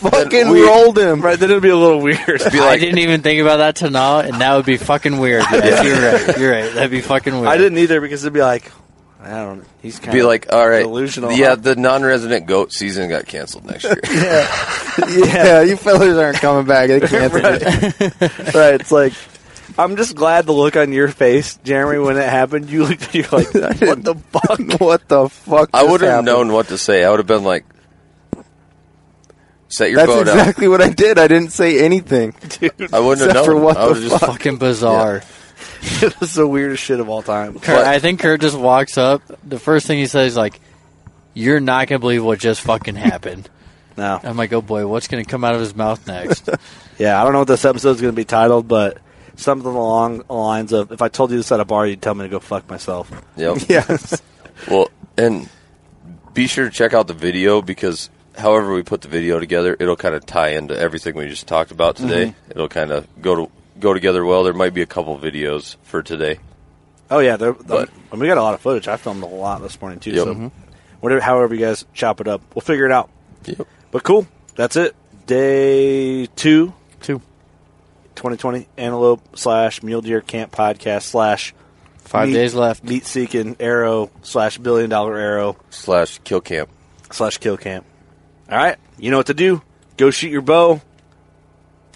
Speaker 7: fucking
Speaker 9: we-
Speaker 7: rolled him.
Speaker 8: right, then it'd be a little weird.
Speaker 9: be
Speaker 4: I
Speaker 9: like,
Speaker 4: didn't even think about that till now, and that would be fucking weird. Yes, You're right. You're right. That'd be fucking weird.
Speaker 8: I didn't either because it'd be like I don't. He's kind
Speaker 9: be
Speaker 8: of
Speaker 9: like, all right,
Speaker 8: delusional.
Speaker 9: Yeah,
Speaker 8: huh?
Speaker 9: the non-resident goat season got canceled next year.
Speaker 7: yeah, you fellas aren't coming back. They canceled it.
Speaker 8: right. It's like I'm just glad the look on your face, Jeremy, when it happened. You looked. You're like, what the fuck?
Speaker 7: What the fuck?
Speaker 9: I
Speaker 7: just
Speaker 9: would have
Speaker 7: happened?
Speaker 9: known what to say. I would have been like, set your
Speaker 7: That's
Speaker 9: boat up.
Speaker 7: exactly what I did. I didn't say anything.
Speaker 9: I wouldn't have
Speaker 7: except
Speaker 9: known.
Speaker 7: for what
Speaker 9: I
Speaker 7: the
Speaker 9: would have just
Speaker 4: Fucking bizarre.
Speaker 8: it was the weirdest shit of all time.
Speaker 4: Kurt, I think Kurt just walks up. The first thing he says is like, "You're not gonna believe what just fucking happened."
Speaker 8: No.
Speaker 4: I'm like, "Oh boy, what's gonna come out of his mouth next?"
Speaker 8: Yeah, I don't know what this episode's going to be titled, but something along the lines of if I told you this at a bar, you'd tell me to go fuck myself.
Speaker 9: Yep.
Speaker 7: Yes.
Speaker 9: Well, and be sure to check out the video because however we put the video together, it'll kind of tie into everything we just talked about today. It'll kind of go to go together well. There might be a couple videos for today.
Speaker 8: Oh yeah, there,
Speaker 9: But-
Speaker 8: and we got a lot of footage. I filmed a lot this morning too.
Speaker 9: Yep.
Speaker 8: So
Speaker 9: Mhm.
Speaker 8: whatever, however you guys chop it up, we'll figure it out.
Speaker 9: Yep.
Speaker 8: But cool, that's it. Day two,
Speaker 4: Two.
Speaker 8: 2020 antelope slash mule deer camp podcast slash
Speaker 4: Five days left.
Speaker 8: Meat seeking arrow slash billion dollar arrow
Speaker 9: slash kill camp
Speaker 8: slash kill camp. All right, you know what to do. Go shoot your bow.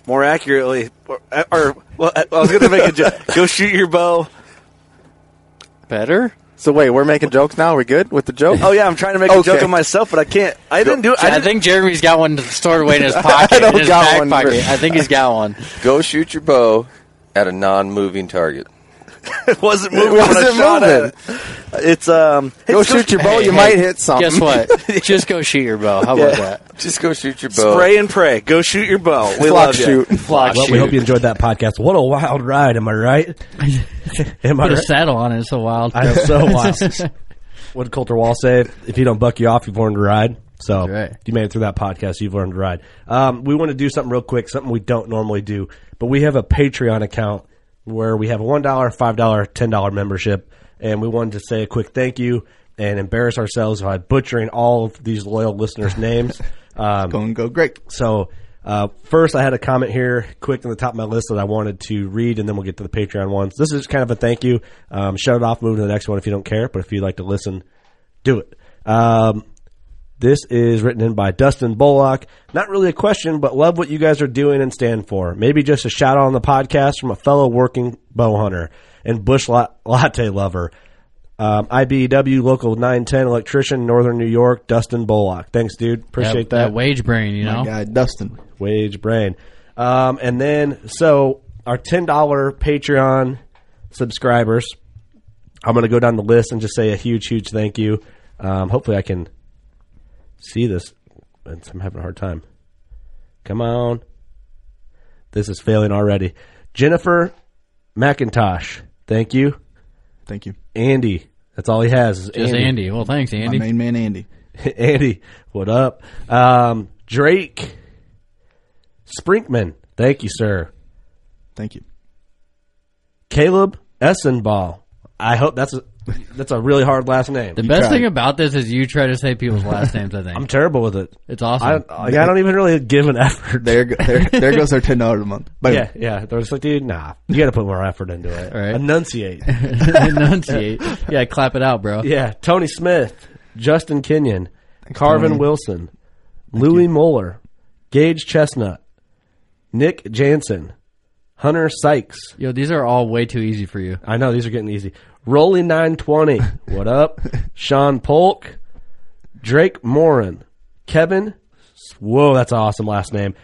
Speaker 8: More accurately, or, or well, I was going to make a joke. Go shoot your bow.
Speaker 4: Better.
Speaker 7: So wait, we're making jokes now. We're good with the joke.
Speaker 8: Oh yeah, I'm trying to make a joke
Speaker 7: Okay.
Speaker 8: of myself, but I can't. I didn't do it.
Speaker 4: I, think Jeremy's got one stored away in his pocket.
Speaker 8: I don't
Speaker 4: in his
Speaker 8: got
Speaker 4: back
Speaker 8: one, but-
Speaker 4: pocket. I think he's got one.
Speaker 9: Go shoot your bow at a non-moving target.
Speaker 8: it wasn't moving.
Speaker 9: It
Speaker 8: when I
Speaker 9: wasn't
Speaker 8: shot at it. It's um.
Speaker 9: Go
Speaker 8: it's-
Speaker 9: shoot your bow, you might hit something.
Speaker 4: Guess what? Just go shoot your bow. How about
Speaker 8: Yeah.
Speaker 4: that?
Speaker 9: Just go shoot your
Speaker 2: bow.
Speaker 8: Spray and pray. Go shoot your bow. We
Speaker 2: Flock
Speaker 8: love
Speaker 2: shoot.
Speaker 8: you. Flock
Speaker 2: well,
Speaker 8: shoot.
Speaker 2: we hope you enjoyed that podcast. What a wild ride, am I right? am I
Speaker 4: Put a
Speaker 2: right?
Speaker 4: saddle on it. It's so wild.
Speaker 2: I am so wild. what did Coulter Wall say? If you don't buck you off, you've learned to ride. So you made it through that podcast, you've learned to ride. Um, we want to do something real quick, something we don't normally do, but we have a Patreon account where we have a one dollar, five dollar, ten dollar membership, and we wanted to say a quick thank you and embarrass ourselves by butchering all of these loyal listeners' names. Um,
Speaker 3: going to go great.
Speaker 2: So. Uh, first, I had a comment here, quick on the top of my list that I wanted to read, and then we'll get to the Patreon ones. This is kind of a thank you. Um, shut it off, move to the next one if you don't care, but if you'd like to listen, do it. Um, this is written in by Dustin Bullock. Not really a question, but love what you guys are doing and stand for. Maybe just a shout out on the podcast from a fellow working bow hunter and bush la- latte lover. Um, IBEW local 910 electrician, Northern New York, Dustin Bullock. Thanks, dude. Appreciate
Speaker 4: That- that wage brain, you My know?
Speaker 3: guy, Dustin.
Speaker 2: Wage brain. Um, and then, so our $10 Patreon subscribers, I'm going to go down the list and just say a huge, huge thank you. Um, hopefully, I can see this. It's- I'm having a hard time. Come on. This is failing already. Jennifer McIntosh, thank you.
Speaker 3: Thank you.
Speaker 2: Andy, that's all he has. Is
Speaker 4: Just Andy. Well, thanks, Andy.
Speaker 3: My main man, Andy.
Speaker 2: Andy, what up? Um, Drake Sprinkman, thank you, sir.
Speaker 3: Thank you.
Speaker 2: Caleb Essenball. I hope that's a, that's a really hard last name.
Speaker 4: The best thing about this is you try to say people's last names. I think I'm
Speaker 2: terrible with it.
Speaker 4: It's awesome.
Speaker 2: I, like, I don't even really give an effort.
Speaker 3: There, go- there, there goes our ten dollars a month. Boom.
Speaker 2: Yeah, yeah. They're just like, dude, nah. You got to put more effort into it.
Speaker 4: All right.
Speaker 2: Enunciate.
Speaker 4: enunciate. Yeah, clap it out, bro.
Speaker 2: Yeah, Tony Smith, Justin Kenyon, Carvin
Speaker 4: Tony.
Speaker 2: Wilson, Louis Moeller, Gage Chestnut, Nick Jansen, Hunter Sykes.
Speaker 4: Yo, these are all way too easy for you.
Speaker 2: I know these are getting easy. Rolly nine twenty. what up? Sean Polk, Drake Morin, Kevin. Whoa, that's an awesome last name.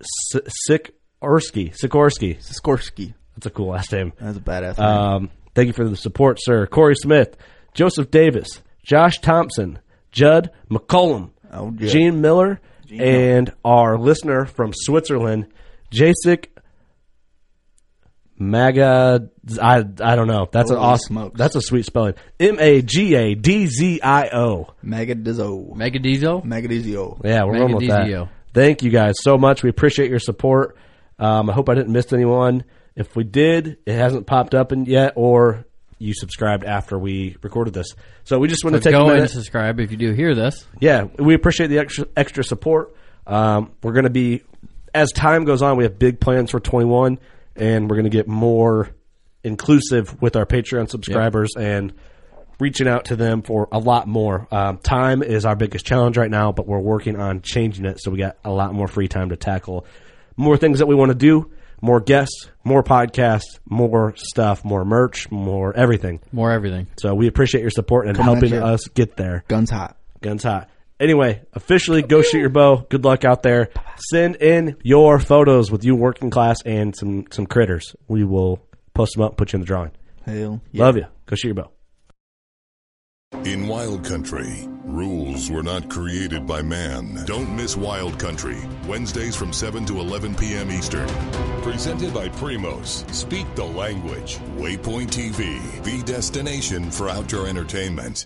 Speaker 2: S- Sikorsky. Sikorsky.
Speaker 3: Sikorsky.
Speaker 2: That's a cool last name.
Speaker 3: That's a badass. name.
Speaker 8: Uh,
Speaker 2: Um, thank you for the support, sir. Corey Smith, Joseph Davis, Josh Thompson, Judd McCollum,
Speaker 3: yeah.
Speaker 2: Gene Miller, and our listener from Switzerland, Jacek Maga. I, I don't know. That's an
Speaker 3: Holy
Speaker 2: awesome.
Speaker 3: smokes.
Speaker 2: That's a sweet spelling. M A G A D Z I O.
Speaker 3: Megadizzo.
Speaker 4: Megadizzo.
Speaker 3: Megadizio.
Speaker 2: Yeah, we're rolling with that.
Speaker 4: Magnesium.
Speaker 2: Thank you guys so much. We appreciate your support. Um, I hope I didn't miss anyone. If we did, it hasn't popped up in yet, or you subscribed after we recorded this. So we just want
Speaker 4: So
Speaker 2: to take a
Speaker 4: go and
Speaker 2: minute.
Speaker 4: subscribe if you do hear this.
Speaker 2: Yeah, we appreciate the extra extra support. Um, we're going to be as time goes on. We have big plans for 21, and we're going to get more inclusive with our Patreon subscribers and reaching out to them for a lot more. Um, time is our biggest challenge right now, but we're working on changing it so we got a lot more free time to tackle more things that we want to do, more guests, more podcasts, more stuff, more merch, more everything.
Speaker 4: More everything.
Speaker 2: So we appreciate your support and
Speaker 3: Coming at
Speaker 2: helping
Speaker 3: you.
Speaker 2: us get there.
Speaker 3: Guns hot.
Speaker 2: Guns hot. Anyway, officially go shoot your bow. Good luck out there. Send in your photos with you working class and some some critters. We will post them up, put you in the drawing.
Speaker 3: Hell.
Speaker 2: Love you. Go shoot your bow.
Speaker 12: In Wild Country, rules were not created by man. Don't miss Wild Country, Wednesdays from 7 to 11 p.m. Eastern. Presented by Primos. Speak the language. Waypoint TV, the destination for outdoor entertainment.